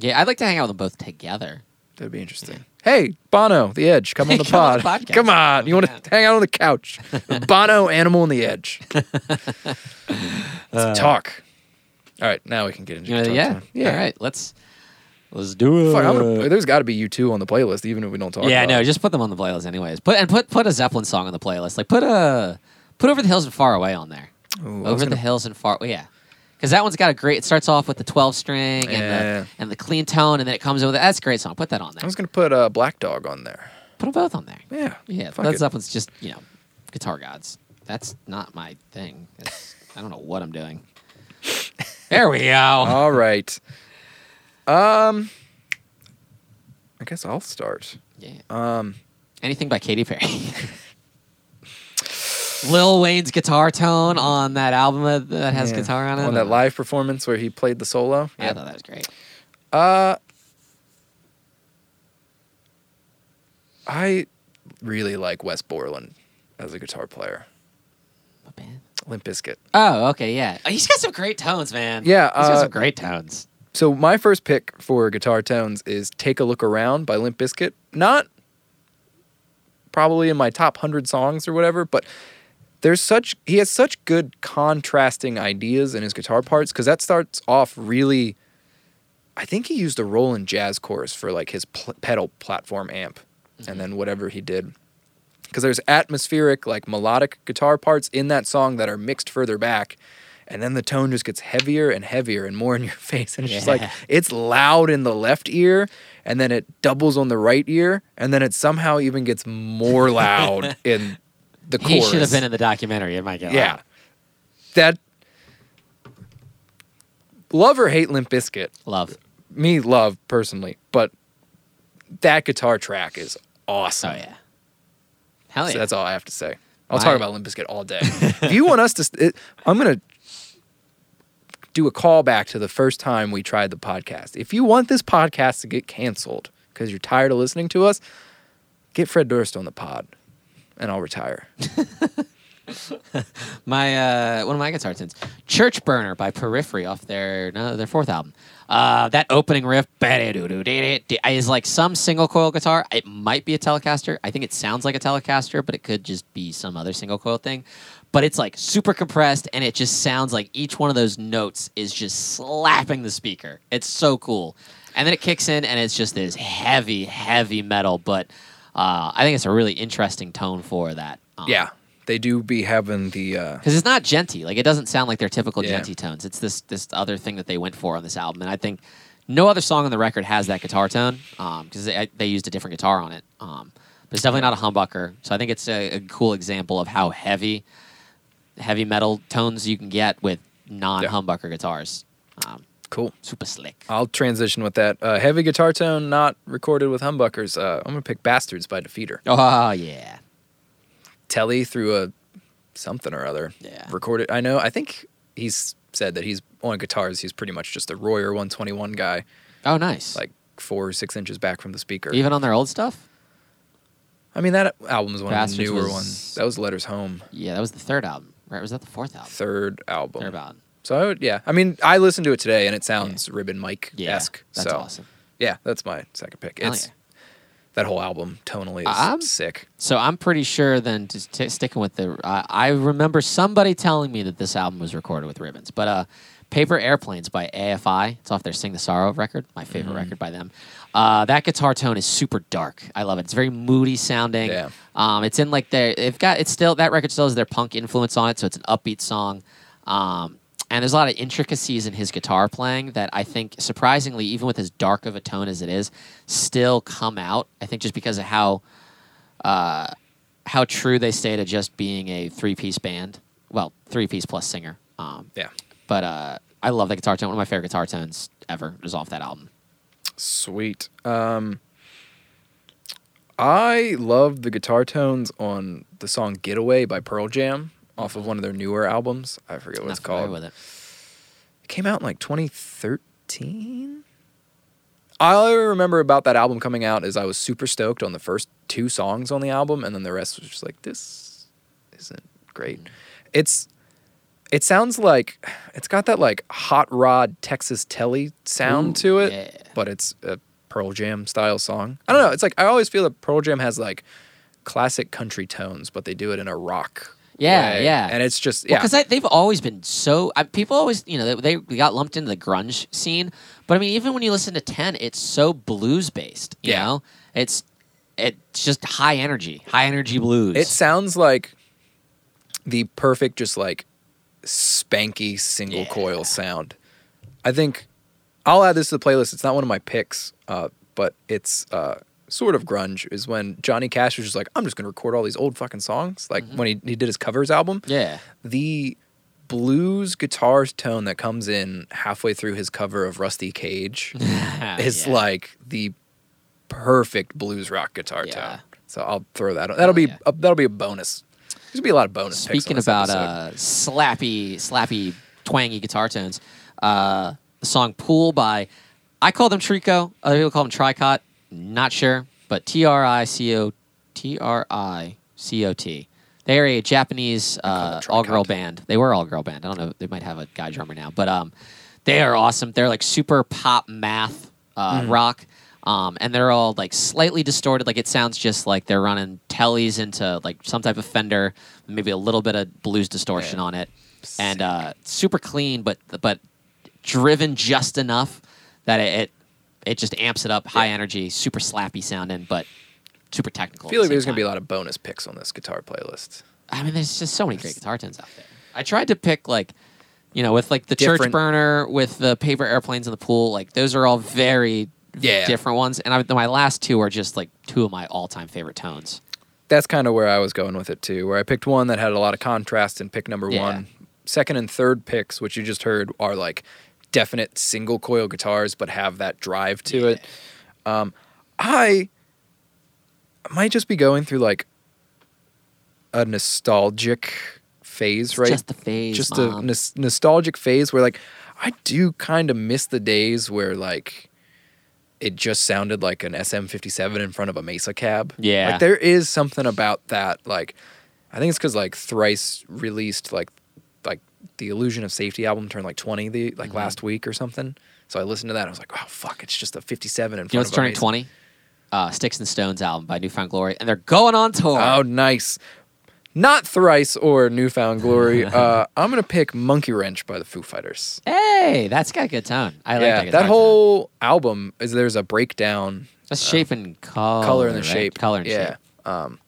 [SPEAKER 2] Yeah, I'd like to hang out with them both together.
[SPEAKER 1] That'd be interesting. Hey, Bono, The Edge, come on the
[SPEAKER 2] [LAUGHS] Come
[SPEAKER 1] pod.
[SPEAKER 2] on the podcast.
[SPEAKER 1] Come on. You want
[SPEAKER 2] Yeah.
[SPEAKER 1] to hang out on the
[SPEAKER 2] [LAUGHS]
[SPEAKER 1] couch. Bono, Animal, and The Edge. Let's talk. All right, now we can get into
[SPEAKER 2] You know,
[SPEAKER 1] guitar
[SPEAKER 2] Uh, yeah.
[SPEAKER 1] time.
[SPEAKER 2] All right. Let's let's do it.
[SPEAKER 1] Fuck, I'm gonna, there's got to be you two on the playlist, even if we don't talk.
[SPEAKER 2] yeah,
[SPEAKER 1] about
[SPEAKER 2] no,
[SPEAKER 1] it.
[SPEAKER 2] just put them on the playlist anyways. Put and put put a Zeppelin song on the playlist. Like put a put over the hills and far away on there.
[SPEAKER 1] Ooh, I was
[SPEAKER 2] over the
[SPEAKER 1] gonna-
[SPEAKER 2] hills and far yeah. Because that one's got a great. It starts off with the twelve string and
[SPEAKER 1] Yeah.
[SPEAKER 2] the, and the clean tone, and then it comes in with that's a great song. Put that on
[SPEAKER 1] I
[SPEAKER 2] there.
[SPEAKER 1] was gonna put uh, Black Dog on there.
[SPEAKER 2] Put them both on there.
[SPEAKER 1] Yeah,
[SPEAKER 2] Yeah,
[SPEAKER 1] fuck
[SPEAKER 2] Led
[SPEAKER 1] it.
[SPEAKER 2] Zeppelin's just you know guitar gods. That's not my thing. That's, I don't know what
[SPEAKER 1] [LAUGHS]
[SPEAKER 2] I'm doing. There we go.
[SPEAKER 1] All right. Um, I guess I'll start.
[SPEAKER 2] yeah.
[SPEAKER 1] Um,
[SPEAKER 2] Anything by Katy Perry. [LAUGHS] Lil Wayne's guitar tone on that album that- that has
[SPEAKER 1] yeah,
[SPEAKER 2] guitar on it.
[SPEAKER 1] On that live performance where he played the solo.
[SPEAKER 2] I thought that was great.
[SPEAKER 1] Uh, I really like Wes Borland as a guitar player.
[SPEAKER 2] What band?
[SPEAKER 1] Limp Bizkit.
[SPEAKER 2] Oh, okay, yeah. Oh, He's got some great tones, man.
[SPEAKER 1] Yeah,
[SPEAKER 2] he's got
[SPEAKER 1] uh,
[SPEAKER 2] some great tones.
[SPEAKER 1] So my first pick for guitar tones is "Take a Look Around" by Limp Bizkit. Not probably in my top hundred songs or whatever, but there's such he has such good contrasting ideas in his guitar parts because that starts off really. I think he used a Roland jazz chorus for like his pl- pedal platform amp,
[SPEAKER 2] Mm-hmm.
[SPEAKER 1] and then whatever he did. Because there's atmospheric, like melodic guitar parts in that song that are mixed further back, and then the tone just gets heavier and heavier and more in your [LAUGHS] face, and it's just like
[SPEAKER 2] Yeah.
[SPEAKER 1] it's loud in the left ear, and then it doubles on the right ear, and then it somehow even gets more
[SPEAKER 2] [LAUGHS]
[SPEAKER 1] loud in the
[SPEAKER 2] He
[SPEAKER 1] chorus.
[SPEAKER 2] should have been in the documentary. It might get
[SPEAKER 1] Yeah. Uh, That love or hate Limp Bizkit,
[SPEAKER 2] loud. love.
[SPEAKER 1] me love personally, but that guitar track is awesome.
[SPEAKER 2] Oh yeah, hell yeah.
[SPEAKER 1] So that's all I have to say. I'll
[SPEAKER 2] My-
[SPEAKER 1] talk about Limp Bizkit all
[SPEAKER 2] [LAUGHS]
[SPEAKER 1] day. if you want us to, it, I'm gonna do a callback to the first time we tried the podcast. If you want this podcast to get canceled because you're tired of listening to us, get Fred Durst on the pod, and I'll retire.
[SPEAKER 2] my uh, one of my guitar tunes, "Church Burner" by Periphery off their no, their fourth album. Uh, that opening riff ba-da-doo-doo-dee-dee-dee, is like some single coil guitar. It might be a Telecaster. I think it sounds like a Telecaster, but it could just be some other single coil thing. But it's like super compressed, and it just sounds like each one of those notes is just slapping the speaker. It's so cool. And then it kicks in, and it's just this heavy, heavy metal. But uh, I think it's a really interesting tone for that. um,
[SPEAKER 1] yeah, they do be having the. Uh,
[SPEAKER 2] because it's not genty. Like it doesn't sound like their typical
[SPEAKER 1] Yeah.
[SPEAKER 2] genty tones. It's this this other thing that they went for on this album, and I think no other song on the record has that guitar tone because they, they used a different guitar on it. Um, but it's definitely not a humbucker. So I think it's a, a cool example of how heavy heavy metal tones you can get with non humbucker guitars. Um,
[SPEAKER 1] cool.
[SPEAKER 2] super slick.
[SPEAKER 1] I'll transition with that. Uh, heavy guitar tone, not recorded with humbuckers. Uh, I'm gonna pick "Bastards" by Defeater.
[SPEAKER 2] Oh yeah,
[SPEAKER 1] Telly through a something or other.
[SPEAKER 2] Yeah.
[SPEAKER 1] Recorded. I know. I think he's said that he's on guitars. He's pretty much just a Royer 121 guy,
[SPEAKER 2] oh nice. Like
[SPEAKER 1] like four or six inches back from the speaker.
[SPEAKER 2] even on their old stuff.
[SPEAKER 1] I mean, that album is one
[SPEAKER 2] Bastards
[SPEAKER 1] of the newer
[SPEAKER 2] was-
[SPEAKER 1] ones. That was Letters Home,
[SPEAKER 2] Yeah, that was the third album. Right? Was that the fourth album?
[SPEAKER 1] third album.
[SPEAKER 2] Oh. Third album.
[SPEAKER 1] So I would, yeah. I mean, I listened to it today, and it sounds ribbon mic
[SPEAKER 2] Yeah,
[SPEAKER 1] esque.
[SPEAKER 2] that's
[SPEAKER 1] so
[SPEAKER 2] awesome.
[SPEAKER 1] yeah, that's my second pick.
[SPEAKER 2] Hell
[SPEAKER 1] It's
[SPEAKER 2] yeah.
[SPEAKER 1] that whole album tonally is
[SPEAKER 2] I'm-
[SPEAKER 1] sick.
[SPEAKER 2] So I'm pretty sure then, just t- sticking with the, I I remember somebody telling me that this album was recorded with ribbons, but uh, Paper Airplanes by AFI, it's off their Sing the Sorrow record, my favorite record by them. Uh, that guitar tone is super dark. I love it. It's very moody sounding.
[SPEAKER 1] Yeah.
[SPEAKER 2] Um, it's in like their, they've got, it's still, that record still has their punk influence on it, so it's an upbeat song. Um, and there's a lot of intricacies in his guitar playing that I think, surprisingly, even with as dark of a tone as it is, still come out. I think just because of how, how true they stay to just being a three piece band. Well, three piece plus singer. Um,
[SPEAKER 1] Yeah.
[SPEAKER 2] But uh, I love the guitar tone. One of my favorite guitar tones ever is off that album.
[SPEAKER 1] Sweet. Um, I love the guitar tones on the song "Getaway" by Pearl Jam off of one of their newer albums. I forget what
[SPEAKER 2] Not
[SPEAKER 1] it's
[SPEAKER 2] familiar
[SPEAKER 1] called.
[SPEAKER 2] with it.
[SPEAKER 1] It came out in like 2013. all I remember about that album coming out is I was super stoked on the first two songs on the album, and then the rest was just like, this isn't great. It's it sounds like it's got that like hot rod Texas telly sound
[SPEAKER 2] Ooh,
[SPEAKER 1] to it,
[SPEAKER 2] yeah.
[SPEAKER 1] but it's a Pearl Jam style song. I don't know. It's like I always feel that Pearl Jam has like classic country tones, but they do it in a rock.
[SPEAKER 2] Yeah,
[SPEAKER 1] way,
[SPEAKER 2] yeah.
[SPEAKER 1] and it's just yeah.
[SPEAKER 2] because they've always been so I, people always you know they, they got lumped into the grunge scene but i mean even when you listen to 10 it's so blues based you
[SPEAKER 1] Yeah.
[SPEAKER 2] know it's it's just high energy high energy blues
[SPEAKER 1] It sounds like the perfect, just like spanky single
[SPEAKER 2] Yeah.
[SPEAKER 1] coil sound. I think I'll add this to the playlist. It's not one of my picks, uh, but it's uh, sort of grunge. Is when Johnny Cash was just like, I'm just gonna record all these old fucking songs. Like when he, he did his covers album,
[SPEAKER 2] Mm-hmm. yeah [LAUGHS]
[SPEAKER 1] the blues guitar's tone that comes in halfway through his cover of Rusty Cage is
[SPEAKER 2] Yeah.
[SPEAKER 1] like the perfect blues rock guitar
[SPEAKER 2] Yeah.
[SPEAKER 1] tone. So I'll throw that. That'll be
[SPEAKER 2] yeah.
[SPEAKER 1] a, that'll be a bonus. There's gonna be a lot of bonus. picks on
[SPEAKER 2] Speaking
[SPEAKER 1] this
[SPEAKER 2] about
[SPEAKER 1] episode.
[SPEAKER 2] uh, slappy, slappy, twangy guitar tones, uh, the song "Pool" by I call them Trico. Other people call them Tricot. Not sure, but T R I C O T R I C O T. They are a Japanese uh,
[SPEAKER 1] them Tricot.
[SPEAKER 2] all-girl band. They were all-girl band. I don't know. They might have a guy drummer now, but um, they are awesome. They're like super pop math uh,
[SPEAKER 1] Mm-hmm.
[SPEAKER 2] rock. Um, and they're all like slightly distorted. Like it sounds just like they're running tellies into like some type of Fender, maybe a little bit of blues distortion
[SPEAKER 1] Yeah.
[SPEAKER 2] on it, and uh, super clean, but but driven just enough that it it, it just amps it up, high energy, super slappy sounding, but super technical.
[SPEAKER 1] I feel like there's gonna be a lot of bonus picks on this guitar playlist.
[SPEAKER 2] I mean, there's just so many great guitar tones out there. I tried to pick like, you know, with like the church
[SPEAKER 1] Different-
[SPEAKER 2] burner, with the paper airplanes in the pool. Like those are all very
[SPEAKER 1] Yeah.
[SPEAKER 2] different ones. And I, my last two are just like two of my all-time favorite tones.
[SPEAKER 1] That's kind of where I was going with it too. Where I picked one that had a lot of contrast in pick number
[SPEAKER 2] Yeah.
[SPEAKER 1] one. Second and third picks, which you just heard, are like definite single coil guitars, but have that drive to it. Um, I might just be going through like a nostalgic phase
[SPEAKER 2] It's
[SPEAKER 1] right
[SPEAKER 2] just the phase,
[SPEAKER 1] just a
[SPEAKER 2] Mom.
[SPEAKER 1] nos- nostalgic phase where like I do kind of miss the days where like it just sounded like an SM57 in front of a Mesa cab.
[SPEAKER 2] Yeah.
[SPEAKER 1] Like there is something about that like I think it's cuz like Thrice released like like the Illusion of Safety album turned like 20 the like
[SPEAKER 2] Mm-hmm.
[SPEAKER 1] last week or something. So I listened to that and I was like, "Oh fuck, it's just a 57 in front
[SPEAKER 2] You know,
[SPEAKER 1] of
[SPEAKER 2] what's
[SPEAKER 1] a
[SPEAKER 2] turning
[SPEAKER 1] Mesa.
[SPEAKER 2] twenty. Uh, Sticks and Stones album by Newfound Glory, and they're going on tour.
[SPEAKER 1] Oh, nice. Not Thrice or Newfound
[SPEAKER 2] [LAUGHS]
[SPEAKER 1] Glory. uh, I'm going to pick Monkey Wrench by the Foo Fighters.
[SPEAKER 2] Hey, that's got a good tone. I like that.
[SPEAKER 1] yeah,
[SPEAKER 2] guitar
[SPEAKER 1] that whole album is there's a breakdown,
[SPEAKER 2] tone. that's shape and color,
[SPEAKER 1] color and the
[SPEAKER 2] right?
[SPEAKER 1] shape,
[SPEAKER 2] color and
[SPEAKER 1] yeah.
[SPEAKER 2] shape.
[SPEAKER 1] Um,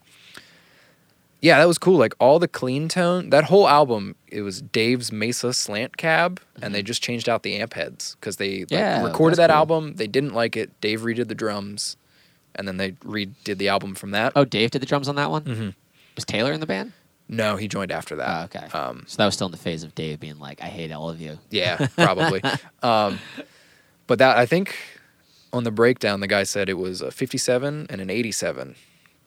[SPEAKER 1] yeah, that was cool. Like all the clean tone. That whole album, it was Dave's Mesa Slant Cab, and they just changed out the amp heads because they like,
[SPEAKER 2] Mm-hmm. Yeah,
[SPEAKER 1] recorded
[SPEAKER 2] that's
[SPEAKER 1] that
[SPEAKER 2] cool.
[SPEAKER 1] album. They didn't like it. Dave redid the drums, and then they redid the album from that.
[SPEAKER 2] Oh, Dave did the drums on that one. Mm-hmm. Was Taylor in the band?
[SPEAKER 1] No, he joined after that.
[SPEAKER 2] Oh, okay.
[SPEAKER 1] Um,
[SPEAKER 2] so that was still in the phase of Dave being like, "I hate all of you."
[SPEAKER 1] Yeah,
[SPEAKER 2] [LAUGHS]
[SPEAKER 1] probably. um, but that I think on the breakdown, the guy said it was a 57 and an 87.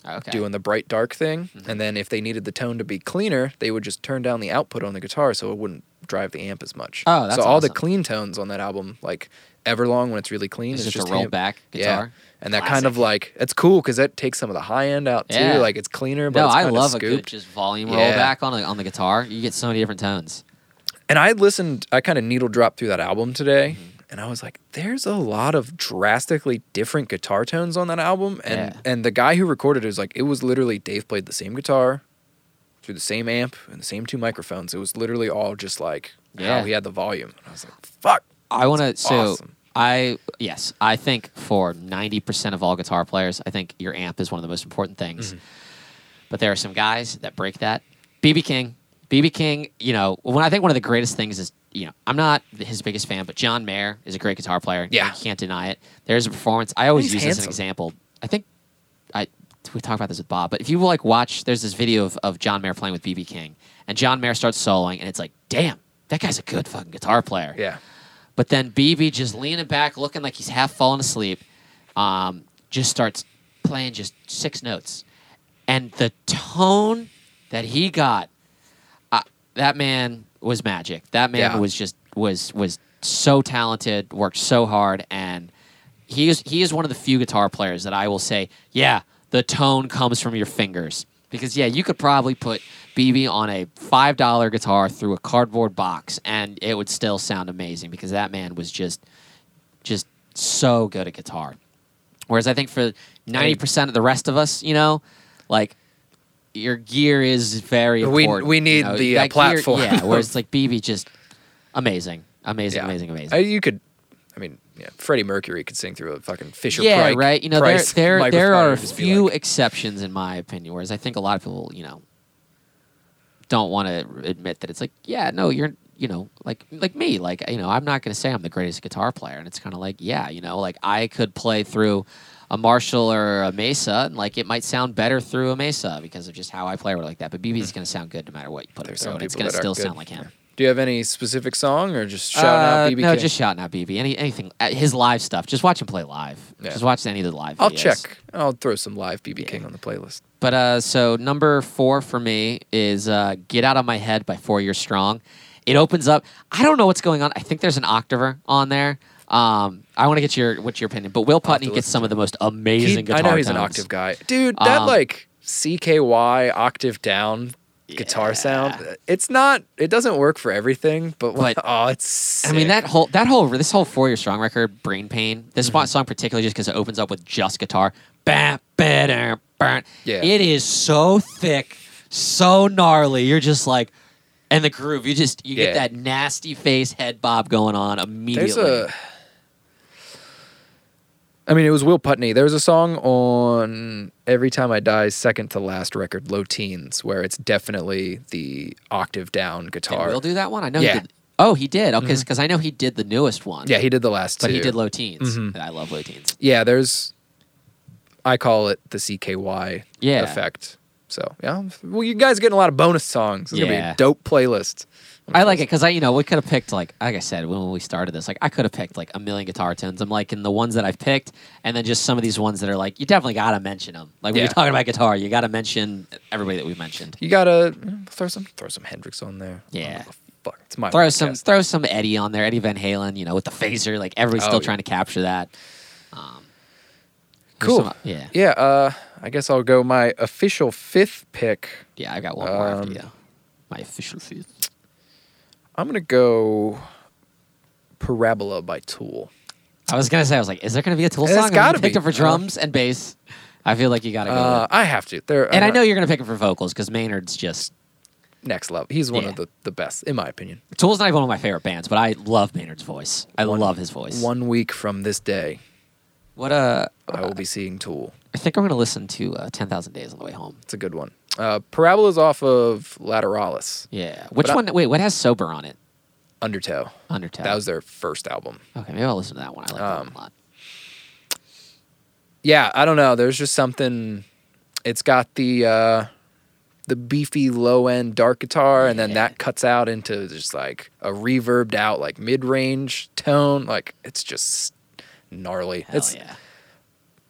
[SPEAKER 2] Okay. Mm-hmm.
[SPEAKER 1] doing the bright dark thing. And then if they needed the tone to be cleaner, they would just turn down the output on the guitar so it wouldn't drive the amp as much.
[SPEAKER 2] Oh, that's
[SPEAKER 1] so all the
[SPEAKER 2] awesome.
[SPEAKER 1] clean tones on that album, like Everlong when it's really clean,
[SPEAKER 2] it's
[SPEAKER 1] is
[SPEAKER 2] just,
[SPEAKER 1] just
[SPEAKER 2] a roll
[SPEAKER 1] him-
[SPEAKER 2] back
[SPEAKER 1] Yeah.
[SPEAKER 2] guitar.
[SPEAKER 1] And that kind of like it's cool because that takes some of the high end out too.
[SPEAKER 2] Yeah.
[SPEAKER 1] Like it's cleaner, but
[SPEAKER 2] no,
[SPEAKER 1] it's
[SPEAKER 2] I
[SPEAKER 1] kinda
[SPEAKER 2] love
[SPEAKER 1] scooped.
[SPEAKER 2] a good just volume roll
[SPEAKER 1] Yeah.
[SPEAKER 2] back on a, on the guitar. You get so many different tones.
[SPEAKER 1] and I listened, I kind of needle dropped through that album today,
[SPEAKER 2] Mm-hmm.
[SPEAKER 1] and I was like, there's a lot of drastically different guitar tones on that album. And
[SPEAKER 2] Yeah.
[SPEAKER 1] and the guy who recorded it was like, it was literally Dave played the same guitar through the same amp and the same two microphones. It was literally all just like
[SPEAKER 2] Yeah.
[SPEAKER 1] how he had the volume. And I was like, fuck.
[SPEAKER 2] I want to. So
[SPEAKER 1] awesome.
[SPEAKER 2] I yes, I think for ninety percent of all guitar players, I think your amp is one of the most important
[SPEAKER 1] Mm-hmm.
[SPEAKER 2] things. But there are some guys that break that. BB King, BB King. You know, when I think one of the greatest things is you know I'm not his biggest fan, but John Mayer is a great guitar player.
[SPEAKER 1] Yeah.
[SPEAKER 2] you can't deny it. There's a performance. I always
[SPEAKER 1] He's
[SPEAKER 2] use this as an
[SPEAKER 1] handsome.
[SPEAKER 2] example. I think I we talked about this with Bob, but if you like watch, there's this video of, of John Mayer playing with BB King, and John Mayer starts soloing, and it's like, damn, that guy's a good fucking guitar player.
[SPEAKER 1] Yeah.
[SPEAKER 2] But then BB just leaning back, looking like he's half fallen asleep, um, just starts playing just six notes. And the tone that he got, uh, that man was magic. That man
[SPEAKER 1] Yeah.
[SPEAKER 2] was just was was so talented, worked so hard, and he is he is one of the few guitar players that I will say, yeah, the tone comes from your fingers. Because yeah, you could probably put BB on a five dollar guitar through a cardboard box and it would still sound amazing because that man was just just so good at guitar. Whereas I think for ninety percent of the rest of us, you know, like your gear is very
[SPEAKER 1] We-
[SPEAKER 2] important.
[SPEAKER 1] we
[SPEAKER 2] you
[SPEAKER 1] need
[SPEAKER 2] know?
[SPEAKER 1] the, uh,
[SPEAKER 2] That gear-
[SPEAKER 1] platform.
[SPEAKER 2] yeah,
[SPEAKER 1] [LAUGHS]
[SPEAKER 2] whereas like BB just amazing, amazing,
[SPEAKER 1] Yeah.
[SPEAKER 2] amazing, amazing.
[SPEAKER 1] Uh, you could, I mean, yeah, Freddie Mercury could sing through a fucking Fisher
[SPEAKER 2] yeah,
[SPEAKER 1] Price.
[SPEAKER 2] right. You know,
[SPEAKER 1] Price
[SPEAKER 2] there there there
[SPEAKER 1] microphone
[SPEAKER 2] are a
[SPEAKER 1] and just be
[SPEAKER 2] few
[SPEAKER 1] like-
[SPEAKER 2] exceptions in my opinion, whereas I think a lot of people, you know, don't want to admit that it's like, yeah, no, you're, you know, like like me, like you know, I'm not going to say I'm the greatest guitar player, and it's kind of like, yeah, you know, like I could play through a Marshall or a Mesa, and like it might sound better through a Mesa because of just how I play or like that. But BB's going to sound good no matter what you put
[SPEAKER 1] There's
[SPEAKER 2] it through,
[SPEAKER 1] some
[SPEAKER 2] Oh, and it's
[SPEAKER 1] Mm-hmm. people
[SPEAKER 2] going to
[SPEAKER 1] that
[SPEAKER 2] still
[SPEAKER 1] aren't
[SPEAKER 2] sound
[SPEAKER 1] good.
[SPEAKER 2] like him.
[SPEAKER 1] Do you have any specific song or just shout
[SPEAKER 2] Uh,
[SPEAKER 1] out BB
[SPEAKER 2] No,
[SPEAKER 1] King?
[SPEAKER 2] just shouting out BB. Any anything, uh, his live stuff. Just watch him play live.
[SPEAKER 1] Yeah.
[SPEAKER 2] Just watch any of the live.
[SPEAKER 1] I'll
[SPEAKER 2] videos.
[SPEAKER 1] check. I'll throw some live BB King on the playlist.
[SPEAKER 2] But uh, so number four for me is uh, "Get Out of My Head" by Four Year Strong. It opens up. I don't know what's going on. I think there's an octaver on there. Um, I want to get your what's your opinion. But Will
[SPEAKER 1] have to
[SPEAKER 2] Putney gets
[SPEAKER 1] listen
[SPEAKER 2] some
[SPEAKER 1] to
[SPEAKER 2] of the most amazing
[SPEAKER 1] He-
[SPEAKER 2] guitar.
[SPEAKER 1] I know he's an
[SPEAKER 2] tones.
[SPEAKER 1] octave guy, dude. That
[SPEAKER 2] Um,
[SPEAKER 1] like CKY octave down guitar sound. It's not. It doesn't work for everything, but,
[SPEAKER 2] But-
[SPEAKER 1] oh, it's.
[SPEAKER 2] I mean
[SPEAKER 1] sick.
[SPEAKER 2] that whole that whole this whole Four Year Strong record, Brain Pain. This
[SPEAKER 1] Mm-hmm.
[SPEAKER 2] spot song particularly just because it opens up with just guitar. Bam, ba-dam, burn.
[SPEAKER 1] Yeah.
[SPEAKER 2] It is so thick, so gnarly. You're just like, and the groove. You just you
[SPEAKER 1] Yeah.
[SPEAKER 2] get that nasty face head bob going on immediately.
[SPEAKER 1] There's a. I mean, it was Will Putney. There was a song on Every Time I Die's second to last record, Low Teens, where it's definitely the octave down
[SPEAKER 2] Did
[SPEAKER 1] guitar.
[SPEAKER 2] Will do that one? I know.
[SPEAKER 1] Yeah. Mm-hmm.
[SPEAKER 2] He did. Oh, he did. Okay, because I know he did the newest one.
[SPEAKER 1] yeah, he did the last
[SPEAKER 2] but
[SPEAKER 1] two.
[SPEAKER 2] he did low teens.
[SPEAKER 1] Mhm.
[SPEAKER 2] I love low teens.
[SPEAKER 1] Yeah, there's. I call it the CKY
[SPEAKER 2] Yeah.
[SPEAKER 1] effect. So yeah, well, you guys are getting a lot of bonus songs. It's gonna be
[SPEAKER 2] Yeah.
[SPEAKER 1] a dope playlist.
[SPEAKER 2] I like it because I, you know, we could have picked like, like I said when we started this, like I could have picked like a million guitar tones. I'm like in the ones that I've picked, and then just some of these ones that are like you definitely gotta mention them. Like when
[SPEAKER 1] Yeah.
[SPEAKER 2] you're talking about guitar, you gotta mention everybody that we mentioned.
[SPEAKER 1] You gotta mm, throw some throw some Hendrix on there.
[SPEAKER 2] Yeah.
[SPEAKER 1] Oh, fuck, it's my
[SPEAKER 2] Throw some,
[SPEAKER 1] podcast.
[SPEAKER 2] throw some Eddie on there, Eddie Van Halen, you know, with the phaser. Like everybody's
[SPEAKER 1] Oh,
[SPEAKER 2] still
[SPEAKER 1] yeah.
[SPEAKER 2] trying to capture that. Um, there's
[SPEAKER 1] Cool.
[SPEAKER 2] some- yeah,
[SPEAKER 1] Yeah, uh, I guess I'll go my official fifth pick.
[SPEAKER 2] yeah. I got one more after
[SPEAKER 1] Um,
[SPEAKER 2] you. My official fifth.
[SPEAKER 1] I'm gonna go Parabola by Tool.
[SPEAKER 2] I was gonna say, I was like, is there gonna be a Tool
[SPEAKER 1] It's
[SPEAKER 2] song? And you
[SPEAKER 1] gotta
[SPEAKER 2] picked
[SPEAKER 1] be. Uh-huh.
[SPEAKER 2] it for drums and bass. I feel like you gotta go. with
[SPEAKER 1] Uh, I have to. There,
[SPEAKER 2] And I
[SPEAKER 1] I'm
[SPEAKER 2] know
[SPEAKER 1] not-
[SPEAKER 2] you're gonna pick it for vocals because Maynard's just
[SPEAKER 1] next level. He's one of
[SPEAKER 2] Yeah.
[SPEAKER 1] the, the best, in my opinion.
[SPEAKER 2] Tool's not even one of my favorite bands, but I love Maynard's voice. I love his voice.
[SPEAKER 1] One week from this day,
[SPEAKER 2] What uh,
[SPEAKER 1] I will be seeing Tool.
[SPEAKER 2] I think I'm gonna listen to uh, Ten Thousand Days on the way home.
[SPEAKER 1] It's a good one. Uh, Parabola's off of Lateralis,
[SPEAKER 2] Yeah. Which
[SPEAKER 1] But I-
[SPEAKER 2] one? wait, what has Sober on it?
[SPEAKER 1] Undertow.
[SPEAKER 2] Undertow.
[SPEAKER 1] That was their first album.
[SPEAKER 2] okay, maybe I'll listen to that one. I like
[SPEAKER 1] Um,
[SPEAKER 2] that one a lot.
[SPEAKER 1] yeah, I don't know. There's just something. It's got the uh, the beefy low end dark guitar, and then
[SPEAKER 2] Yeah. [LAUGHS]
[SPEAKER 1] that cuts out into just like a reverbed out like mid range tone. Like it's just gnarly.
[SPEAKER 2] Hell
[SPEAKER 1] it's
[SPEAKER 2] yeah.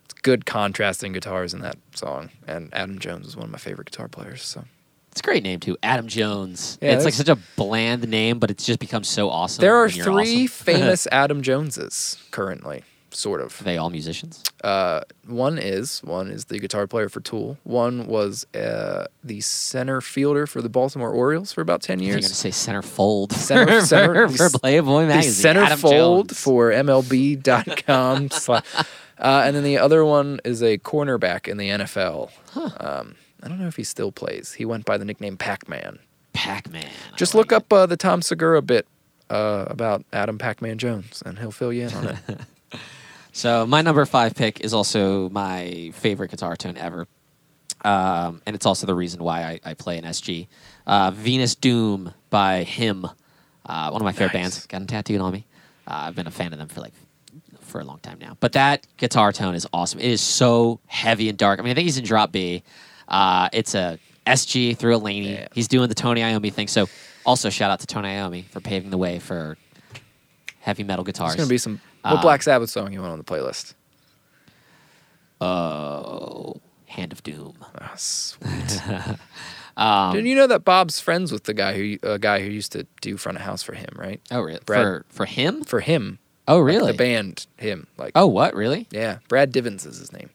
[SPEAKER 1] it's good contrasting guitars in that song. And Adam Jones is one of my favorite guitar players. So
[SPEAKER 2] It's a great name too, Adam Jones.
[SPEAKER 1] Yeah,
[SPEAKER 2] it's like
[SPEAKER 1] that's-
[SPEAKER 2] such a bland name, but it's just become so awesome.
[SPEAKER 1] there are
[SPEAKER 2] when you're
[SPEAKER 1] three
[SPEAKER 2] awesome. [LAUGHS]
[SPEAKER 1] famous Adam Joneses currently, sort of.
[SPEAKER 2] Are they all musicians?
[SPEAKER 1] Uh, one is one is the guitar player for Tool. One was uh, the center fielder for the Baltimore Orioles for about ten
[SPEAKER 2] You're gonna
[SPEAKER 1] years.
[SPEAKER 2] say centerfold
[SPEAKER 1] Center-
[SPEAKER 2] [LAUGHS] for,
[SPEAKER 1] center-
[SPEAKER 2] for
[SPEAKER 1] the-
[SPEAKER 2] Playboy
[SPEAKER 1] The
[SPEAKER 2] magazine. Adam
[SPEAKER 1] centerfold
[SPEAKER 2] Jones.
[SPEAKER 1] for [LAUGHS] MLB.com. slash- uh, and then the other one is a cornerback in the NFL. Um, I don't know if he still plays. He went by the nickname Pac-Man.
[SPEAKER 2] Pac-Man. I
[SPEAKER 1] Just
[SPEAKER 2] like
[SPEAKER 1] look up uh, the Tom Segura bit uh, about Adam Pac-Man Jones, and he'll fill you in
[SPEAKER 2] [LAUGHS]
[SPEAKER 1] on it.
[SPEAKER 2] So my number five pick is also my favorite guitar tone ever, um, and it's also the reason why I, I play an SG. Uh, Venus Doom by him, uh, one of my favorite
[SPEAKER 1] Nice.
[SPEAKER 2] bands. Got them tattooed on me. Uh, I've been a fan of them for like for a long time now. But that guitar tone is awesome. It is so heavy and dark. I mean, I think he's in drop B. Uh, it's a SG through a Laney.
[SPEAKER 1] Yeah.
[SPEAKER 2] He's doing the Tony Iommi thing. So also shout out to Tony Iommi for paving the way for heavy metal guitars.
[SPEAKER 1] There's gonna be some. What
[SPEAKER 2] Um,
[SPEAKER 1] Black Sabbath song you want on the playlist?
[SPEAKER 2] Oh, Hand of Doom.
[SPEAKER 1] Ah,
[SPEAKER 2] [LAUGHS]
[SPEAKER 1] sweet.
[SPEAKER 2] Um,
[SPEAKER 1] Didn't you know that Bob's friends with the guy who a guy who used to do front of house for him, right?
[SPEAKER 2] Oh, really?
[SPEAKER 1] Brad-
[SPEAKER 2] For for him?
[SPEAKER 1] For him,
[SPEAKER 2] Oh,
[SPEAKER 1] Like,
[SPEAKER 2] really?
[SPEAKER 1] the band, him. Like,
[SPEAKER 2] Oh, what? Really?
[SPEAKER 1] yeah, Brad Divins is his name.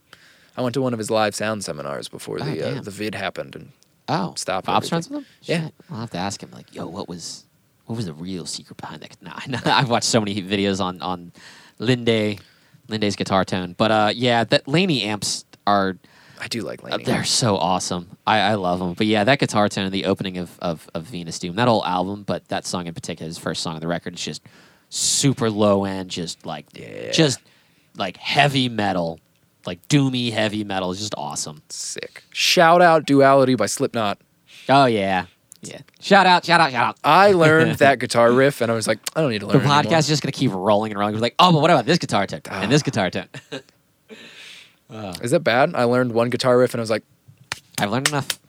[SPEAKER 1] I went to one of his live sound seminars before
[SPEAKER 2] Oh,
[SPEAKER 1] the uh,
[SPEAKER 2] damn.
[SPEAKER 1] the vid happened, and
[SPEAKER 2] Oh,
[SPEAKER 1] Stop
[SPEAKER 2] Bob's friends
[SPEAKER 1] everything.
[SPEAKER 2] with him.
[SPEAKER 1] Yeah.
[SPEAKER 2] Shit. I'll have to ask him. Like, yo, what was, what was the real secret behind that? Nah, [LAUGHS] nah, I've watched so many videos on on Linde, Linde's guitar tone, but uh, yeah, that Laney amps are
[SPEAKER 1] I do like
[SPEAKER 2] uh,
[SPEAKER 1] Laney.
[SPEAKER 2] they're so awesome. I, I love them. But yeah, that guitar tone in the opening of, of of Venus Doom, that whole album, but that song in particular, his first song on the record, is just super low end, just like
[SPEAKER 1] Yeah.
[SPEAKER 2] just like heavy metal, like doomy heavy metal. It's just awesome.
[SPEAKER 1] Sick. Shout out Duality by Slipknot.
[SPEAKER 2] Oh yeah, yeah. Shout out, shout out, shout out. [LAUGHS]
[SPEAKER 1] I learned that guitar riff, and I was like, I don't need to learn
[SPEAKER 2] the
[SPEAKER 1] it anymore.
[SPEAKER 2] podcast is just gonna keep rolling and rolling. We're like, oh, but what about this guitar tone and this guitar tone? [LAUGHS]
[SPEAKER 1] Is that bad? I learned one guitar riff, and I was like, [LAUGHS]
[SPEAKER 2] I've learned enough.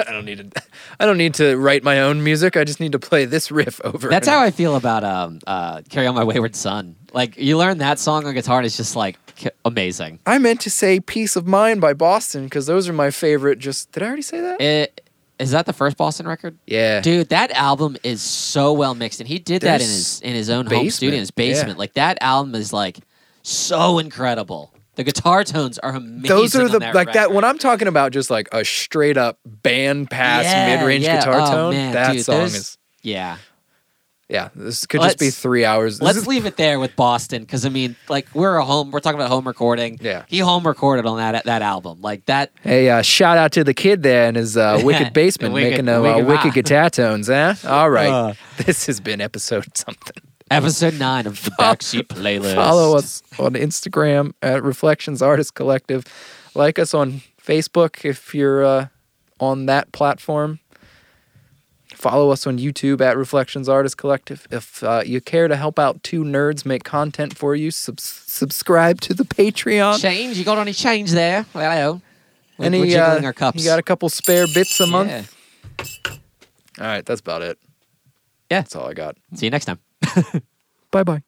[SPEAKER 1] I don't need to. [LAUGHS] I don't need to write my own music. I just need to play this riff over.
[SPEAKER 2] That's
[SPEAKER 1] and
[SPEAKER 2] how I feel about um, uh, "Carry On My Wayward Son." Like you learn that song on guitar, and it's just like k- amazing.
[SPEAKER 1] I meant to say "Peace of Mind" by Boston because those are my favorite. Just did I already say that?
[SPEAKER 2] It, Eh, is that the first Boston record?
[SPEAKER 1] yeah,
[SPEAKER 2] Dude, that album is so well mixed, and he did that in his
[SPEAKER 1] There's
[SPEAKER 2] in his own home
[SPEAKER 1] basement,
[SPEAKER 2] studio, in his
[SPEAKER 1] yeah.
[SPEAKER 2] basement. Like that album is like so incredible. The guitar tones are amazing.
[SPEAKER 1] those are
[SPEAKER 2] on
[SPEAKER 1] the
[SPEAKER 2] that
[SPEAKER 1] like that.
[SPEAKER 2] record.
[SPEAKER 1] When I'm talking about just like a straight up band pass
[SPEAKER 2] Yeah,
[SPEAKER 1] mid range
[SPEAKER 2] yeah.
[SPEAKER 1] guitar
[SPEAKER 2] Oh,
[SPEAKER 1] tone,
[SPEAKER 2] man,
[SPEAKER 1] that
[SPEAKER 2] dude,
[SPEAKER 1] song
[SPEAKER 2] there's-
[SPEAKER 1] is.
[SPEAKER 2] Yeah,
[SPEAKER 1] Yeah, this could just be
[SPEAKER 2] Let's-
[SPEAKER 1] three hours. This
[SPEAKER 2] let's
[SPEAKER 1] is-
[SPEAKER 2] leave it there with Boston because I mean, like we're a home. We're talking about home recording.
[SPEAKER 1] Yeah.
[SPEAKER 2] he home recorded on that that album. Like that.
[SPEAKER 1] Hey, uh, shout out to the kid there in his
[SPEAKER 2] [LAUGHS]
[SPEAKER 1] uh, wicked basement
[SPEAKER 2] Wicked-
[SPEAKER 1] making the
[SPEAKER 2] wicked-
[SPEAKER 1] uh, wicked guitar tones, eh? All right.
[SPEAKER 2] Uh.
[SPEAKER 1] [LAUGHS] this has been episode something.
[SPEAKER 2] Episode nine of
[SPEAKER 1] [LAUGHS]
[SPEAKER 2] the Backseat Playlist.
[SPEAKER 1] Follow us on Instagram at Reflections Artist Collective. Like us on Facebook if you're uh, on that platform. Follow us on YouTube at Reflections Artist Collective. If uh, you care to help out two nerds make content for you, sub- subscribe to the Patreon.
[SPEAKER 2] Change. You got any change there? Hello. We're,
[SPEAKER 1] Any,
[SPEAKER 2] we're jiggling
[SPEAKER 1] uh,
[SPEAKER 2] our cups.
[SPEAKER 1] You got a couple spare bits a month?
[SPEAKER 2] Yeah.
[SPEAKER 1] All right, that's about it.
[SPEAKER 2] Yeah.
[SPEAKER 1] That's all I got.
[SPEAKER 2] See you next time.
[SPEAKER 1] Bye bye.